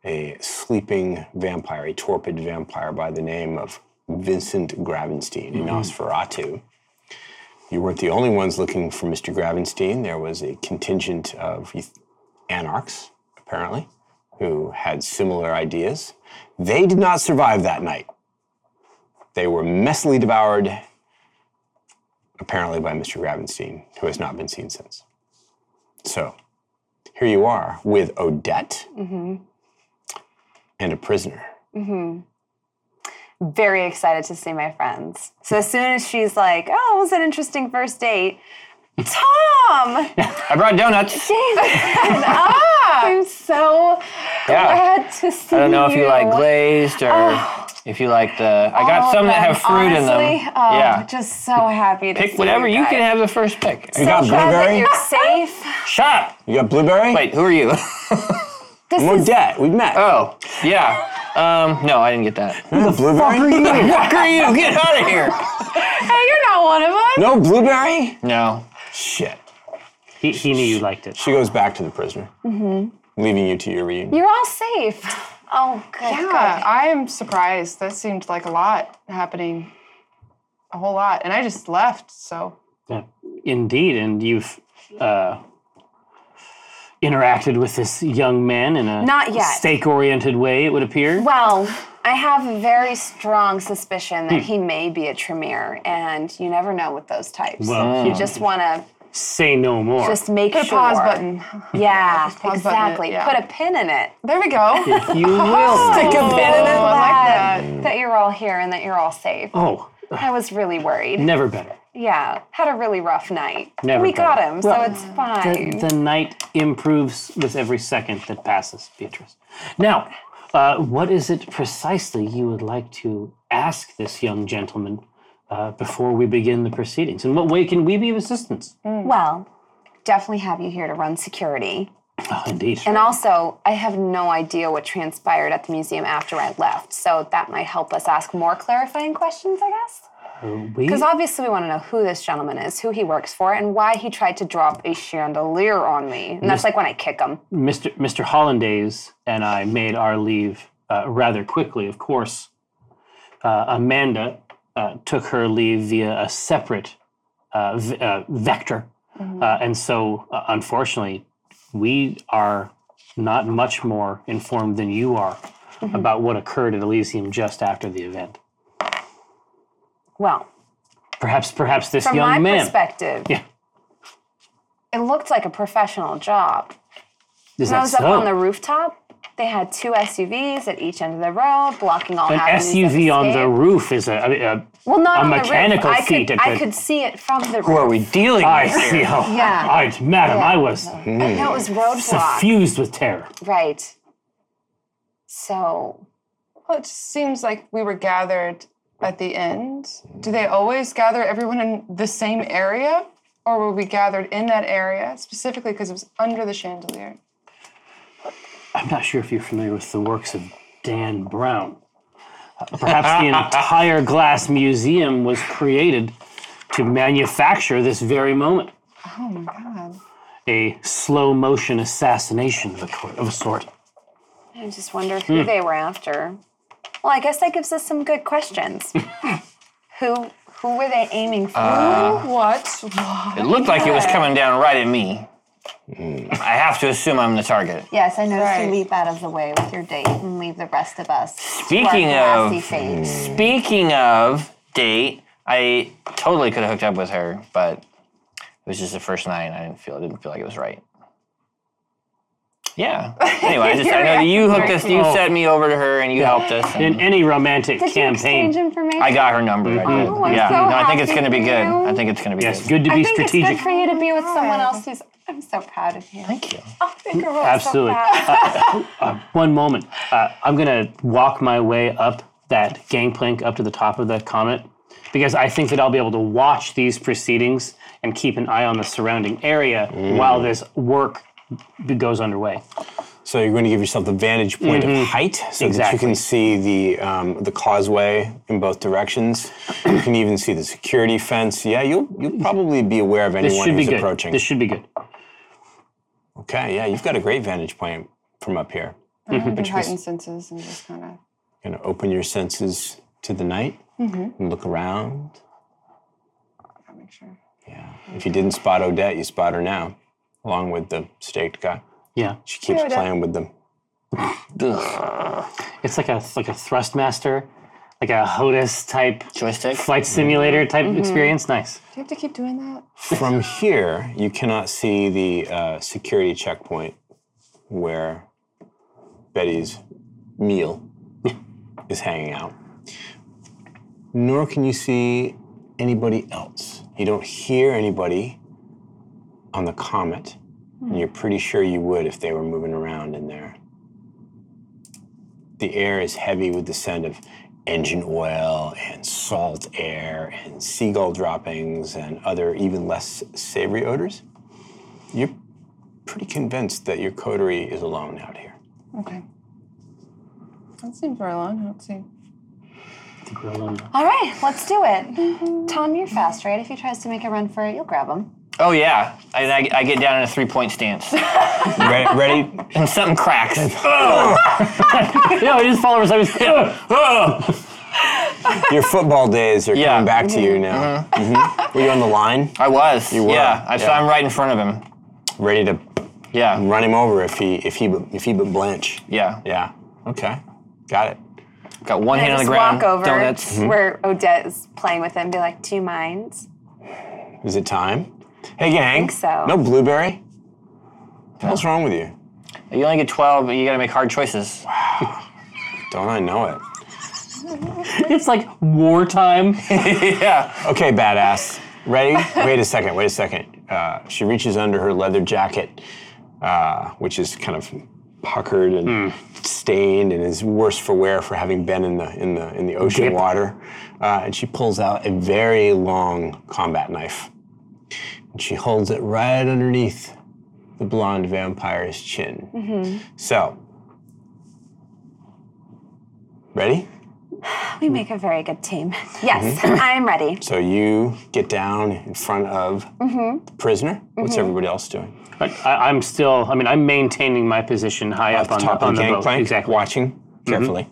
S1: a sleeping vampire, a torpid vampire by the name of Vincent Gravenstein in Nosferatu. You weren't the only ones looking for Mr. Gravenstein. There was a contingent of eth- anarchs, apparently, who had similar ideas. They did not survive that night. They were messily devoured, apparently, by Mr. Gravenstein, who has not been seen since. So here you are with Odette and a prisoner.
S4: Very excited to see my friends. So as soon as she's like, "Oh, it was an interesting first date," Tom,
S5: I brought donuts.
S4: I'm so
S5: Yeah.
S4: glad to see
S5: I don't know if you like
S4: you.
S5: glazed or if you like the. I got
S4: All
S5: some
S4: of
S5: that
S4: them,
S5: have fruit in them.
S4: Oh, honestly, Oh,
S5: yeah.
S4: just so happy to see
S5: Pick whatever you
S4: guys.
S5: can have the first pick.
S1: You got
S4: So glad that
S1: blueberry?
S4: you're safe.
S5: Shut up.
S1: You got blueberry?
S5: Wait, who are you?
S4: This
S1: I'm
S4: is
S1: Odette. We've met.
S5: oh, yeah. Um, no, I didn't get that.
S1: You got blueberry?
S5: Fuck are you? Get out of here.
S4: Hey, you're not one of us.
S1: no blueberry?
S5: No.
S1: Shit.
S2: He, he knew you liked it.
S1: She goes back to the prisoner,
S2: Mm-hmm.
S1: leaving you to your reunion.
S4: You're all safe. Oh, good.
S3: Yeah, I am surprised. That seemed like a lot happening, a whole lot, and I just left. So
S2: Yeah, indeed, and you've uh, interacted with this young man in a
S4: Not yet.
S2: stake-oriented way. It would appear.
S4: Well, I have a very strong suspicion
S5: Hmm.
S4: that he may be a Tremere, and you never know with those types.
S2: Well,
S5: hmm.
S4: you just want to
S2: Say no more.
S4: just make
S3: put a
S4: sure.
S3: pause button.
S4: Yeah,
S3: pause button it,
S4: exactly.
S3: yeah.
S4: Put a pin in it.
S3: There we go.
S2: if you will.
S4: Stick a pin in it.
S3: I like
S4: that. That you're all here and that you're all safe.
S2: oh,
S4: I was really worried.
S2: never better.
S4: Yeah, had a really rough night.
S2: Never
S4: we got
S2: better.
S4: him,
S2: Well,
S4: so it's fine.
S2: The, the night improves with every second that passes, Beatrice. Now, uh, what is it precisely you would like to ask this young gentleman uh, before we begin the proceedings? In what way can we be of assistance?
S4: Mm. Well, definitely have you here to run security.
S2: Oh, indeed.
S4: And also, I have no idea what transpired at the museum after I left, so that might help us ask more clarifying questions, I guess.
S2: Mm-hmm. we,
S4: Because obviously, we want to know who this gentleman is, who he works for, and why he tried to drop a chandelier on me. And that's like when I kick him.
S2: Mr. Mr. Hollandaise and I made our leave uh, rather quickly, of course. Uh, Amanda uh, took her leave via a separate uh, v- uh, vector.
S4: Mm-hmm.
S2: Uh, and so, uh, unfortunately, we are not much more informed than you are
S4: Mm-hmm.
S2: about what occurred at Elysium just after the event.
S4: Well,
S2: Perhaps, perhaps this
S4: from
S2: young
S4: my
S2: man.
S4: perspective,
S2: Yeah.
S4: it looked like a professional job.
S2: is
S4: When I
S2: that
S4: was up
S2: so?
S4: on the rooftop, they had two SUVs at each end of the road, blocking all
S2: An
S4: avenues. of
S2: SUV on the
S4: escape.
S2: roof is a. I mean, a
S4: Well, not
S2: a
S4: on
S2: mechanical
S4: the roof.
S2: seat
S4: I
S2: at
S4: could, I
S2: the-
S4: could see it from the roof.
S5: Who are we dealing
S2: I
S5: with?
S2: see. Oh,
S4: Yeah.
S2: I, madam, I was
S4: I know it was roadblock.
S2: suffused with terror.
S4: right. So
S3: Well, it just seems like we were gathered at the end. Do they always gather everyone in the same area? or were we gathered in that area specifically because it was under the chandelier?
S2: I'm not sure if you're familiar with the works of Dan Brown. Uh, Perhaps the entire glass museum was created to manufacture this very moment
S3: Oh my God.
S2: a slow motion assassination of a, co- of a sort.
S4: I just wonder
S2: Hmm.
S4: who they were after. Well, I guess that gives us some good questions. who who were they aiming for?
S5: Uh,
S3: What? Why?
S5: It looked like it was coming down right at me. I have to assume I'm the target.
S4: yes, I noticed
S3: Right.
S4: you leap out of the way with your date and leave the rest of us.
S5: Speaking
S4: to our glassy
S5: of-
S2: Hmm.
S4: fate.
S5: Speaking of date, I totally could have hooked up with her, but it was just the first night. And I didn't feel. I didn't feel like it was right. Yeah. Anyway, I just I know that you hooked us. You sent me over to her, and you helped us. and
S2: In any romantic
S4: Did you
S2: campaign.
S4: exchange information?
S5: I got her number. I did.
S4: Oh, I'm
S5: yeah.
S4: so
S5: no, I think it's
S4: happy
S5: gonna be
S4: for
S5: good.
S4: you.
S5: I think it's gonna be
S2: Yes,
S5: good.
S2: good to
S4: I
S2: be
S4: think
S2: strategic.
S4: it's good for you to be with someone
S3: God.
S4: else who's. I'm so proud of you.
S5: Thank you.
S4: Oh, I think we're
S2: Absolutely.
S4: So proud.
S2: One moment. Uh, I'm going to walk my way up that gangplank up to the top of the comet because I think that I'll be able to watch these proceedings and keep an eye on the surrounding area while this work b- goes underway.
S1: So you're going to give yourself the vantage point of height, so that you
S2: Mm-hmm. Exactly.
S1: can see the um, the causeway in both directions. you can even see the security fence. Yeah, you'll you'll probably be aware of
S2: This
S1: anyone
S2: should be
S1: who's
S2: good.
S1: approaching.
S2: This should be good.
S1: okay, yeah, you've got a great vantage point from up here.
S3: Your heightened senses and just kind of.
S1: You're going to open your senses to the night
S2: Mm-hmm.
S1: and look around.
S3: Make sure.
S1: Yeah, if you didn't spot Odette, you spot her now, along with the staked guy.
S2: Yeah.
S1: She keeps
S3: Odette.
S1: playing with them.
S2: It's like a like a thrustmaster, like a HOTUS type
S5: Joystick.
S2: flight simulator type experience. Nice.
S3: Do you have to keep doing that?
S1: From here, you cannot see the uh, security checkpoint where Betty's meal is hanging out. Nor can you see anybody else. You don't hear anybody on the comet, and you're pretty sure you would if they were moving around in there. The air is heavy with the scent of engine oil and salt air and seagull droppings and other even less savory odors. You're pretty convinced that your coterie is alone out here.
S3: Okay. That seems very long. I don't see.
S2: I think we're alone. now.
S4: All right, let's do it. Tom, you're fast, right? If he tries to make a run for it, you'll grab him.
S5: Oh yeah. I, I, I get down in a three point stance,
S1: Ready? ready?
S5: and something cracks.
S2: no, I just fall over. side.
S1: Your football days are
S5: Yeah.
S1: coming back to you now. Mhm. Were you on the line,
S5: I was. You
S1: were,
S5: Yeah. I, So
S1: yeah.
S5: I'm right in front of him.
S1: ready to
S5: Yeah.
S1: run him over if he if he but- if he but blanch?
S5: Yeah.
S1: Yeah. Okay. Got it.
S5: Got one hand
S4: I
S5: on the
S4: just
S5: ground.
S4: walk over
S5: Donuts.
S4: where Odette is playing with him, and be like, "Do you mind?"
S1: Is it time? Hey, gang.
S4: think so.
S1: No blueberry. What's wrong with you?
S5: You only get 12, but you gotta make hard choices.
S1: Don't I know it?
S2: it's like wartime.
S5: yeah.
S1: Okay, badass. Ready? wait a second. Wait a second. Uh, she reaches under her leather jacket, uh, which is kind of puckered and stained, and is worse for wear for having been in the in the in the ocean
S2: Dip.
S1: water. Uh, and she pulls out a very long combat knife, and she holds it right underneath the blonde vampire's chin. So, ready? Hmm.
S4: We make a very good team. Yes,
S1: Mm-hmm.
S4: I'm ready.
S1: So you get down in front of
S3: Mm-hmm.
S1: the prisoner. What's everybody else doing?
S2: But I, I'm still. I mean, I'm maintaining my position high up,
S1: At the
S2: on,
S1: top
S2: the, on
S1: of the
S2: the boat.
S1: gangplank,
S2: Exactly. Mm-hmm.
S1: watching carefully.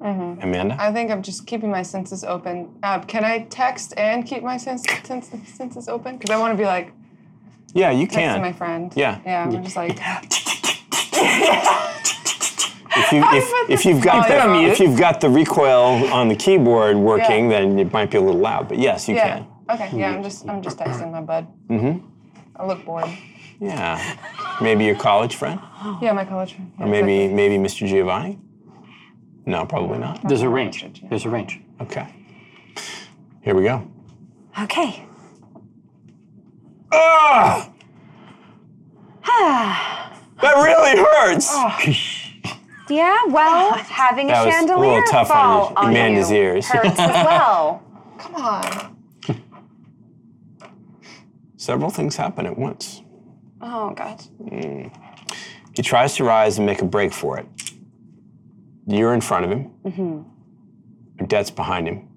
S1: Amanda,
S3: Mm-hmm. I think I'm just keeping my senses open. Uh, can I text and keep my sense, sense, senses open? Because I want to be like
S1: yeah, you
S3: texting
S1: can.
S3: my friend.
S1: Yeah.
S3: Yeah. I'm just like.
S1: If you if, if you've got
S3: Oh, you're on
S1: the
S3: mute.
S1: if you've got the recoil on the keyboard working, then it might be a little loud. But yes, you
S3: Yeah.
S1: can.
S3: Okay. Yeah. I'm just. I'm just texting my bud. Mm-hmm. I look bored.
S1: Yeah, maybe your college friend,
S3: Yeah, my college friend.
S1: or maybe maybe Mr. Giovanni. No, probably not.
S2: There's a range. There's a range.
S1: Okay, here we go.
S4: Okay.
S1: Ah! that really hurts.
S3: Oh.
S4: Yeah. Well, having a
S1: Oh, That was a little
S4: chandelier
S1: tough on
S4: fall
S1: your- Amanda's
S4: you
S1: ears.
S4: hurts as well.
S3: Come on.
S1: Several things happen at once.
S4: Oh god.
S1: He tries to rise and make a break for it. You're in front of him. Odette's behind him,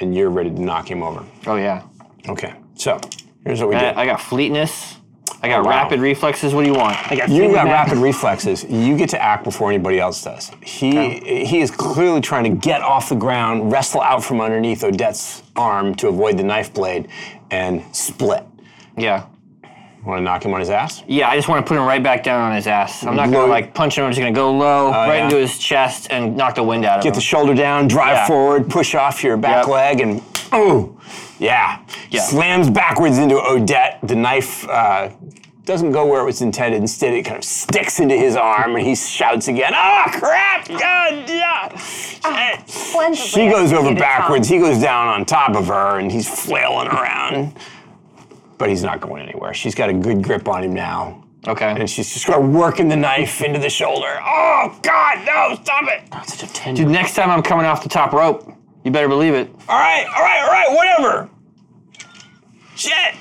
S1: and you're ready to knock him over.
S5: Oh yeah.
S1: Okay, so here's what we did.
S5: I, I got fleetness. I got
S1: Oh, wow.
S5: rapid reflexes. What do you want?
S2: I got
S1: You
S2: Fleetwood
S1: got
S2: Mac.
S1: rapid reflexes. You get to act before anybody else does. He he is clearly trying to get off the ground, wrestle out from underneath Odette's arm to avoid the knife blade, and split.
S5: Yeah.
S1: Want to knock him on his ass?
S5: Yeah, I just want to put him right back down on his ass. I'm not
S1: Low- Oh,
S5: gonna like punch him. I'm just gonna go low, right
S1: yeah.
S5: into his chest, and knock the wind out of
S1: Get the
S5: him.
S1: shoulder down, drive
S5: Yeah.
S1: forward, push off your back
S5: Yep.
S1: leg, and oh, yeah.
S5: Yeah.
S1: Slams backwards into Odette. The knife uh, doesn't go where it was intended. Instead, it kind of sticks into his arm, and he shouts again, "Ah, crap! God, yeah!"
S4: Splendidly
S1: She goes over
S4: executed, Tom.
S1: backwards. He goes down on top of her, and he's flailing around. But he's not going anywhere. She's got a good grip on him now.
S5: okay.
S1: And she's just going to working the knife into the shoulder. Oh, God, no, stop it.
S5: Dude, next time I'm coming off the top rope. You better believe it.
S1: All right, all right, all right, whatever. Shit.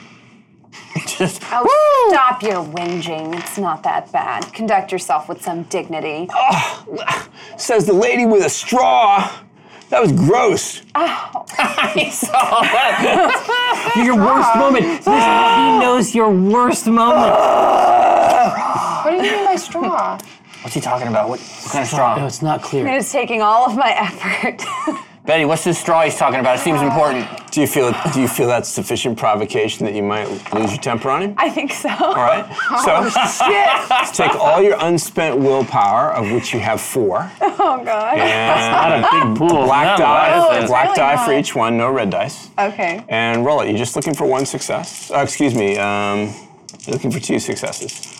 S1: Just,
S4: Oh, stop your whinging. It's not that bad. Conduct yourself with some dignity.
S1: oh, says the lady with a straw. That was gross.
S7: Your worst moment. This, he knows your worst moment.
S3: What do you mean by straw?
S5: What's he talking about? What, what kind of straw?
S7: No, it's not clear.
S4: It is taking all of my effort.
S5: Betty, what's this straw he's talking about? It seems important.
S1: Do you feel do you feel that's sufficient provocation that you might lose your temper on him?
S4: I think so. Oh,
S1: All right. So take all your unspent willpower, of which you have four,
S4: Oh god.
S1: and
S2: Not a big pool.
S1: black
S4: Oh,
S1: die,
S4: it's
S1: black
S4: really
S1: die
S4: not.
S1: for each one, no red dice,
S4: Okay.
S1: and roll it. You're just looking for one success. Oh, excuse me. Um, you're looking for two successes.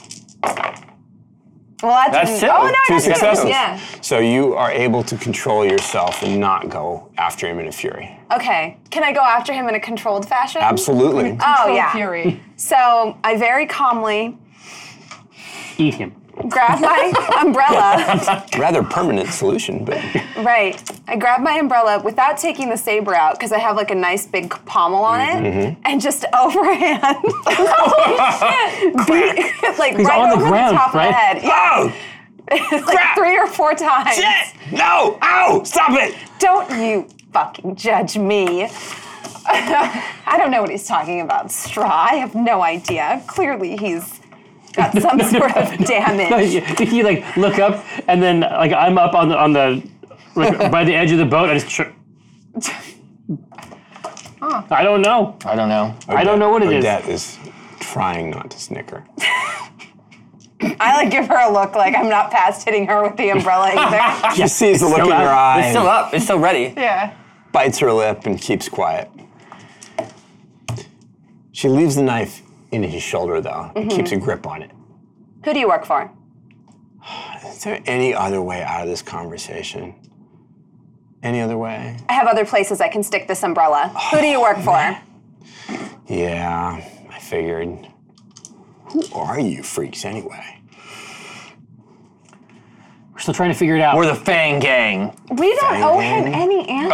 S4: Well, that
S5: That's
S4: didn't.
S5: it.
S4: Oh no,
S1: Two
S4: that's it.
S1: successes.
S4: Yeah.
S1: So you are able to control yourself and not go after him in a fury.
S4: Okay. Can I go after him in a controlled fashion?
S1: Absolutely.
S4: Oh
S3: Full
S4: yeah.
S3: Fury.
S4: So I very calmly
S2: Eat him.
S4: grab my umbrella.
S1: Rather permanent solution, but
S4: Right. I grab my umbrella without taking the saber out because I have like a nice big pommel on it, and just overhand. Holy shit! Beat, like right
S2: on the
S4: over
S2: ground,
S4: the top of
S2: right?
S4: the head. Yeah.
S1: oh
S4: like three or four times.
S1: shit! No! Ow! Stop it!
S4: Don't you fucking judge me. I don't know what he's talking about. Straw. I have no idea. Clearly, he's got some sort of damage.
S2: you, you like look up and then like I'm up on the on the like, by the edge of the boat. I just. Tr- I don't know.
S5: I don't know.
S2: I don't know what it is.
S1: Odette is trying not to snicker.
S4: I like give her a look like I'm not past hitting her with the umbrella either.
S1: She sees the look in
S2: still
S1: her
S2: up.
S1: eye,
S5: It's still up. It's still ready.
S3: Yeah.
S1: bites her lip, and keeps quiet. She leaves the knife in his shoulder, though, and keeps a grip on it.
S4: Who do you work for?
S1: Is there any other way out of this conversation? Any other way?
S4: I have other places I can stick this umbrella. Who do you work
S5: Oh,
S4: for?
S1: Yeah, I figured. Who are you freaks anyway?
S2: We're still trying to figure it out.
S5: We're the Fang Gang.
S4: We don't owe him any answer.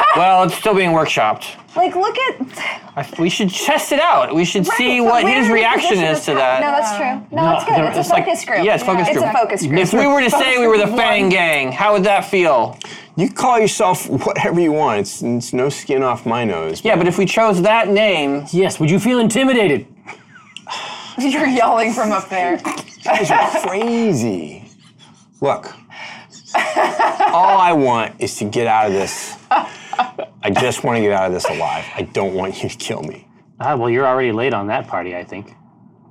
S5: Oh. well, it's still being workshopped.
S4: Like, look at.
S5: I- we should test it out. We should
S4: Right,
S5: see
S4: but
S5: what
S4: we're
S5: his
S4: in a
S5: reaction
S4: position
S5: is to
S4: power.
S5: that.
S4: No, that's true. No, it's good.
S2: there-
S4: It's a
S2: it's like-
S4: focus group.
S5: yeah, it's focus
S4: It's a
S5: group.
S4: focus group.
S5: If we were to say we were the Fang Gang, how would that feel?
S1: You call yourself whatever you want. It's, it's no skin off my nose.
S5: Yeah, but if we chose that name,
S2: yes. Would you feel intimidated?
S3: You're yelling from up there.
S1: guys are crazy. Look, all I want is to get out of this. I just want to get out of this alive. I don't want you to kill me.
S2: Ah, well, you're already late on that party. I think.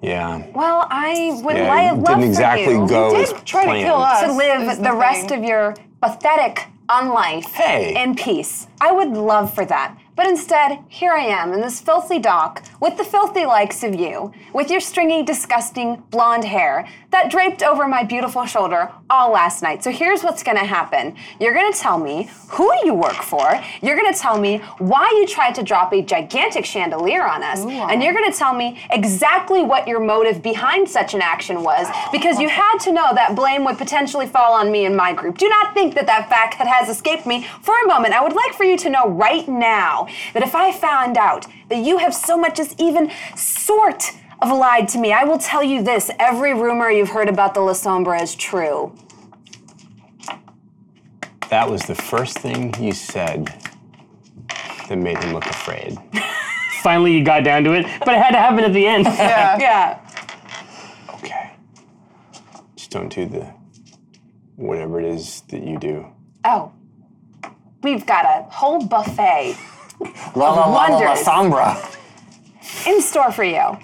S1: Yeah.
S4: Well, I would
S1: Yeah,
S4: li-
S1: it
S4: love
S1: didn't
S4: for
S1: exactly
S4: you
S1: go
S4: You
S1: as
S4: did try
S1: planned.
S4: to kill us
S3: To
S4: to
S3: is
S4: live
S3: the
S4: the, rest
S3: thing.
S4: of your pathetic unlife
S1: Hey.
S4: in peace. I would love for that. But instead, here I am in this filthy dock with the filthy likes of you, with your stringy, disgusting blonde hair that draped over my beautiful shoulder all last night. So here's what's gonna happen. You're gonna tell me who you work for, you're gonna tell me why you tried to drop a gigantic chandelier on us, and you're gonna tell me exactly what your motive behind such an action was, because you had to know that blame would potentially fall on me and my group. Do not think that that fact that has escaped me for a moment. I would like for you to know right now now that if I found out that you have so much as even sort of lied to me, I will tell you this every rumor you've heard about the La Sombra is true.
S1: That was the first thing you said that made him look afraid.
S2: Finally, you got down to it, but it had to happen at the end.
S3: Yeah.
S4: Yeah.
S1: Okay. Just don't do the whatever it is that you do.
S4: Oh, we've got a whole buffet
S5: La la la la, la
S4: Wonders.
S5: sombra.
S4: in store for you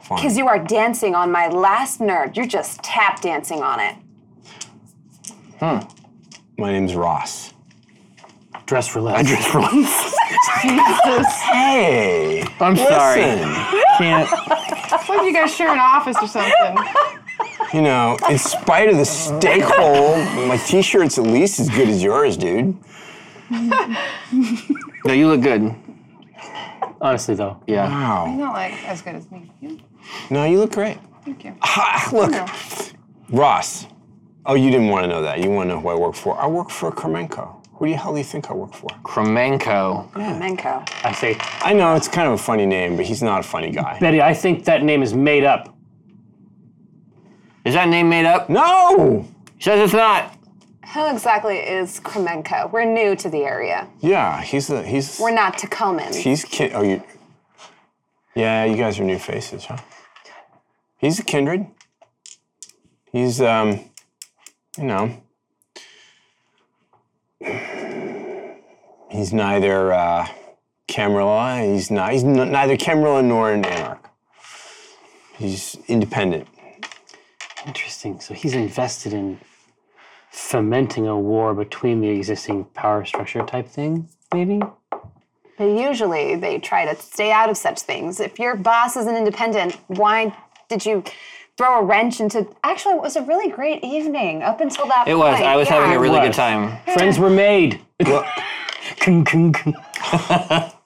S1: Fine.
S4: because you are dancing on my last nerve. You're just tap dancing on it.
S1: My name's Ross.
S2: Dress for less.
S1: Just Ross. Jesus. Hey.
S5: I'm sorry.
S1: Listen,
S5: Can't.
S3: It's like you guys share an office or something.
S1: you know, in spite of the steak hole, my t-shirt's at least as good as yours, dude.
S5: No, you look good.
S2: Honestly, though,
S5: Yeah.
S1: Wow.
S3: Not like as good as me. You-
S1: No, you look great.
S3: Thank you.
S1: Ah, look,
S3: No.
S1: Ross. Oh, you didn't want to know that. You want to know who I work for. I work for Kremenko. Who the hell do you think I work for?
S5: Kremenko.
S4: Menko.
S2: I say,
S1: I know it's kind of a funny name, but he's not a funny guy.
S2: Betty, I think that name is made up.
S5: Is that name made up?
S1: No!
S5: Says it's not.
S4: Who exactly is Kremenko? We're new to the area.
S1: Yeah, he's a, he's
S4: We're not Tacomans.
S1: he's kin- oh you Yeah, you guys are new faces, huh? He's a kindred. He's um you know he's neither uh Camarilla, he's not he's n- neither Camarilla nor an anarch. He's independent.
S2: Interesting. So he's invested in fomenting a war between the existing power structure type thing, maybe?
S4: But usually they try to stay out of such things. If your boss is an independent, why did you throw a wrench into. Actually, it was a really great evening up until that
S5: It was.
S4: point.
S5: I was
S4: Yeah.
S5: having a really
S2: It
S5: good
S2: was.
S5: time.
S2: Friends were made.
S1: Look,
S2: Kung, kung, kung.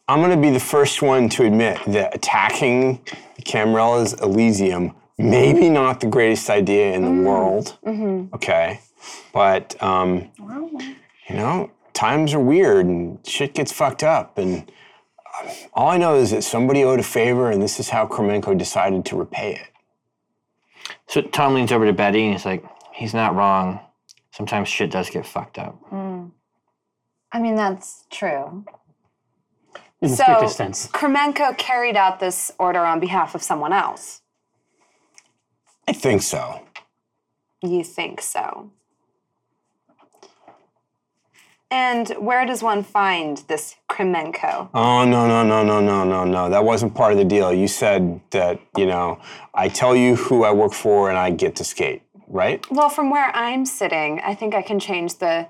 S1: I'm gonna be the first one to admit that attacking Camarella's Elysium may be not the greatest idea in the world. Okay, but um, you know times are weird and shit gets fucked up, and um, all I know is that somebody owed a favor, and this is how Kremenko decided to repay it.
S5: So Tom leans over to Betty and he's like, he's not wrong. Sometimes shit does get fucked up.
S4: I mean, that's true.
S2: In the
S4: So,
S2: strictest sense.
S4: Kremenko carried out this order on behalf of someone else.
S1: I think so.
S4: You think so? And where does one find this Kremenko?
S1: Oh no no no no no no no! That wasn't part of the deal. You said that you know I tell you who I work for, and I get to skate, right?
S4: Well, from where I'm sitting, I think I can change the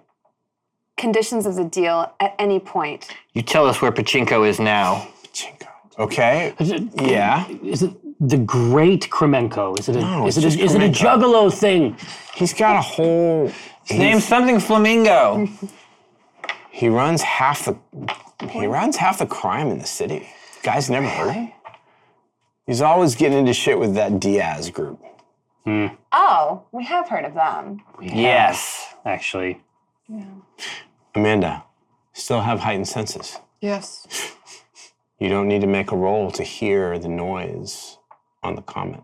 S4: conditions of the deal at any point.
S5: You tell us where Pachinko is now.
S1: Chinko. Okay. Yeah.
S2: Is it the great Kremenko? Is it a,
S1: No,
S2: is it
S1: it's
S2: a,
S1: just
S2: is it a
S1: Kremenko.
S2: juggalo thing?
S1: He's got a whole.
S5: Name something Flamingo.
S1: He runs half the. He runs half the crime in the city. Guys never heard him. He's always getting into shit with that Diaz group.
S4: Oh, we have heard of them.
S5: Yes.
S2: Actually,
S1: Amanda, still have heightened senses.
S3: Yes.
S1: You don't need to make a roll to hear the noise on the comet.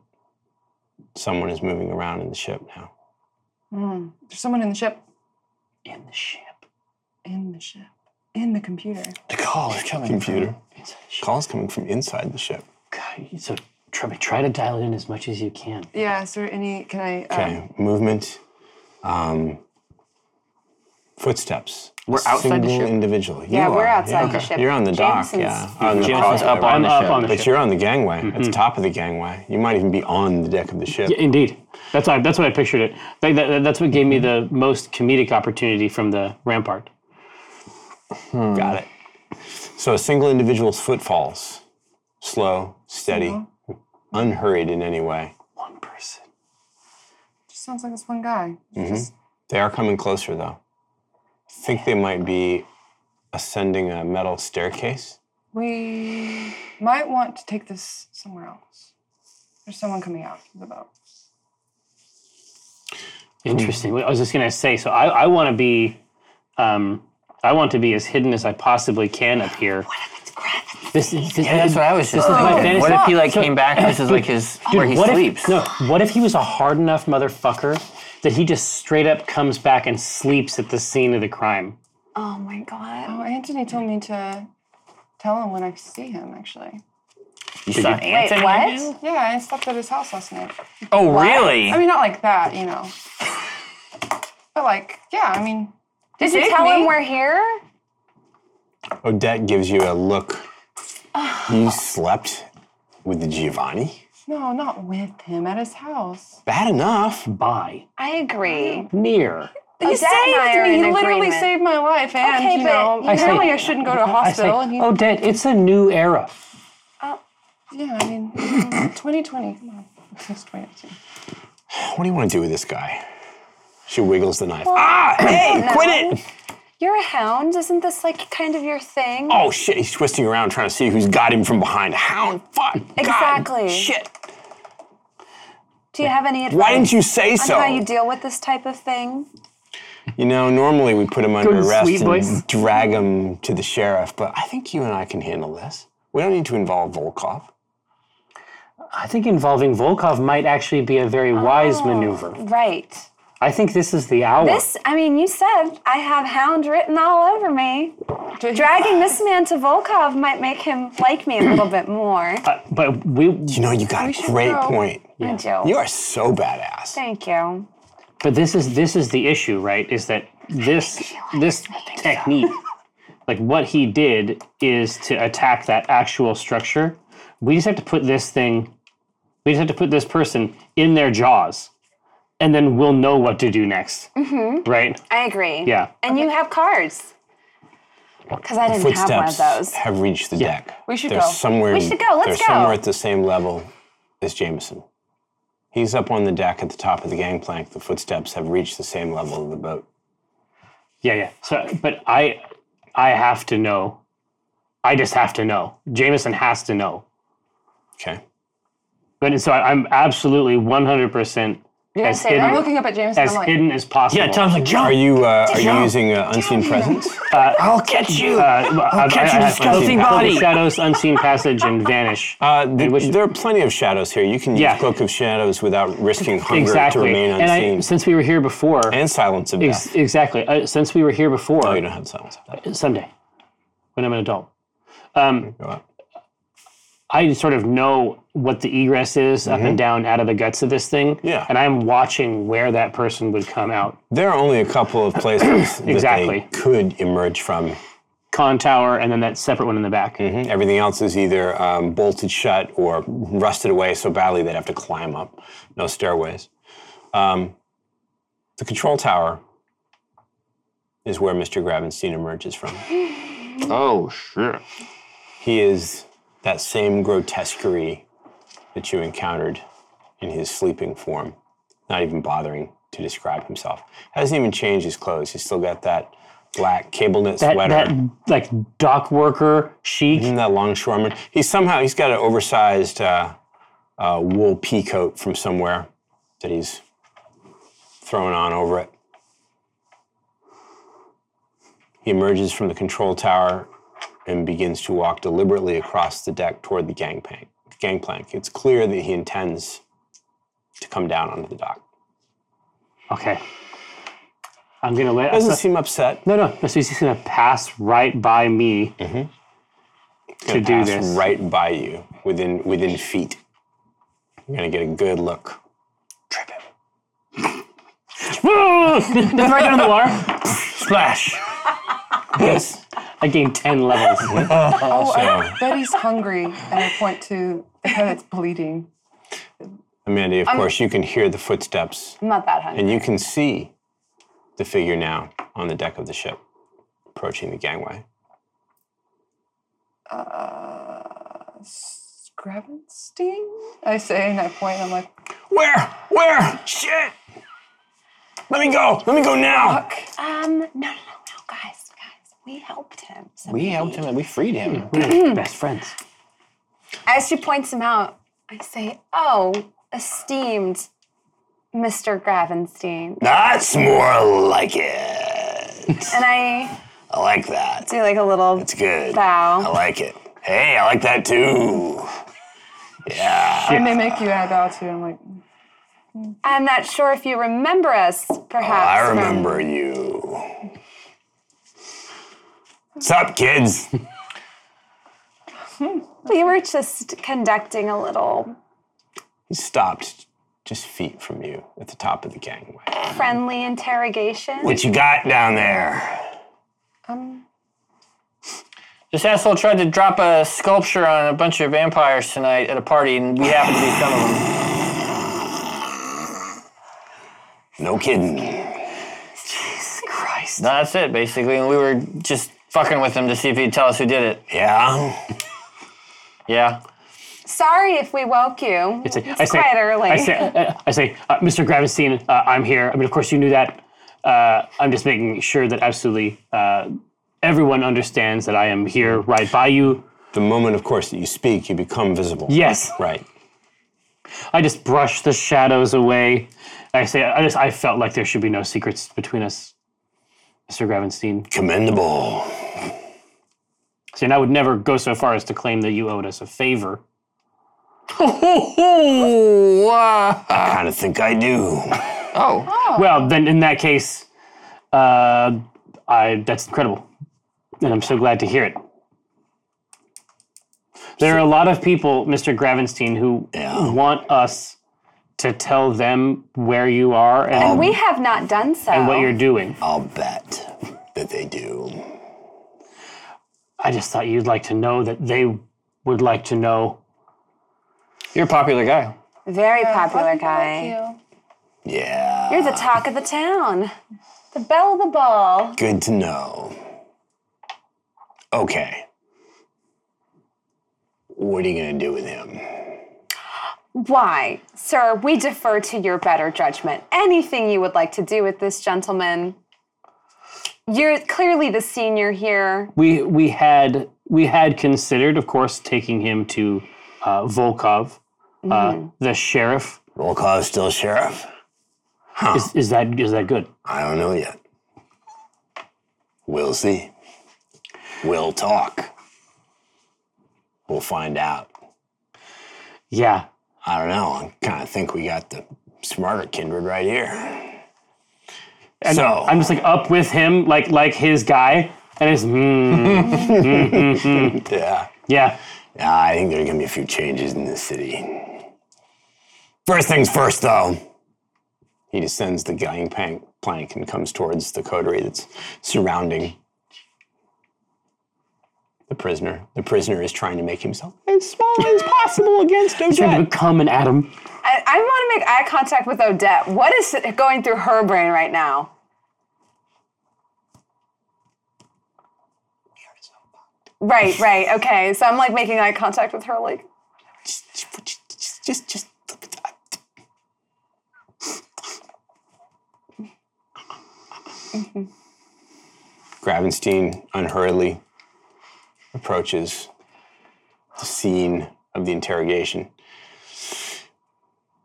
S1: Someone is moving around in the ship now.
S3: Hmm. There's someone in the ship.
S2: in the ship.
S3: In the ship. In the computer.
S5: The call is coming.
S1: Computer. Calls coming from inside the ship.
S2: God, so try, try to dial it in as much as you can.
S3: Yeah. Is there any? Can I? Uh,
S1: Okay, movement, um, footsteps.
S5: We're outside the
S1: Single
S5: ship.
S1: Individual. You
S4: Yeah, we're
S1: are,
S4: outside
S1: yeah.
S4: the ship.
S1: You're on the dock,
S4: Jameson's-
S1: yeah. On the
S5: Jameson's
S1: crossbar,
S5: up on
S1: right?
S2: I'm
S5: the
S2: up
S5: ship. Mm-hmm.
S2: on the
S1: But
S2: ship.
S1: you're on the gangway, at the top of the gangway. You might even be on the deck of the ship.
S2: Yeah, Indeed, that's I, that's what I pictured it. Like, that- that's what gave me
S5: Mm-hmm.
S2: the most comedic opportunity from the rampart.
S1: Got it. So a single individual's footfalls, slow, steady, unhurried in any way.
S2: One person.
S3: Just sounds like this one guy. Just
S1: They are coming closer, though. I think they might be ascending a metal staircase.
S3: we might want to take this somewhere else. There's someone coming out of the boat.
S5: Mm-hmm.
S2: Interesting. Well, I was just gonna say. So I, I want to be. Um, I want to be as hidden as I possibly can up here. This, is- this,
S5: Yeah, that's what I was just
S2: is my
S5: thinking.
S2: fantasy.
S5: What if he like
S2: So-
S5: came back? This is like his where he
S2: what
S5: sleeps.
S2: If, no, what if he was a hard enough motherfucker that he just straight up comes back and sleeps at the scene of the crime?
S4: Oh my god.
S3: Oh, Anthony told me to tell him when I see him. Actually,
S5: you saw
S4: Wait,
S5: Anthony.
S4: what?
S3: yeah, I slept at his house last night.
S5: Oh, really?
S3: I mean, not like that, you know. But like, yeah, I mean,
S4: Did you
S3: Save
S4: tell him
S3: me.
S4: we're here?
S1: Odette gives you a look.
S4: Ah.
S1: You slept with the Giovanni?
S3: no, not with him at his house.
S1: Bad enough.
S2: By
S4: I agree.
S2: near.
S4: Odette and I are
S3: He
S4: in
S3: literally
S4: agreement.
S3: saved my life, and
S4: Okay,
S3: you
S4: but,
S3: know,
S4: you know-
S3: apparently I Oh. shouldn't go to a
S2: I say,
S3: hospital. and he,
S2: Odette, it's a new era.
S4: Oh,
S3: yeah, I mean, 2020. Come on, it's 2019.
S1: What do you want to do with this guy? She wiggles the knife. ah! Hey, quit it!
S4: You're a hound. Isn't this like kind of your thing?
S1: Oh shit, he's twisting around trying to see who's got him from behind. Hound, fuck. God,
S4: Exactly.
S1: shit.
S4: Do you have any advice
S1: Why didn't you say
S4: on
S1: so?
S4: how you deal with this type of thing?
S1: You know, normally we put him under
S2: Good
S1: arrest
S2: sweet
S1: and
S2: voice.
S1: drag him to the sheriff, but I think you and I can handle this. We don't need to involve Volkov.
S2: I think involving Volkov might actually be a very wise
S5: Oh.
S2: maneuver.
S4: Right.
S2: I think this is the hour.
S4: This, I mean, you said I have hound written all over me. Dragging this man to Volkov might make him like me a little bit more.
S2: Uh, but we,
S1: You know, you got a great
S3: go.
S1: point.
S4: I do.
S1: You are so badass.
S4: Thank you.
S2: but this is this is the issue, right? Is that this this technique, like what he did, is to attack that actual structure. We just have to put this thing, we just have to put this person in their jaws, and then we'll know what to do next,
S4: Mm-hmm.
S2: right?
S4: I agree.
S2: Yeah.
S4: And you have cards. Because I didn't have one of
S1: Footsteps
S4: those.
S1: have reached the deck.
S3: We should
S1: they're
S3: go.
S1: Somewhere,
S4: We should go. Let's
S1: they're
S4: go.
S1: somewhere at the same level as Jameson. He's up on the deck at the top of the gangplank. The footsteps have reached the same level of the boat.
S2: Yeah, yeah. So, but I, I have to know. I just have to know. Jameson has to know.
S1: Okay.
S2: But so I, I'm absolutely 100 percent as
S4: say "Oh, that?
S3: I'm
S2: hidden
S3: looking up at James. and
S2: as
S3: I'm like,
S2: hidden as possible.
S5: yeah, Tom's like,
S1: Are
S5: jump.
S1: you uh, are you using uh, unseen presence?
S5: I'll catch you.
S2: Uh, well, I- I-
S5: catch
S2: I
S5: your
S2: have
S5: disgusting
S2: unseen-
S5: body.
S2: Cloak of Shadows, unseen passage, and vanish.
S1: Uh, th- there are plenty of shadows here. You can use
S2: Yeah.
S1: cloak of shadows without risking hunger to
S2: exactly.
S1: remain
S2: And I,
S1: unseen.
S2: since we were here before,
S1: and Oh, silence of death.
S2: ex- exactly. Uh, since we were here before,
S1: No, you don't have silence of death.
S2: someday when I'm an adult, um,
S1: Go on.
S2: I sort of know what the egress is up and down out of the guts of this thing.
S1: Yeah.
S2: And I'm watching where that person would come out.
S1: There are only a couple of places
S2: Exactly.
S1: that they could emerge from.
S2: Con tower and then that separate one in the back.
S1: Mhm. Everything else is either um, bolted shut or rusted away so badly they'd have to climb up. No stairways. Um, the control tower is where Mr. Gravenstein emerges from.
S5: Oh shit.
S1: He is that same grotesquerie that you encountered in his sleeping form, not even bothering to describe himself. Hasn't even changed his clothes. He's still got that black cable knit
S2: That,
S1: sweater.
S2: that like dock worker chic.
S1: and that longshoreman. He's somehow he's got an oversized uh, uh, wool pea coat from somewhere that he's thrown on over it. He emerges from the control tower and begins to walk deliberately across the deck toward the gangplank. Gangplank. It's clear that he intends to come down onto the dock.
S2: Okay. I'm gonna let.
S1: Doesn't seem upset.
S2: no, no, no. So he's just gonna pass right by me to
S1: Mm-hmm. gonna
S2: do
S1: pass
S2: this.
S1: right by you within within feet. You're gonna get a good look. Trip him.
S2: That's right down the water.
S5: Splash.
S1: Yes.
S2: I gained ten levels.
S3: oh, I bet he's hungry, and I point to the head that's bleeding.
S1: Amanda, of course, you can hear the footsteps
S4: I'm not that hungry.
S1: and you can see the figure now on the deck of the ship approaching the gangway.
S3: Gravenstein, I say, and I point. And I'm like,
S1: Where? Where? Shit! Let me go! Let me go now!
S4: Um, no, no, no, no, guys, guys, we helped him. So-
S5: We helped him and we freed him.
S2: Hmm. Best friends.
S4: As she points him out, I say, "Oh, esteemed Mr. Gravenstein,"
S1: Oh, That's more like it.
S4: and I
S1: I like that.
S4: Do like a little
S1: It's good.
S4: bow.
S1: I like it. Hey, I like that too. Yeah.
S3: And they make you add bow too. I'm like, "Oh,
S4: I'm not sure if you remember us, perhaps.
S1: I
S5: Oh,
S4: from-
S1: remember you. What's up, kids?
S4: We were just conducting a little
S1: He stopped just feet from you at the top of the gangway.
S4: friendly interrogation.
S1: What you got down there?
S5: This asshole tried to drop a sculpture on a bunch of vampires tonight at a party, and we happened to be some of them.
S1: No kidding.
S5: No, that's it, basically. And we were just fucking with him to see if he'd tell us who did it.
S1: Yeah.
S5: Yeah.
S4: Sorry if we woke you.
S2: I say,
S4: it's
S2: I say,
S4: quite early.
S2: I say, uh, I say uh, Mr. Gravenstein, uh, I'm here. I mean, of course, you knew that. Uh, I'm just making sure that absolutely uh, everyone understands that I am here right by you.
S1: The moment, of course, that you speak, you become visible.
S2: Yes,
S1: Right.
S2: I just brush the shadows away. I say, I just, I felt like there should be no secrets between us, Mr. Gravenstein.
S1: Commendable.
S2: See, and I would never go so far as to claim that you owed us a favor.
S5: Oh, uh,
S1: I kind of think I do.
S5: oh.
S2: Well, then in that case, uh, I that's incredible, and I'm so glad to hear it. There are a lot of people, Mr. Gravenstein, who
S1: Yeah.
S2: want us to tell them where you are and,
S4: we have not done so.
S2: um, and what you're doing.
S1: I'll bet that they do.
S2: I just thought you'd like to know that they would like to know.
S5: You're a popular guy.
S4: Very
S3: I
S4: popular
S3: think I like
S4: guy.
S3: you.
S1: Yeah.
S4: You're the talk of the town. The belle of the ball.
S1: Good to know. Okay. What are you going to do with him?
S4: Why, sir, we defer to your better judgment. Anything you would like to do with this gentleman. You're clearly the senior here.
S2: We we had we had considered, of course, taking him to uh, Volkov, uh,
S4: Mm-hmm.
S2: the sheriff.
S1: Roll call is still sheriff?
S2: Is, is that is that good?
S1: I don't know yet. We'll see. We'll talk. We'll find out.
S2: Yeah,
S1: I don't know. I kind of think we got the smarter kindred right here.
S2: And
S1: so,
S2: I'm just like up with him, like like his guy, and it's mm,
S1: yeah.
S2: yeah.
S1: Yeah, I think there are going to be a few changes in this city. First things first, though. He descends the gang plank, plank and comes towards the coterie that's surrounding the prisoner. The prisoner is trying to make himself as small as possible against
S2: Trying to
S1: Odette.
S2: become an Adam.
S4: I, I want to make eye contact with Odette. What is going through her brain right now? Right, right. Okay. So I'm like making eye contact with her, like,
S1: Just, just, just. Gravenstein unhurriedly approaches the scene of the interrogation.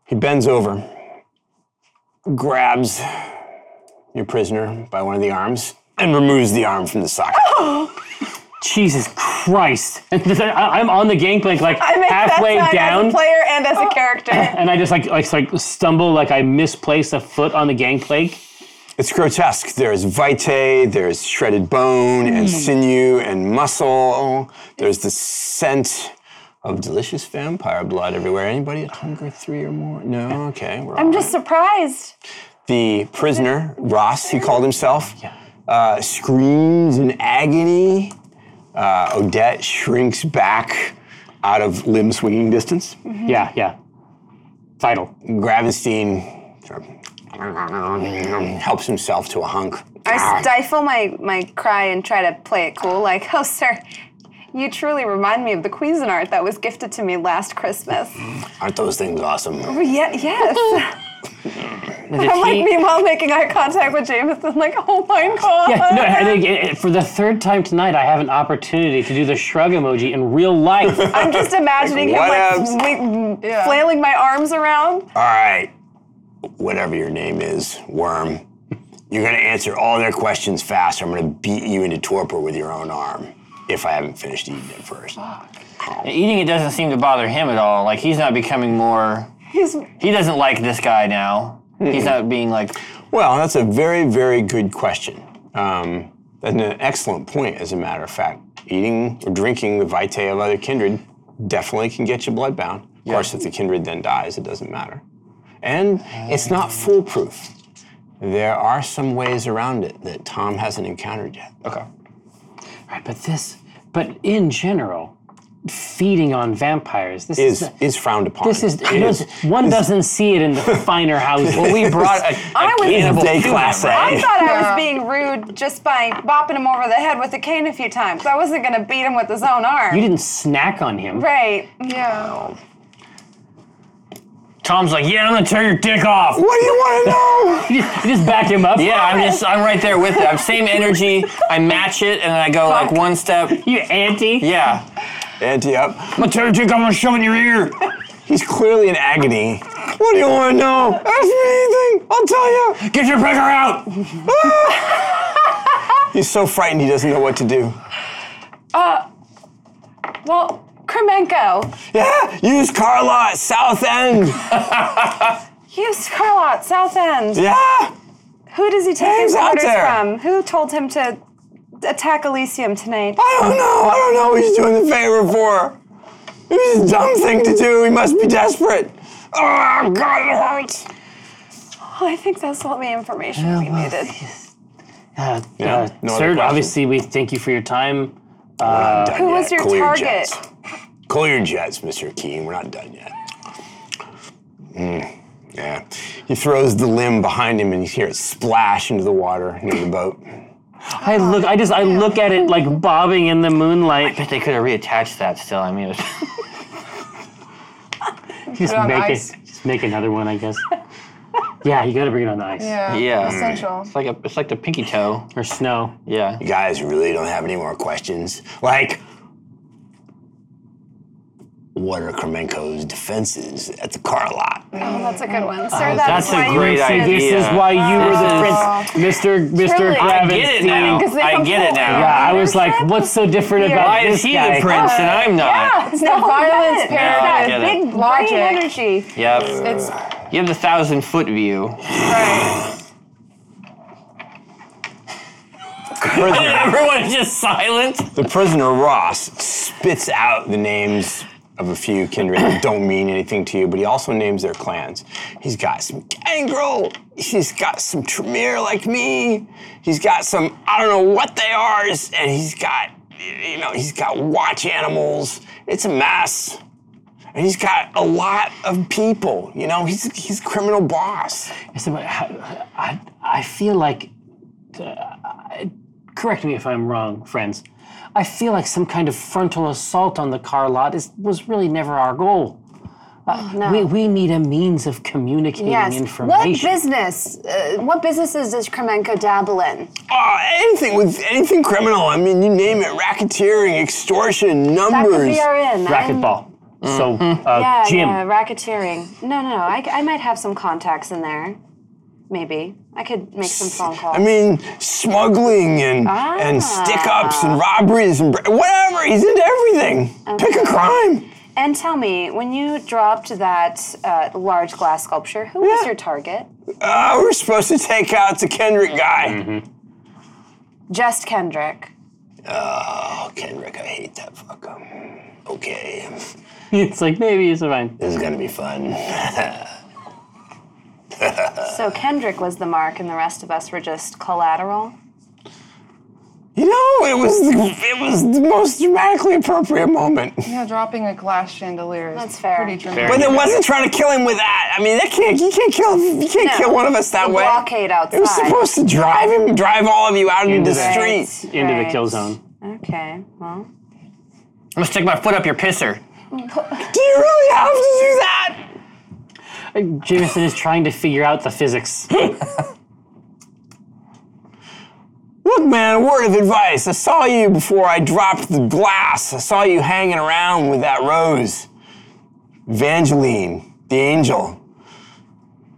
S1: He bends over, grabs your prisoner by one of the arms, and removes the arm from the socket.
S2: Jesus Christ! And then I- I'm on the gangplank, like
S4: I make
S2: halfway
S4: that sign as
S2: down, Oh.
S4: a player and as a character.
S2: and I just like like, like stumble, like I misplace a foot on the gangplank.
S1: It's grotesque. There's vitae, there's shredded bone
S4: Hmm.
S1: and sinew and muscle. There's the scent of delicious vampire blood everywhere. Anybody at hunger three or more? No, okay. We're all
S4: I'm just surprised.
S1: the prisoner, Ross, he called himself, uh, screams in agony. Uh, Odette shrinks back out of limb swinging distance.
S2: Yeah, yeah. Vital.
S1: Gravenstein sort of helps himself to a hunk. Ah,
S2: Ah.
S4: I stifle my, my cry and try to play it cool, like, oh, sir, you truly remind me of the Cuisinart that was gifted to me last Christmas.
S1: Aren't those things awesome?
S4: Yeah, yes.
S5: Did
S4: I'm like,
S5: he-
S4: meanwhile, making eye contact with Jameson, like, oh my god.
S2: Yeah, no, I think it, it- for the third time tonight, I have an opportunity to do the shrug emoji in real life.
S4: I'm just imagining
S1: Like,
S4: him,
S1: whatevs.
S4: like, fla-
S3: Yeah.
S4: flailing my arms around.
S1: All right, whatever your name is, worm,
S8: You're going to answer all their questions fast, or I'm going to beat you into torpor with your own arm if I haven't finished eating it first.
S5: Eating it doesn't seem to bother him at all. Like he's not becoming more.
S4: He's
S5: He doesn't like this guy now. He's not being like.
S8: Well, that's a very, very good question. Um, and an excellent point, as a matter of fact. Eating or drinking the vitae of other kindred definitely can get you bloodbound. Of course, if the kindred then dies, it doesn't matter. And it's not foolproof. There are some ways around it that Tom hasn't encountered yet.
S5: Okay.
S2: Right, but this, but in general, feeding on vampires. This is.
S8: Is is frowned upon.
S2: this is,
S8: It is.
S2: one doesn't see it in the finer houses.
S5: Well, we brought a, a
S4: I was-
S5: cannibal
S8: Day
S5: to
S8: class
S5: him,
S8: A.
S4: I thought I was being rude just by bopping him over the head with a cane a few times. I wasn't gonna beat him with his own arm.
S2: you didn't snack on him.
S4: right.
S3: Yeah.
S5: Tom's like, yeah, I'm gonna tear your dick off.
S8: What do you want to know?
S2: You just, you just backed him up.
S5: Yeah, I'm just, I'm right there with it. I'm same energy. I match it, and then I go like one step.
S2: You anti.
S5: Yeah.
S8: Ante up.
S5: I'm gonna tear your dick off. I'm gonna shove it in your ear.
S8: He's clearly in agony. What do you want to know? Ask me anything. I'll tell you.
S5: Get your pecker out.
S8: He's so frightened he doesn't know what to do.
S4: Well, Kremenko,
S8: Yeah, use car lot, South End.
S4: you Scarlot, South End.
S8: Yeah.
S4: Who does he take
S8: Who's
S4: his
S8: out
S4: orders
S8: there?
S4: from? Who told him to attack Elysium tonight?
S8: I don't know. I don't know what he's doing the favor for. It was a dumb thing to do. He must be desperate. Oh, God, it hurts.
S4: Oh, I think that's all the information we needed.
S2: Uh,
S8: Yeah,
S2: uh,
S8: no
S2: sir,
S8: other question.
S2: obviously, we thank you for your time.
S4: Who was your target?
S8: Clear your jets, Mr. Keene. We're not done yet. Mm, yeah. He throws the limb behind him and you hear it splash into the water near the boat.
S2: I look, I just, I look at it like bobbing in the moonlight.
S5: But they could have reattached that still. I mean, it was,
S2: Just
S3: on
S2: make
S3: ice.
S2: it. Just make another one, I guess. yeah, you gotta bring it on the ice
S3: Yeah.
S5: yeah.
S3: Essential.
S5: It's like a, it's like the pinky toe.
S2: or snow.
S5: Yeah.
S8: You guys really don't have any more questions? Like, what are Kremenko's defenses at the car lot?
S4: Oh, that's a good one. Sir, that's,
S5: that's a
S4: why
S5: great
S4: you
S5: idea.
S4: should-
S2: This is why you were the prince, Mister Mister
S4: Really? I
S2: Gravity.
S5: Get it now.
S4: Because they
S5: I
S4: come
S5: get it
S4: forward.
S5: now.
S2: Yeah, I was like, what's so different
S4: Yeah.
S2: about
S5: Why
S2: this
S5: is he
S2: guy?
S5: the prince and I'm not?
S4: Yeah, it's no,
S3: violence
S4: violence
S5: I
S4: paradigm.
S5: get it.
S4: Big
S3: Logic.
S4: brain energy.
S5: Yep.
S3: It's
S5: You have the thousand foot view.
S3: right.
S5: Everyone's just silent.
S8: The prisoner Ross spits out the names of a few kindred that don't mean anything to you, but he also names their clans. He's got some Gangrel. He's got some Tremere like me. He's got some I don't know what they are, and he's got you know he's got watch animals. It's a mess, and he's got a lot of people. You know he's he's criminal boss.
S2: I said, but I, I, I feel like, uh, I- correct me if I'm wrong, friends. I feel like some kind of frontal assault on the car lot is, was really never our goal. Uh, we, we need a means of communicating
S4: Oh, Yes. What
S2: information.
S4: business? Uh, what businesses does Kremenko dabble in?
S8: Uh, anything with anything criminal. I mean you name it: racketeering, extortion,
S4: That
S8: numbers.
S4: could be our in. I'm-
S2: Racquetball. So, uh,
S4: Mm-hmm. Yeah,
S2: Jim,
S4: yeah, racketeering. No, no, no. I, I might have some contacts in there. Maybe I could make some phone calls.
S8: I mean, smuggling and and
S4: Ah.
S8: stick ups and robberies and bra- whatever. He's into everything. Pick a crime.
S4: and tell me, when you dropped that uh, large glass sculpture, who was
S8: Yeah.
S4: your target?
S8: Uh, we're supposed to take out the Kendrick guy.
S4: Just Kendrick.
S8: Oh, Kendrick, I hate that fucker. Okay,
S2: it's like maybe it's fine.
S8: this is gonna be fun.
S4: So Kendrick was the mark, and the rest of us were just collateral.
S8: You know, it was the, it was the most dramatically appropriate moment.
S3: Yeah, dropping a glass chandelier is
S4: That's fair.
S3: pretty dramatic.
S8: But it wasn't trying to kill him with that. I mean, that can't you can't kill you can't
S4: No.
S8: kill one of us that
S4: The
S8: way.
S4: blockade outside.
S8: It was supposed to drive him, drive all of you out into the
S2: Right.
S8: streets.
S2: Into the
S4: Right.
S2: kill zone.
S4: Okay. Well.
S5: I'm gonna stick my foot up your pisser.
S8: Do you really have to do that?
S2: Uh, Jameson is trying to figure out the physics.
S8: Look, man, a word of advice. I saw you before I dropped the glass. I saw you hanging around with that rose. Evangeline, the angel.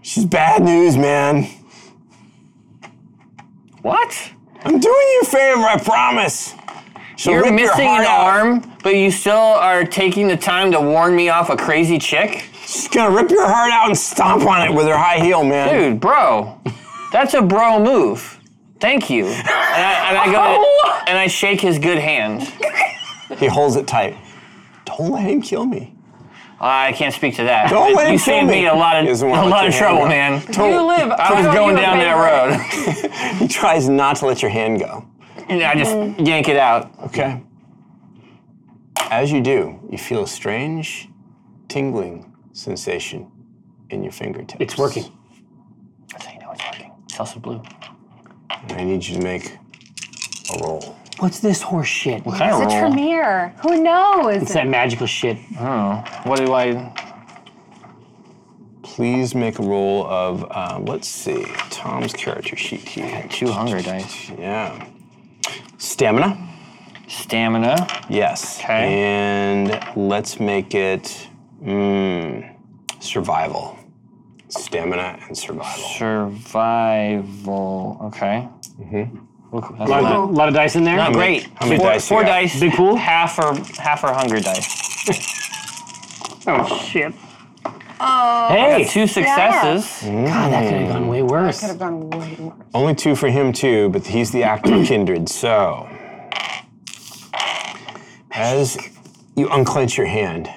S8: She's bad news, man.
S5: What?
S1: I'm doing you a favor, I promise. She'll
S5: You're
S1: rip your
S5: missing
S1: heart
S5: an
S1: out.
S5: arm, but you still are taking the time to warn me off a crazy chick?
S1: She's gonna rip your heart out and stomp on it with her high heel, man.
S5: Dude, bro, that's a bro move. Thank you. And I, and I go and I shake his good hand.
S1: He holds it tight. Don't let him kill me.
S5: Ah, I can't speak to that.
S1: Don't
S5: but
S1: let him
S5: you
S1: kill
S5: saved
S1: me.
S5: me a lot of
S1: He doesn't
S5: a
S1: wanna let
S5: lot of
S1: your hand
S5: trouble,
S1: go.
S5: man.
S3: You live.
S5: I was
S3: owe
S5: going
S3: you a
S5: down that
S3: favor.
S5: road.
S1: He tries not to let your hand go.
S5: and I just
S3: Mm-hmm.
S5: yank it out.
S1: Okay. As you do, you feel a strange tingling sensation in your fingertips.
S2: It's working.
S5: That's how you know it's working. It's also blue.
S1: I need you to make a roll.
S7: What's this horse shit?
S5: What kind of
S4: It's a
S5: roll?
S4: Tremere. Who knows?
S2: It's that magical shit.
S5: What do I?
S1: Please make a roll of, uh, let's see, Tom's character sheet here.
S5: Two hunger dice.
S1: Yeah. Stamina.
S5: Stamina.
S1: Yes.
S5: 'Kay.
S1: And let's make it mm, survival. Stamina and survival.
S5: Survival. Okay.
S1: Mm-hmm.
S5: Look, that's
S2: A lot,
S5: a lot.
S2: of, lot of dice in there.
S5: Not
S1: many-
S5: great.
S1: how many
S5: four
S1: dice you
S5: four
S1: got?
S5: dice.
S2: Big pool?
S5: Half or half or hunger dice.
S2: Oh shit.
S5: Hey,
S2: Hey.
S5: two successes.
S2: God, that could have gone way worse.
S3: Could have gone way worse.
S1: Only two for him too, but he's the active kindred. So, as you unclench your hand,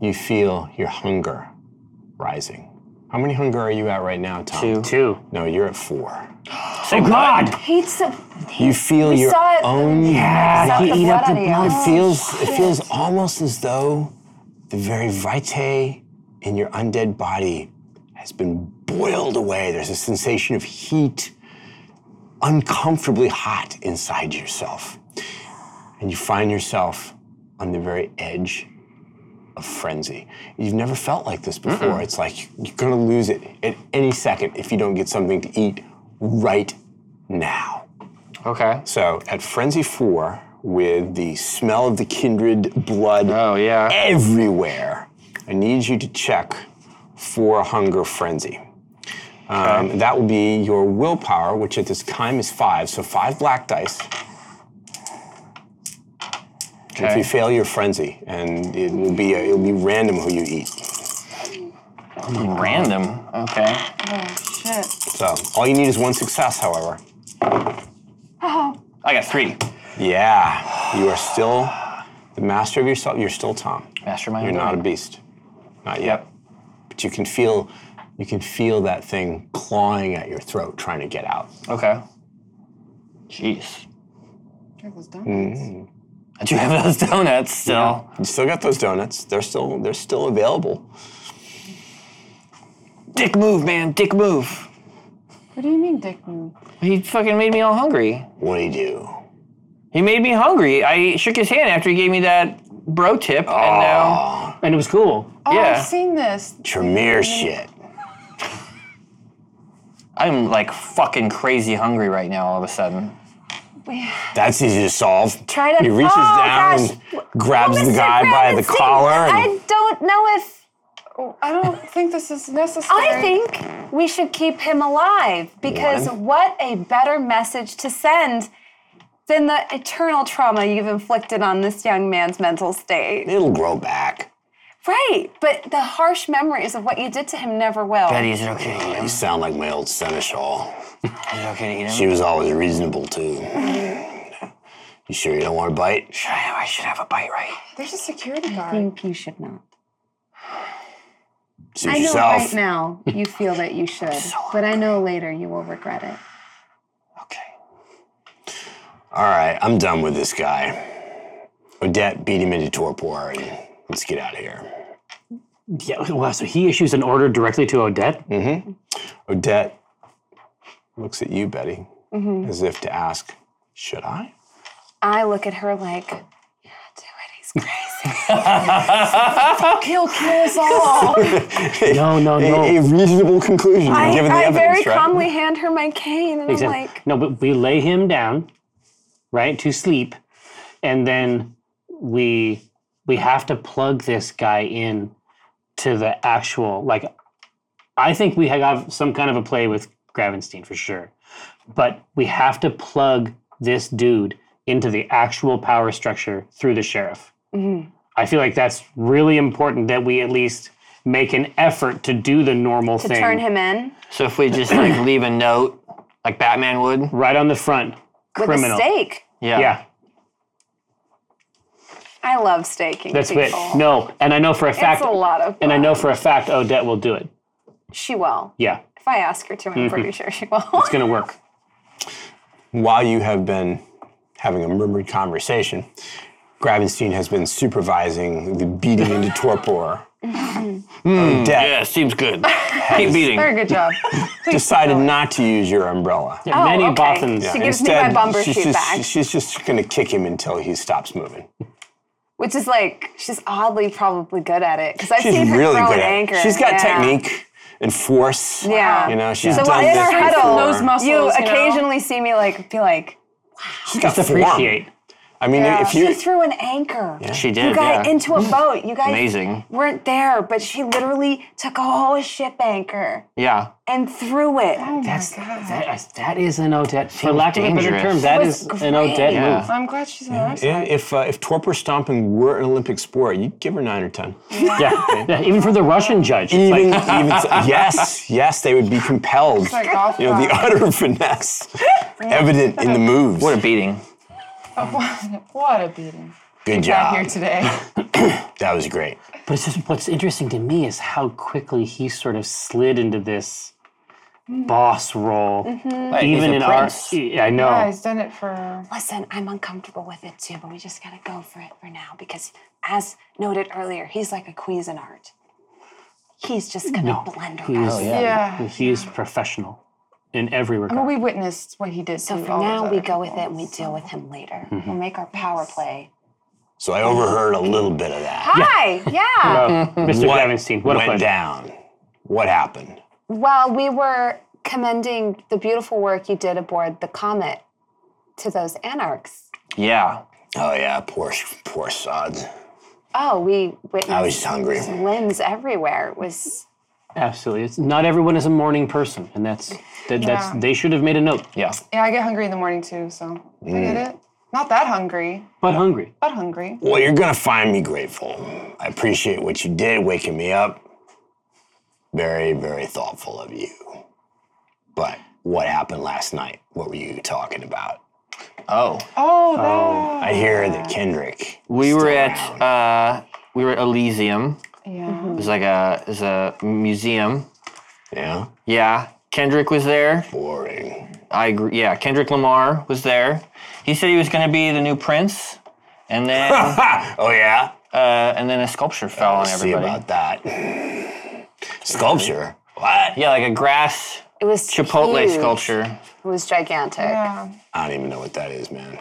S1: you feel your hunger rising. How many hunger are you at right now, Tom?
S5: Two.
S2: Two.
S1: No, you're at four.
S5: Oh God!
S4: Hates it.
S1: You feel
S4: We
S1: your
S4: saw it.
S1: own.
S4: Suck the blood Oh, out of you.
S1: It feels it feels almost as though the very vitae in your undead body has been boiled away. There's a sensation of heat, uncomfortably hot inside yourself. And you find yourself on the very edge of frenzy. You've never felt like this before. It's like you're gonna lose it at any second if you don't get something to eat right now.
S5: Okay.
S1: So at Frenzy 4, with the smell of the kindred blood
S5: Oh yeah.
S1: everywhere, I need you to check for Hunger Frenzy. Um, That will be your willpower, which at this time is five, so five black dice. If you
S5: Okay.
S1: fail your frenzy, and it will be it will be random who you eat.
S5: Random. Okay.
S3: Oh, Shit.
S1: So all you need is one success, however.
S5: I got three.
S1: Yeah, you are still the master of yourself. You're still Tom.
S5: Mastermind.
S1: You're not a beast. Not yet. But you can feel you can feel that thing clawing at your throat trying to get out.
S5: Okay. Jeez.
S3: Check those diamonds.
S5: I do have those donuts still.
S1: You still got those donuts. They're still they're still available.
S5: Dick move, man. Dick move.
S3: What do you mean, dick move?
S5: He fucking made me all hungry.
S1: What do you do?
S5: He made me hungry. I shook his hand after he gave me that bro tip, and now
S2: And it was cool.
S3: Oh,
S5: Yeah.
S3: I've seen this.
S1: Tremere shit.
S5: I'm like fucking crazy hungry right now. All of a sudden.
S1: That's easy to solve.
S4: Try to-
S1: he reaches
S4: oh,
S1: down
S4: gosh.
S1: and grabs the
S4: Mr.
S1: guy by the
S4: Gravinsky,
S1: collar. And
S4: I don't know if.
S3: I don't think this is necessary.
S4: I think we should keep him alive because what a better message to send than the eternal trauma you've inflicted on this young man's mental state.
S1: it'll grow back.
S4: Right, but the harsh memories of what you did to him never will.
S5: Betty, is it okay to eat him?
S1: You
S5: Is
S1: sound like my old seneschal.
S5: it okay to eat him?
S1: She was always reasonable too. You sure you don't want to bite?
S5: Should I, I should have a bite, right?
S3: There's a security
S4: I
S3: guard.
S4: think you should not.
S1: Suit
S4: I know
S1: yourself.
S4: right now you feel that you should, but I know later you will regret it.
S5: Okay.
S1: All right, I'm done with this guy. Odette beat him into torpor, and let's get out of here.
S2: Yeah, wow, so he issues an order directly to Odette?
S1: Odette looks at you, Betty,
S4: Mm-hmm.
S1: as if to ask, "Should I?"
S4: I look at her like, yeah, do it. He's crazy.
S3: He'll kill us all.
S2: No, no,
S1: A,
S2: no.
S1: a reasonable conclusion,
S4: I,
S1: given the
S4: I
S1: evidence,
S4: very
S1: right?
S4: calmly hand her my cane and
S2: Exactly.
S4: I'm like,
S2: no, but we lay him down, right, to sleep, and then we we have to plug this guy in to the actual like I think we have some kind of a play with Gravenstein for sure. But we have to plug this dude into the actual power structure through the sheriff.
S4: Mm-hmm.
S2: I feel like that's really important that we at least make an effort to do the normal
S4: to
S2: thing
S4: turn him in
S5: So if we just like leave a note, like Batman would.
S2: right on the front.
S4: with
S2: Criminal.
S4: a stake.
S5: Yeah.
S2: Yeah,
S4: I love staking.
S2: that's
S4: people.
S2: it. No, and I know for a fact,
S4: It's a lot of.
S2: and I know for a fact Odette will do it.
S4: she will.
S2: Yeah,
S4: If I ask her to,
S1: Mm-hmm.
S4: I'm pretty sure she will.
S2: it's gonna work.
S1: While you have been having a murmured conversation, Gravenstein has been supervising the beating into torpor. Odette
S5: Yeah, seems good. Keep beating.
S3: Very good job.
S1: decided not to use your umbrella.
S4: Oh,
S2: Many
S4: okay.
S2: Bothans.
S4: She gives me my bumper
S1: she's
S4: shoot
S1: just,
S4: back,
S1: She's just going to kick him until he stops moving.
S4: which is like she's oddly probably good at it because I've
S1: She's
S4: seen her
S1: really
S4: throw
S1: good
S4: an
S1: at
S4: anchor.
S1: it. She's got
S4: Yeah.
S1: technique and force.
S4: Yeah.
S1: You know, she's
S4: So
S1: done
S4: in
S1: this
S4: our huddle,
S1: before.
S3: Those muscles.
S4: You
S3: know?
S4: occasionally see me like be like,
S1: She's got form.
S2: Appreciate.
S4: Oh
S1: I mean, if you
S4: she threw an anchor.
S5: She
S4: You
S5: did.
S4: got
S5: yeah.
S4: into a boat. You guys
S5: Amazing.
S4: weren't there, but she literally took a whole ship anchor
S5: yeah.
S4: and threw it.
S2: That's that, that is an Odette. For lack of a better
S5: dangerous.
S2: term, that
S4: Was
S2: is an Odette
S5: Yeah.
S2: move.
S3: I'm glad
S4: Mm-hmm.
S3: she's on our side.
S1: Yeah, if uh, if torpor stomping were an Olympic sport, you'd give her nine or ten.
S2: Yeah. yeah, even for the Russian judge, it's
S1: Even,
S2: like,
S1: even so- yes, yes, they would be compelled.
S3: like golf
S1: you know, the
S3: ball.
S1: utter finesse evident in the moves.
S5: What a beating.
S3: What a beating.
S1: good
S3: Back here
S1: job.
S3: today.
S1: That was great.
S2: but it's just what's interesting to me is how quickly he sort of slid into this
S4: Mm.
S2: boss role,
S4: Mm-hmm.
S5: Like, he's
S2: even
S5: a
S2: in our.
S5: prince.
S2: Yeah, I know.
S3: Yeah, he's done it for.
S4: Listen, I'm uncomfortable with it too, but we just gotta go for it for now because, as noted earlier, he's like a Cuisinart. He's just gonna blend
S2: He
S4: her
S2: is, Oh,
S4: out.
S3: Yeah.
S2: He's professional in every regard.
S3: Well, we witnessed what he did.
S4: So
S3: to
S4: for
S3: all those
S4: now,
S3: other
S4: we go with
S3: people.
S4: it and we deal with him later. We'll make our power play.
S1: So I overheard a little bit of that.
S4: Hi, yeah.
S2: Oh, Mr. Gravenstein, what a
S1: went
S2: pleasure.
S1: down? What happened?
S4: Well, we were commending the beautiful work you did aboard the Comet to those anarchs.
S5: Yeah.
S1: Oh yeah, poor poor sods.
S4: Oh, we witnessed
S1: I was hungry.
S4: limbs everywhere. It was
S2: Absolutely, it's not everyone is a morning person, and that's that, that's
S3: Yeah.
S2: they should have made a note.
S5: Yeah.
S3: Yeah, I get hungry in the morning too, so I get
S4: Mm.
S3: it. Not that hungry,
S2: But hungry.
S3: but hungry.
S1: Well, you're gonna find me grateful. I appreciate what you did, waking me up. Very, very thoughtful of you. But what happened last night? What were you talking about?
S5: Oh.
S3: Oh, that.
S1: I hear that Kendrick.
S5: We were at uh, we were at Elysium.
S3: Yeah.
S4: Mm-hmm.
S5: It was like a it was a museum.
S1: Yeah,
S5: Yeah. Kendrick was there.
S1: boring.
S5: I agree. Yeah, Kendrick Lamar was there. He said he was going to be the new prince, and then uh,
S1: Oh yeah,
S5: and then a sculpture fell on
S1: see
S5: everybody.
S1: about that. Sculpture. What?
S5: Yeah, like a grass
S4: it was
S5: Chipotle
S4: huge.
S5: sculpture.
S4: It was gigantic.
S3: Yeah.
S1: I don't even know what that is, man.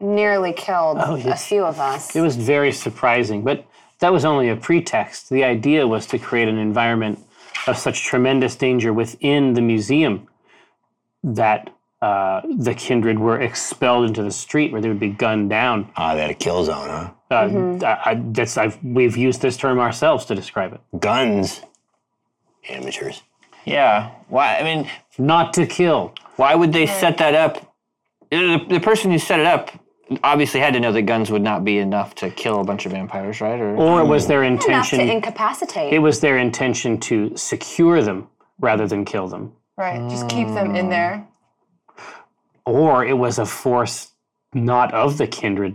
S4: Nearly killed a few of us.
S2: It was very surprising, but that was only a pretext. The idea was to create an environment of such tremendous danger within the museum that uh, the kindred were expelled into the street where they would be gunned down.
S1: Ah, that a kill zone, huh?
S2: Uh, I, I, that's, I've, we've used this term ourselves to describe it.
S1: Guns. Amateurs.
S5: Yeah. Why? I mean,
S2: Not to kill.
S5: why would they set that up? The, the person who set it up obviously had to know that guns would not be enough to kill a bunch of vampires, right? Or
S2: Or it was their
S4: Enough to
S2: intention.
S4: incapacitate.
S2: It was their intention to secure them rather than kill them.
S3: Right. Just keep them in
S4: Mm.
S3: there.
S2: or it was a force not of the kindred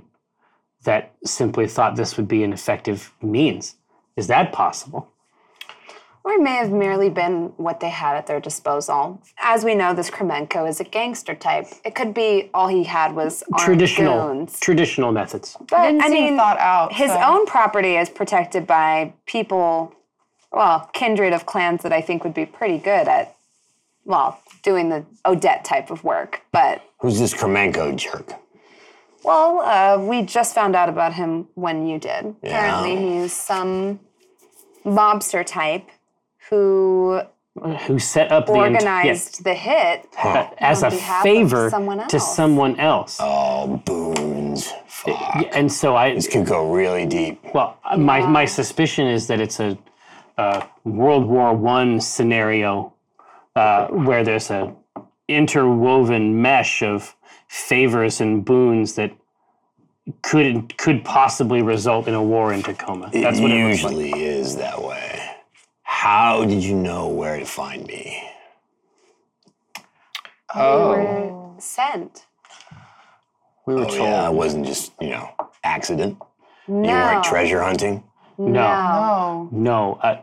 S2: that simply thought this would be an effective means. Is that possible?
S4: or it may have merely been what they had at their disposal. As we know, this Kremenko is a gangster type. It could be all he had was armed
S2: Traditional
S4: goons.
S2: traditional methods.
S4: But
S3: Didn't
S4: I
S3: seem
S4: mean,
S3: thought out.
S4: his
S3: so-
S4: own property is protected by people, well, kindred of clans that I think would be pretty good at, well, doing the Odette type of work. But,
S1: Who's this Kremenko jerk?
S4: well, uh, we just found out about him when you did. Apparently, he's some mobster type who
S2: Who set up the enti-
S4: organized the hit.
S2: yeah, as a
S4: on behalf of
S2: favor
S4: someone
S2: to
S4: else.
S2: someone else.
S1: Oh, boons. Fuck.
S2: Yeah, and so I
S1: This could go really deep.
S2: well my uh, my suspicion is that it's a uh, World War One scenario uh, where there's a interwoven mesh of favors and boons that could could possibly result in a war in Tacoma. That's what it looks like.
S1: usually is that way. How did you know where to find me?
S4: Oh. Sent.
S5: We were
S1: Oh,
S5: told.
S1: yeah, I wasn't just, you know, accident.
S4: No.
S1: You weren't treasure hunting.
S2: No,
S3: Oh.
S2: no. Uh,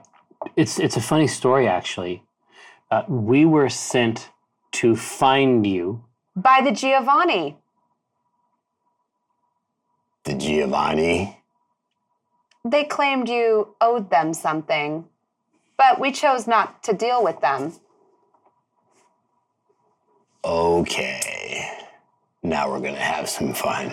S2: it's it's a funny story actually. Uh, we were sent to find you.
S4: By the Giovanni.
S1: The Giovanni.
S4: They claimed you owed them something, but we chose not to deal with them.
S1: Okay. Now we're gonna have some fun.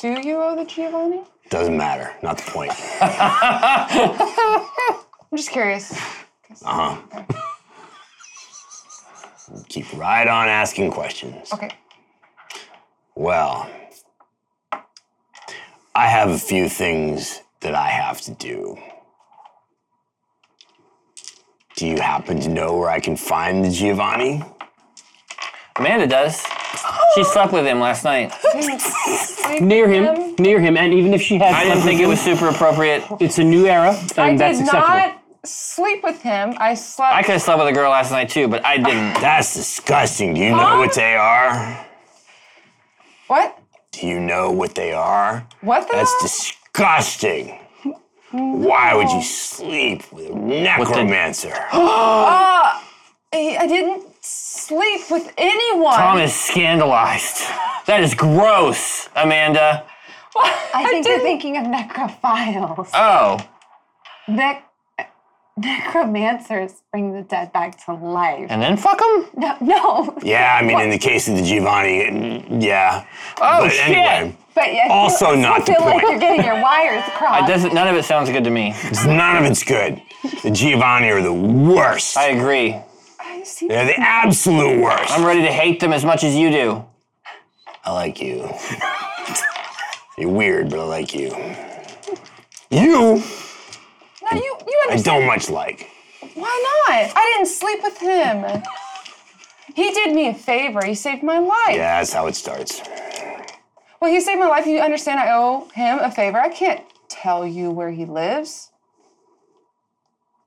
S3: Do you owe the Giovanni?
S1: Doesn't matter. Not the point.
S3: I'm just curious.
S1: Uh huh. Keep right on asking questions.
S3: Okay.
S1: Well, I have a few things that I have to do. Do you happen to know where I can find the Giovanni?
S5: Amanda does. She slept with him last night.
S2: Near him, near him, and even if she had,
S5: I didn't think it was super appropriate.
S2: It's a new era,
S3: I
S2: and that's
S3: did
S2: acceptable.
S3: not sleep with him. I slept.
S5: I could have slept with a girl last night too, but I didn't.
S1: That's disgusting. Do you know what they are?
S3: what?
S1: Do you know what they are?
S3: What the?
S1: That's disgusting. Why would you sleep with a necromancer?
S3: Uh, I I didn't sleep with anyone.
S5: Tom is scandalized. That is gross, Amanda.
S4: I think you're
S3: didn't-
S4: thinking of necrophiles.
S5: Oh,
S4: Nec- necromancers bring the dead back to life.
S5: and then fuck him?
S4: No, no.
S1: Yeah, I mean, in the case of the Giovanni, mm, yeah. Oh, but
S5: shit.
S1: anyway,
S4: But yeah,
S1: Also not the
S4: feel like
S1: point.
S4: you're getting your wires crossed.
S5: It doesn't. None of it sounds good to me.
S1: it's- none of it's good. The Giovanni are the worst.
S5: I agree.
S3: I see.
S1: They're the absolute worst.
S5: I'm ready to hate them as much as you do.
S1: I like you. You're weird, but I like you. You,
S3: No, you. You
S1: I
S3: understand.
S1: don't much like.
S3: Why not? I didn't sleep with him. He did me a favor. He saved my life.
S1: Yeah, that's how it starts.
S3: Well, he saved my life. You understand? I owe him a favor. I can't tell you where he lives.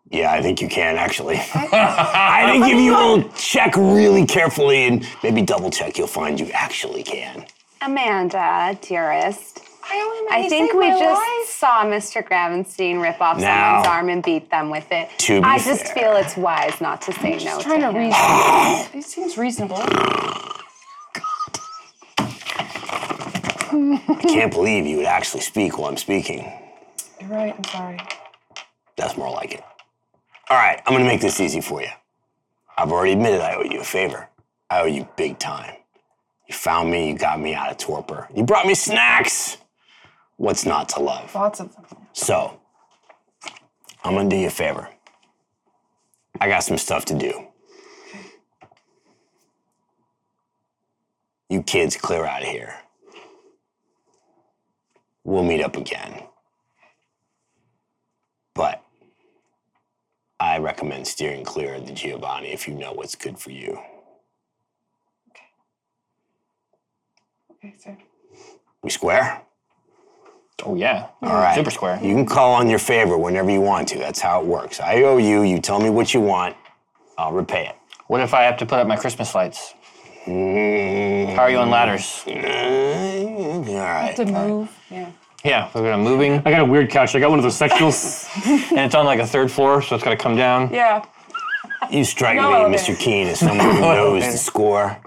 S1: Yeah, I think you can actually. I think if you will check really carefully and maybe double check, you'll find you actually can.
S4: Amanda, dearest.
S3: I owe him. and
S4: I
S3: he
S4: think
S3: saved
S4: we
S3: my
S4: just
S3: life.
S4: saw Mr. Gravenstein rip off
S1: Now,
S4: someone's arm and beat them with it.
S1: to be
S4: I just
S1: fair.
S4: feel it's wise not to say no
S3: trying
S4: to
S3: to
S4: him.
S3: reason. He seems reasonable.
S1: I can't believe you would actually speak while I'm speaking.
S3: You're right. I'm sorry.
S1: That's more like it. All right, I'm gonna make this easy for you. I've already admitted I owe you a favor. I owe you big time. You found me, you got me out of torpor. You brought me snacks. What's not to love?
S3: Lots of them.
S1: So, I'm gonna do you a favor. I got some stuff to do. You kids clear out of here. We'll meet up again. But I recommend steering clear of the Giovanni if you know what's good for you.
S3: Okay, sir.
S1: We square?
S5: Oh yeah.
S1: All right.
S5: Super square.
S1: You can call on your favor whenever you want to. That's how it works. I owe you. You tell me what you want. I'll repay it.
S5: What if I have to put up my Christmas lights? How are you on ladders?
S1: Mm, Mm-hmm. All right.
S3: To move. Yeah.
S5: Yeah, we're gonna moving,
S2: I got a weird couch. I got one of those sectionals.
S5: and it's on like a third floor, so it's gotta come down.
S3: Yeah.
S1: You strike
S3: No
S1: me,
S3: elevator.
S1: Mr. Keene, as someone who knows the score.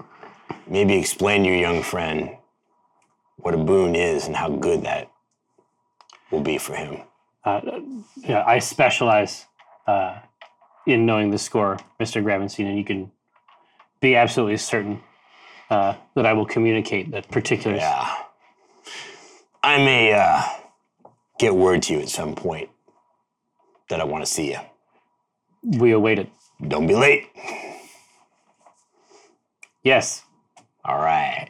S1: Maybe explain to your young friend what a boon is and how good that will be for him.
S2: yeah, I specialize uh, in knowing the score, Mr. Gravenstein, and you can be absolutely certain uh, that I will communicate the particulars.
S1: Yeah. I may uh, get word to you at some point that I want to see you.
S2: We await it.
S1: Don't be late.
S2: Yes.
S1: All right.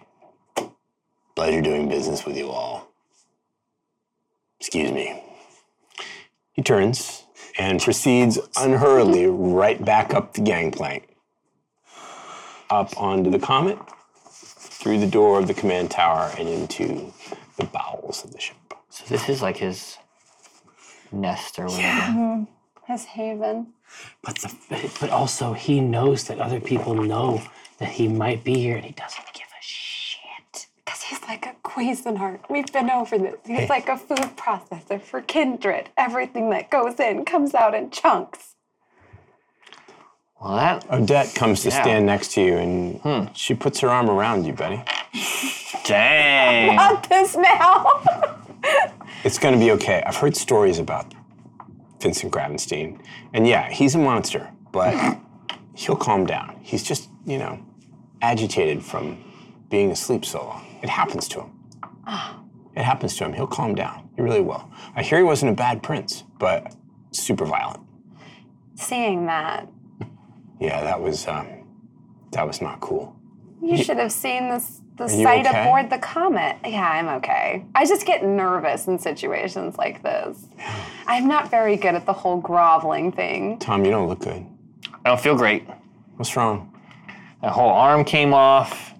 S1: Pleasure doing business with you all. Excuse me. He turns and proceeds unhurriedly right back up the gangplank, up onto the comet, through the door of the command tower, and into the bowels of the ship.
S5: So this is like his nest or whatever.
S4: His haven.
S2: But the, but- but also he knows that other people know that he might be here, and he doesn't give a shit.
S4: Because he's like a Cuisinart. We've been over this. He's like a food processor for kindred. Everything that goes in comes out in chunks.
S5: Well, that
S1: Odette comes to stand next to you, and she puts her arm around you, Betty.
S5: dang.
S4: Not this now.
S1: It's going to be okay. I've heard stories about Vincent Gravenstein. And yeah, he's a monster, but he'll calm down. He's just, you know, agitated from being asleep so long. It happens to him. It happens to him. He'll calm down. He really will. I hear he wasn't a bad prince, but super violent.
S4: Seeing that,
S1: Yeah, that was um, that was not cool.
S4: you should have seen this. The
S1: you
S4: sight
S1: okay?
S4: aboard the comet. Yeah, I'm okay. I just get nervous in situations like this. I'm not very good at the whole groveling thing.
S1: Tom, you don't look good.
S5: I don't feel great.
S1: What's wrong?
S5: That whole arm came off.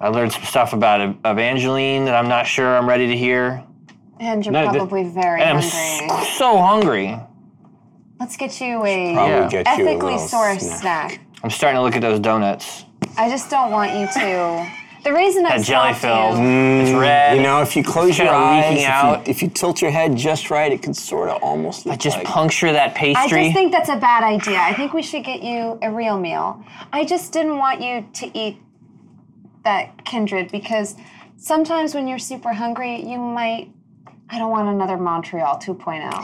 S5: I learned some stuff about Ev- Evangeline that I'm not sure I'm ready to hear.
S4: And you're
S2: No, the-
S4: probably very
S5: And I'm
S4: hungry.
S5: s- so hungry.
S4: Let's get you a
S1: Probably
S5: Yeah.
S1: get you a
S4: ethically
S1: little
S4: sourced
S1: snack.
S4: snack.
S5: I'm starting to look at those donuts.
S4: I just don't want you to. The reason I
S5: That jelly
S4: stopped
S5: filled.
S4: you.
S5: It's red.
S1: Mm, You know, if you close your
S5: kinda
S1: eyes,
S5: leaking
S1: if you-
S5: out.
S1: If, you, tilt your head just right, it can sort of almost look
S5: just
S1: like
S5: puncture that
S4: I
S5: pastry.
S4: just think that's a bad idea. I think we should get you a real meal. I just didn't want you to eat that kindred because sometimes when you're super hungry, you might. I don't want another Montreal 2.0.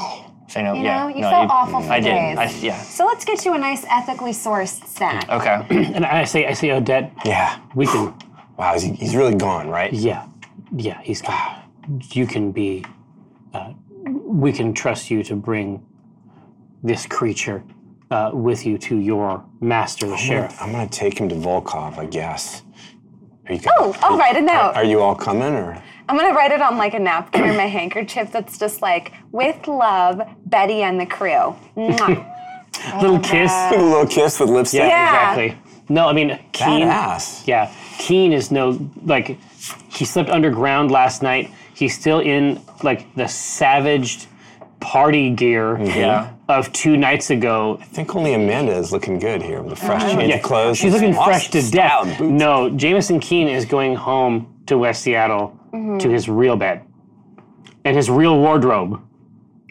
S5: Say no.
S4: You
S5: yeah.
S4: know, you
S5: no,
S4: felt awful for
S5: I did.
S4: days.
S5: I, yeah.
S4: So let's get you a nice ethically sourced snack.
S5: Okay.
S2: And I say, I say, Odette,
S1: Yeah.
S2: we can,
S1: Wow, is he, he's really gone, right?
S2: yeah, yeah, he's gone. You can be, uh, we can trust you to bring this creature uh, with you to your master, the sheriff.
S1: I'm gonna take him to Volkov, I guess. Are you
S4: Oh, I'll write a note.
S1: Are you all coming or?
S4: I'm gonna write it on like a napkin or my handkerchief that's just like, with love, Betty and the crew. Mwah.
S2: Little kiss,
S1: A little kiss with lipstick.
S2: yeah,
S4: Yeah.
S2: exactly. No, I mean, Keen,
S1: Badass.
S2: Yeah, Keen is no like he slept underground last night. He's still in like the savaged party gear
S1: Mm-hmm.
S5: Yeah.
S2: of two nights ago.
S1: I think only Amanda is looking good here with a fresh change of clothes.
S2: She's looking
S1: Lost
S2: fresh to
S1: style,
S2: death.
S1: boots.
S2: No, Jameson Keen is going home to West Seattle
S1: Mm-hmm.
S2: to his real bed and his real wardrobe.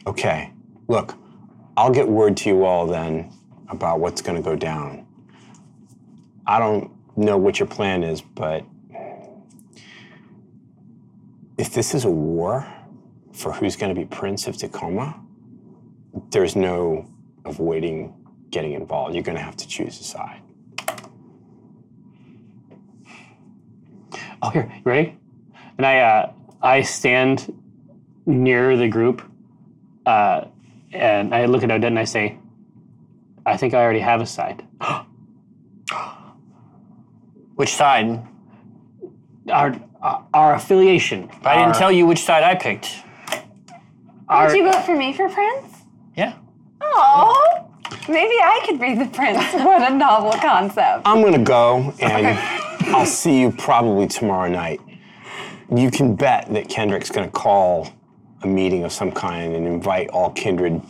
S1: Okay. Look, I'll get word to you all then about what's gonna go down. I don't know what your plan is, but if this is a war for who's gonna be Prince of Tacoma, there's no avoiding getting involved. You're gonna have to choose a side.
S2: Oh, here, you ready? And I, uh, I stand near the group, uh, and I look at Odette and I say, "I think I already have a side.
S5: Which side?
S2: Our our, our affiliation.
S5: But I didn't tell you which side I picked.
S4: Would you vote for me for Prince?
S5: Yeah.
S4: Oh, maybe I could be the Prince. What a novel concept.
S1: I'm gonna go and I'll see you probably tomorrow night. You can bet that Kendrick's gonna call a meeting of some kind and invite all kindred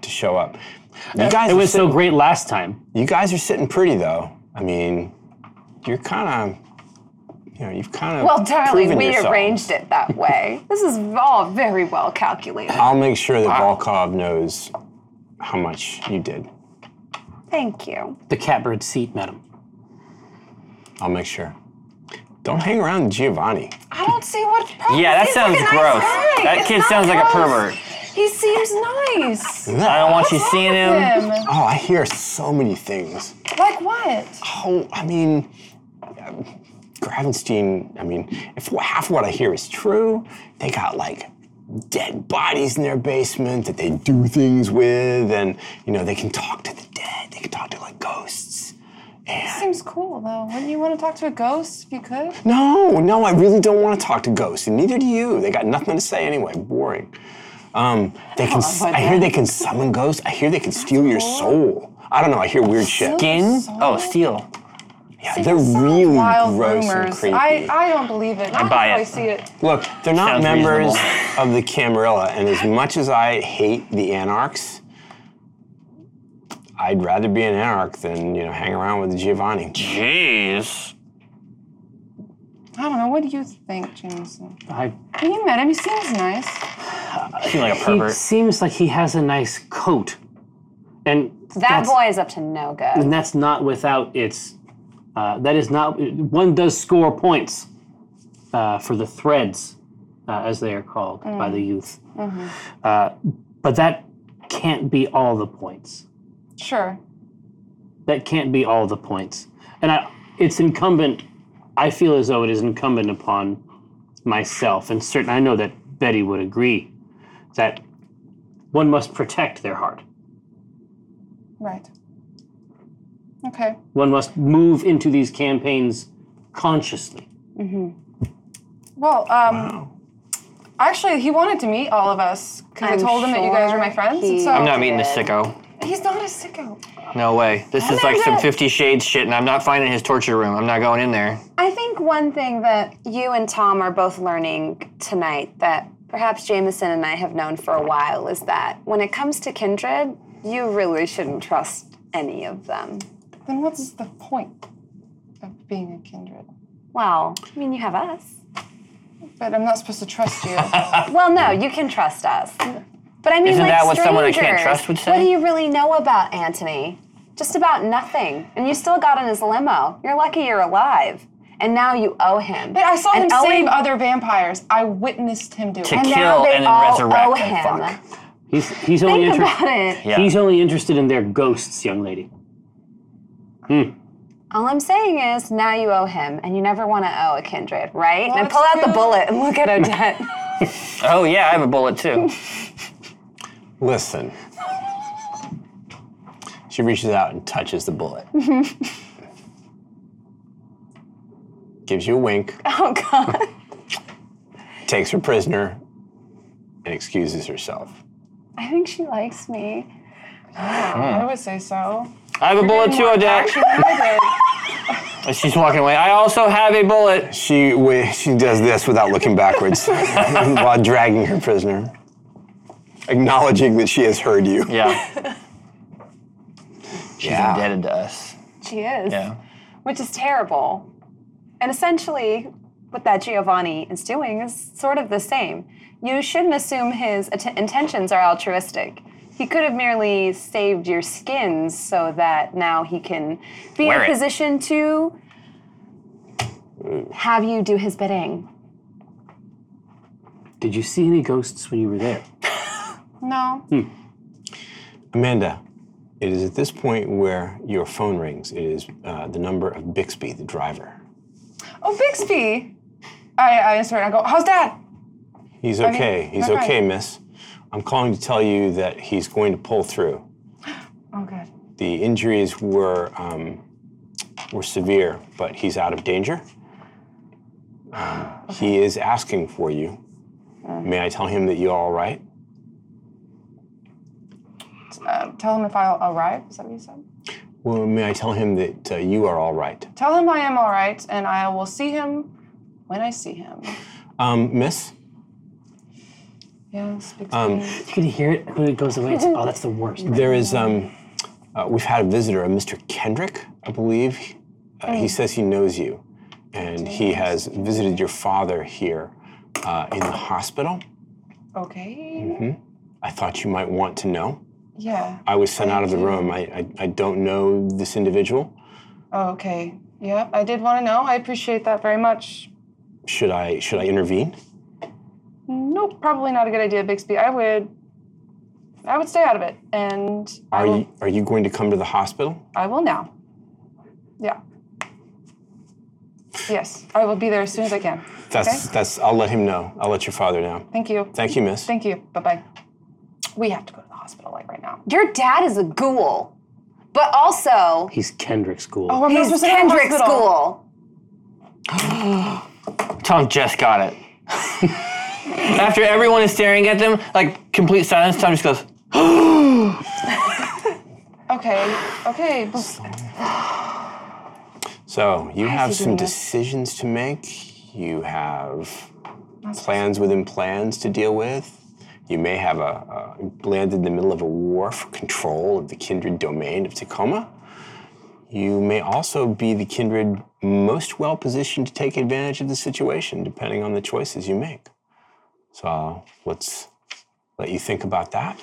S1: to show up. You guys,
S2: It
S1: are
S2: was
S1: sit-
S2: so great last time.
S1: you guys are sitting pretty though. I mean, you're kind of, you know, you've kind of.
S4: Well, darling, we
S1: yourselves.
S4: arranged it that way. This is all very well calculated.
S1: I'll make sure that Volkov knows how much you did.
S4: Thank you.
S2: The catbird seat, madam.
S1: I'll make sure. Don't hang around Giovanni.
S4: I don't see what problem.
S5: Yeah, that
S4: He's
S5: sounds
S4: like a nice
S5: gross.
S4: guy.
S5: That
S4: It's
S5: kid
S4: not
S5: sounds like a
S4: gross.
S5: pervert.
S4: He seems nice.
S5: I don't want you seeing him.
S3: Him.
S1: Oh, I hear so many things.
S3: Like what?
S1: Oh, I mean, um, Gravenstein, I mean, if half what I hear is true, they got like dead bodies in their basement that they do things with, and, you know, they can talk to the dead, they can talk to like ghosts.
S3: Seems cool though. Wouldn't you want to talk to a ghost if you could?
S1: No, no, I really don't want to talk to ghosts, and neither do you. They got nothing to say anyway, boring. Um, they
S3: Oh,
S1: can. s- I hear they can summon ghosts. I hear they can steal your soul. I don't know. I hear weird shit.
S5: Skin? Oh, steel.
S1: Yeah, they're really
S3: Wild
S1: gross and
S3: rumors.
S1: creepy.
S3: I, I don't believe it. Not
S5: buy
S3: until
S5: it.
S3: I see it.
S1: Look, they're not
S5: Sounds
S1: members
S5: reasonable.
S1: of the Camarilla, and as much as I hate the Anarchs, I'd rather be an Anarch than you know hang around with Giovanni.
S5: Jeez.
S3: I don't know. What do you think, Jameson?
S2: I,
S3: Have You met him. He seems nice.
S5: I seem like a
S2: he
S5: pervert.
S2: seems like he has a nice coat, and
S4: That
S2: that's,
S4: boy is up to no good.
S2: and that's not without its. Uh, that is not. One does score points uh, for the threads, uh, as they are called by the youth. Uh, but that can't be all the points.
S3: Sure.
S2: that can't be all the points. And I, it's incumbent. I feel as though it is incumbent upon myself, and certain. I know that Betty would agree that one must protect their heart.
S3: Right. Okay.
S2: One must move into these campaigns consciously.
S3: Well, um, actually, he wanted to meet all of us because I
S4: I'm
S3: told him that you guys
S4: sure
S3: are my friends. and
S4: he-
S3: so
S5: I'm not meeting this
S4: Good.
S5: sicko.
S3: He's not a sicko.
S5: No way. This is like some Fifty Shades shit, and I'm not finding his torture room. I'm not going in there.
S4: I think one thing that you and Tom are both learning tonight that perhaps Jameson and I have known for a while is that when it comes to kindred, you really shouldn't trust any of them.
S3: Then what's the point of being a kindred?
S4: Well, I mean, you have us.
S3: But I'm not supposed to trust you.
S4: Well, no, you can trust us. But I mean,
S5: Isn't
S4: like
S5: that what
S4: strangers,
S5: someone I can't trust would
S4: What
S5: say?
S4: do you really know about Anthony? Just about nothing. And you still got in his limo. You're lucky you're alive. And now you owe him.
S3: But I saw him
S4: and
S3: save
S4: owing-
S3: other vampires. I witnessed him do it.
S5: To
S4: And
S5: kill
S4: now they
S5: and then
S4: all
S5: resurrect.
S4: owe
S5: Oh,
S4: him.
S5: fuck.
S2: He's he's only
S4: Think
S2: inter-
S4: about it.
S5: Yeah.
S2: he's only interested in their ghosts, young lady.
S4: All I'm saying is now you owe him, and you never want to owe a kindred, right?
S3: Well,
S4: and
S3: it's
S4: pull out
S3: true.
S4: the bullet and look at Odette.
S5: Oh yeah, I have a bullet too.
S1: Listen. She reaches out and touches the bullet. Gives you a wink,
S4: oh God.
S1: takes her prisoner, and excuses herself.
S4: I think she likes me.
S3: I would say so.
S5: I have a bullet too, Odette.
S3: Actually, I did.
S5: And She's walking away. I also have a bullet.
S1: She wi- she does this without looking backwards while dragging her prisoner, acknowledging that she has heard you.
S5: Yeah. She's
S1: Yeah.
S5: indebted to us.
S4: She is.
S5: Yeah.
S4: Which is terrible. And essentially, what that Giovanni is doing is sort of the same. You shouldn't assume his att- intentions are altruistic. He could have merely saved your skins so that now he can be
S5: Wear
S4: in a
S5: it.
S4: position to have you do his bidding.
S2: Did you see any ghosts when you were there?
S3: No.
S1: Amanda, it is at this point where your phone rings. It is uh, the number of Bixby, the driver.
S3: Oh, Bixby. I, I answered. I go, how's dad?
S1: He's okay. He's
S3: okay.
S1: okay, miss. I'm calling to tell you that he's going to pull through.
S3: Oh, good.
S1: The injuries were um, were severe, but he's out of danger. Um, He is asking for you. May I tell him that you're all right?
S3: Uh, tell him if I'll arrive. Is that what you said?
S1: Well, may I tell him that uh, you are all right?
S3: Tell him I am all right, and I will see him when I see him.
S1: Um, miss,
S3: Yes, Bixby.
S2: You can hear it when it goes away. It's, oh, that's the worst.
S1: there is, um, uh, we've had a visitor, a Mr. Kendrick, I believe. Uh, he says he knows you, and he has visited your father here uh, in the hospital.
S3: okay.
S1: I thought you might want to know.
S3: Yeah.
S1: I was sent out of the room. I, I, I don't know this individual.
S3: Oh, okay. Yeah, I did want to know. I appreciate that very much.
S1: Should I should I intervene?
S3: Nope, probably not a good idea, Bixby. I would, I would stay out of it, and I
S1: Are
S3: will.
S1: you are you going to come to the hospital?
S3: I will now. Yeah. Yes, I will be there as soon as I can.
S1: That's that's. I'll let him know. I'll let your father know.
S3: Thank you.
S1: Thank you, Miss.
S3: Thank you. Bye bye. We have to go to the hospital like right now.
S4: Your dad is a ghoul, but also
S2: He's Kendrick's school.
S3: Oh, I'm not
S4: he's
S3: supposed to go to the
S4: Kendrick's
S3: hospital.
S4: ghoul.
S5: Tom just got it. After everyone is staring at them, like complete silence, Tom just goes,
S3: Okay, okay.
S1: So you have
S3: you
S1: some
S3: doing this?
S1: decisions to make. You have plans within plans to deal with. You may have a, a land in the middle of a war for control of the kindred domain of Tacoma. You may also be the kindred most well positioned to take advantage of the situation, depending on the choices you make. So let's let you think about that.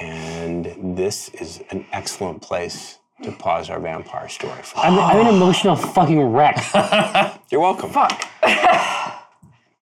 S1: And this is an excellent place to pause our vampire story. For.
S2: I'm, I'm an emotional fucking wreck.
S1: You're welcome.
S3: Fuck.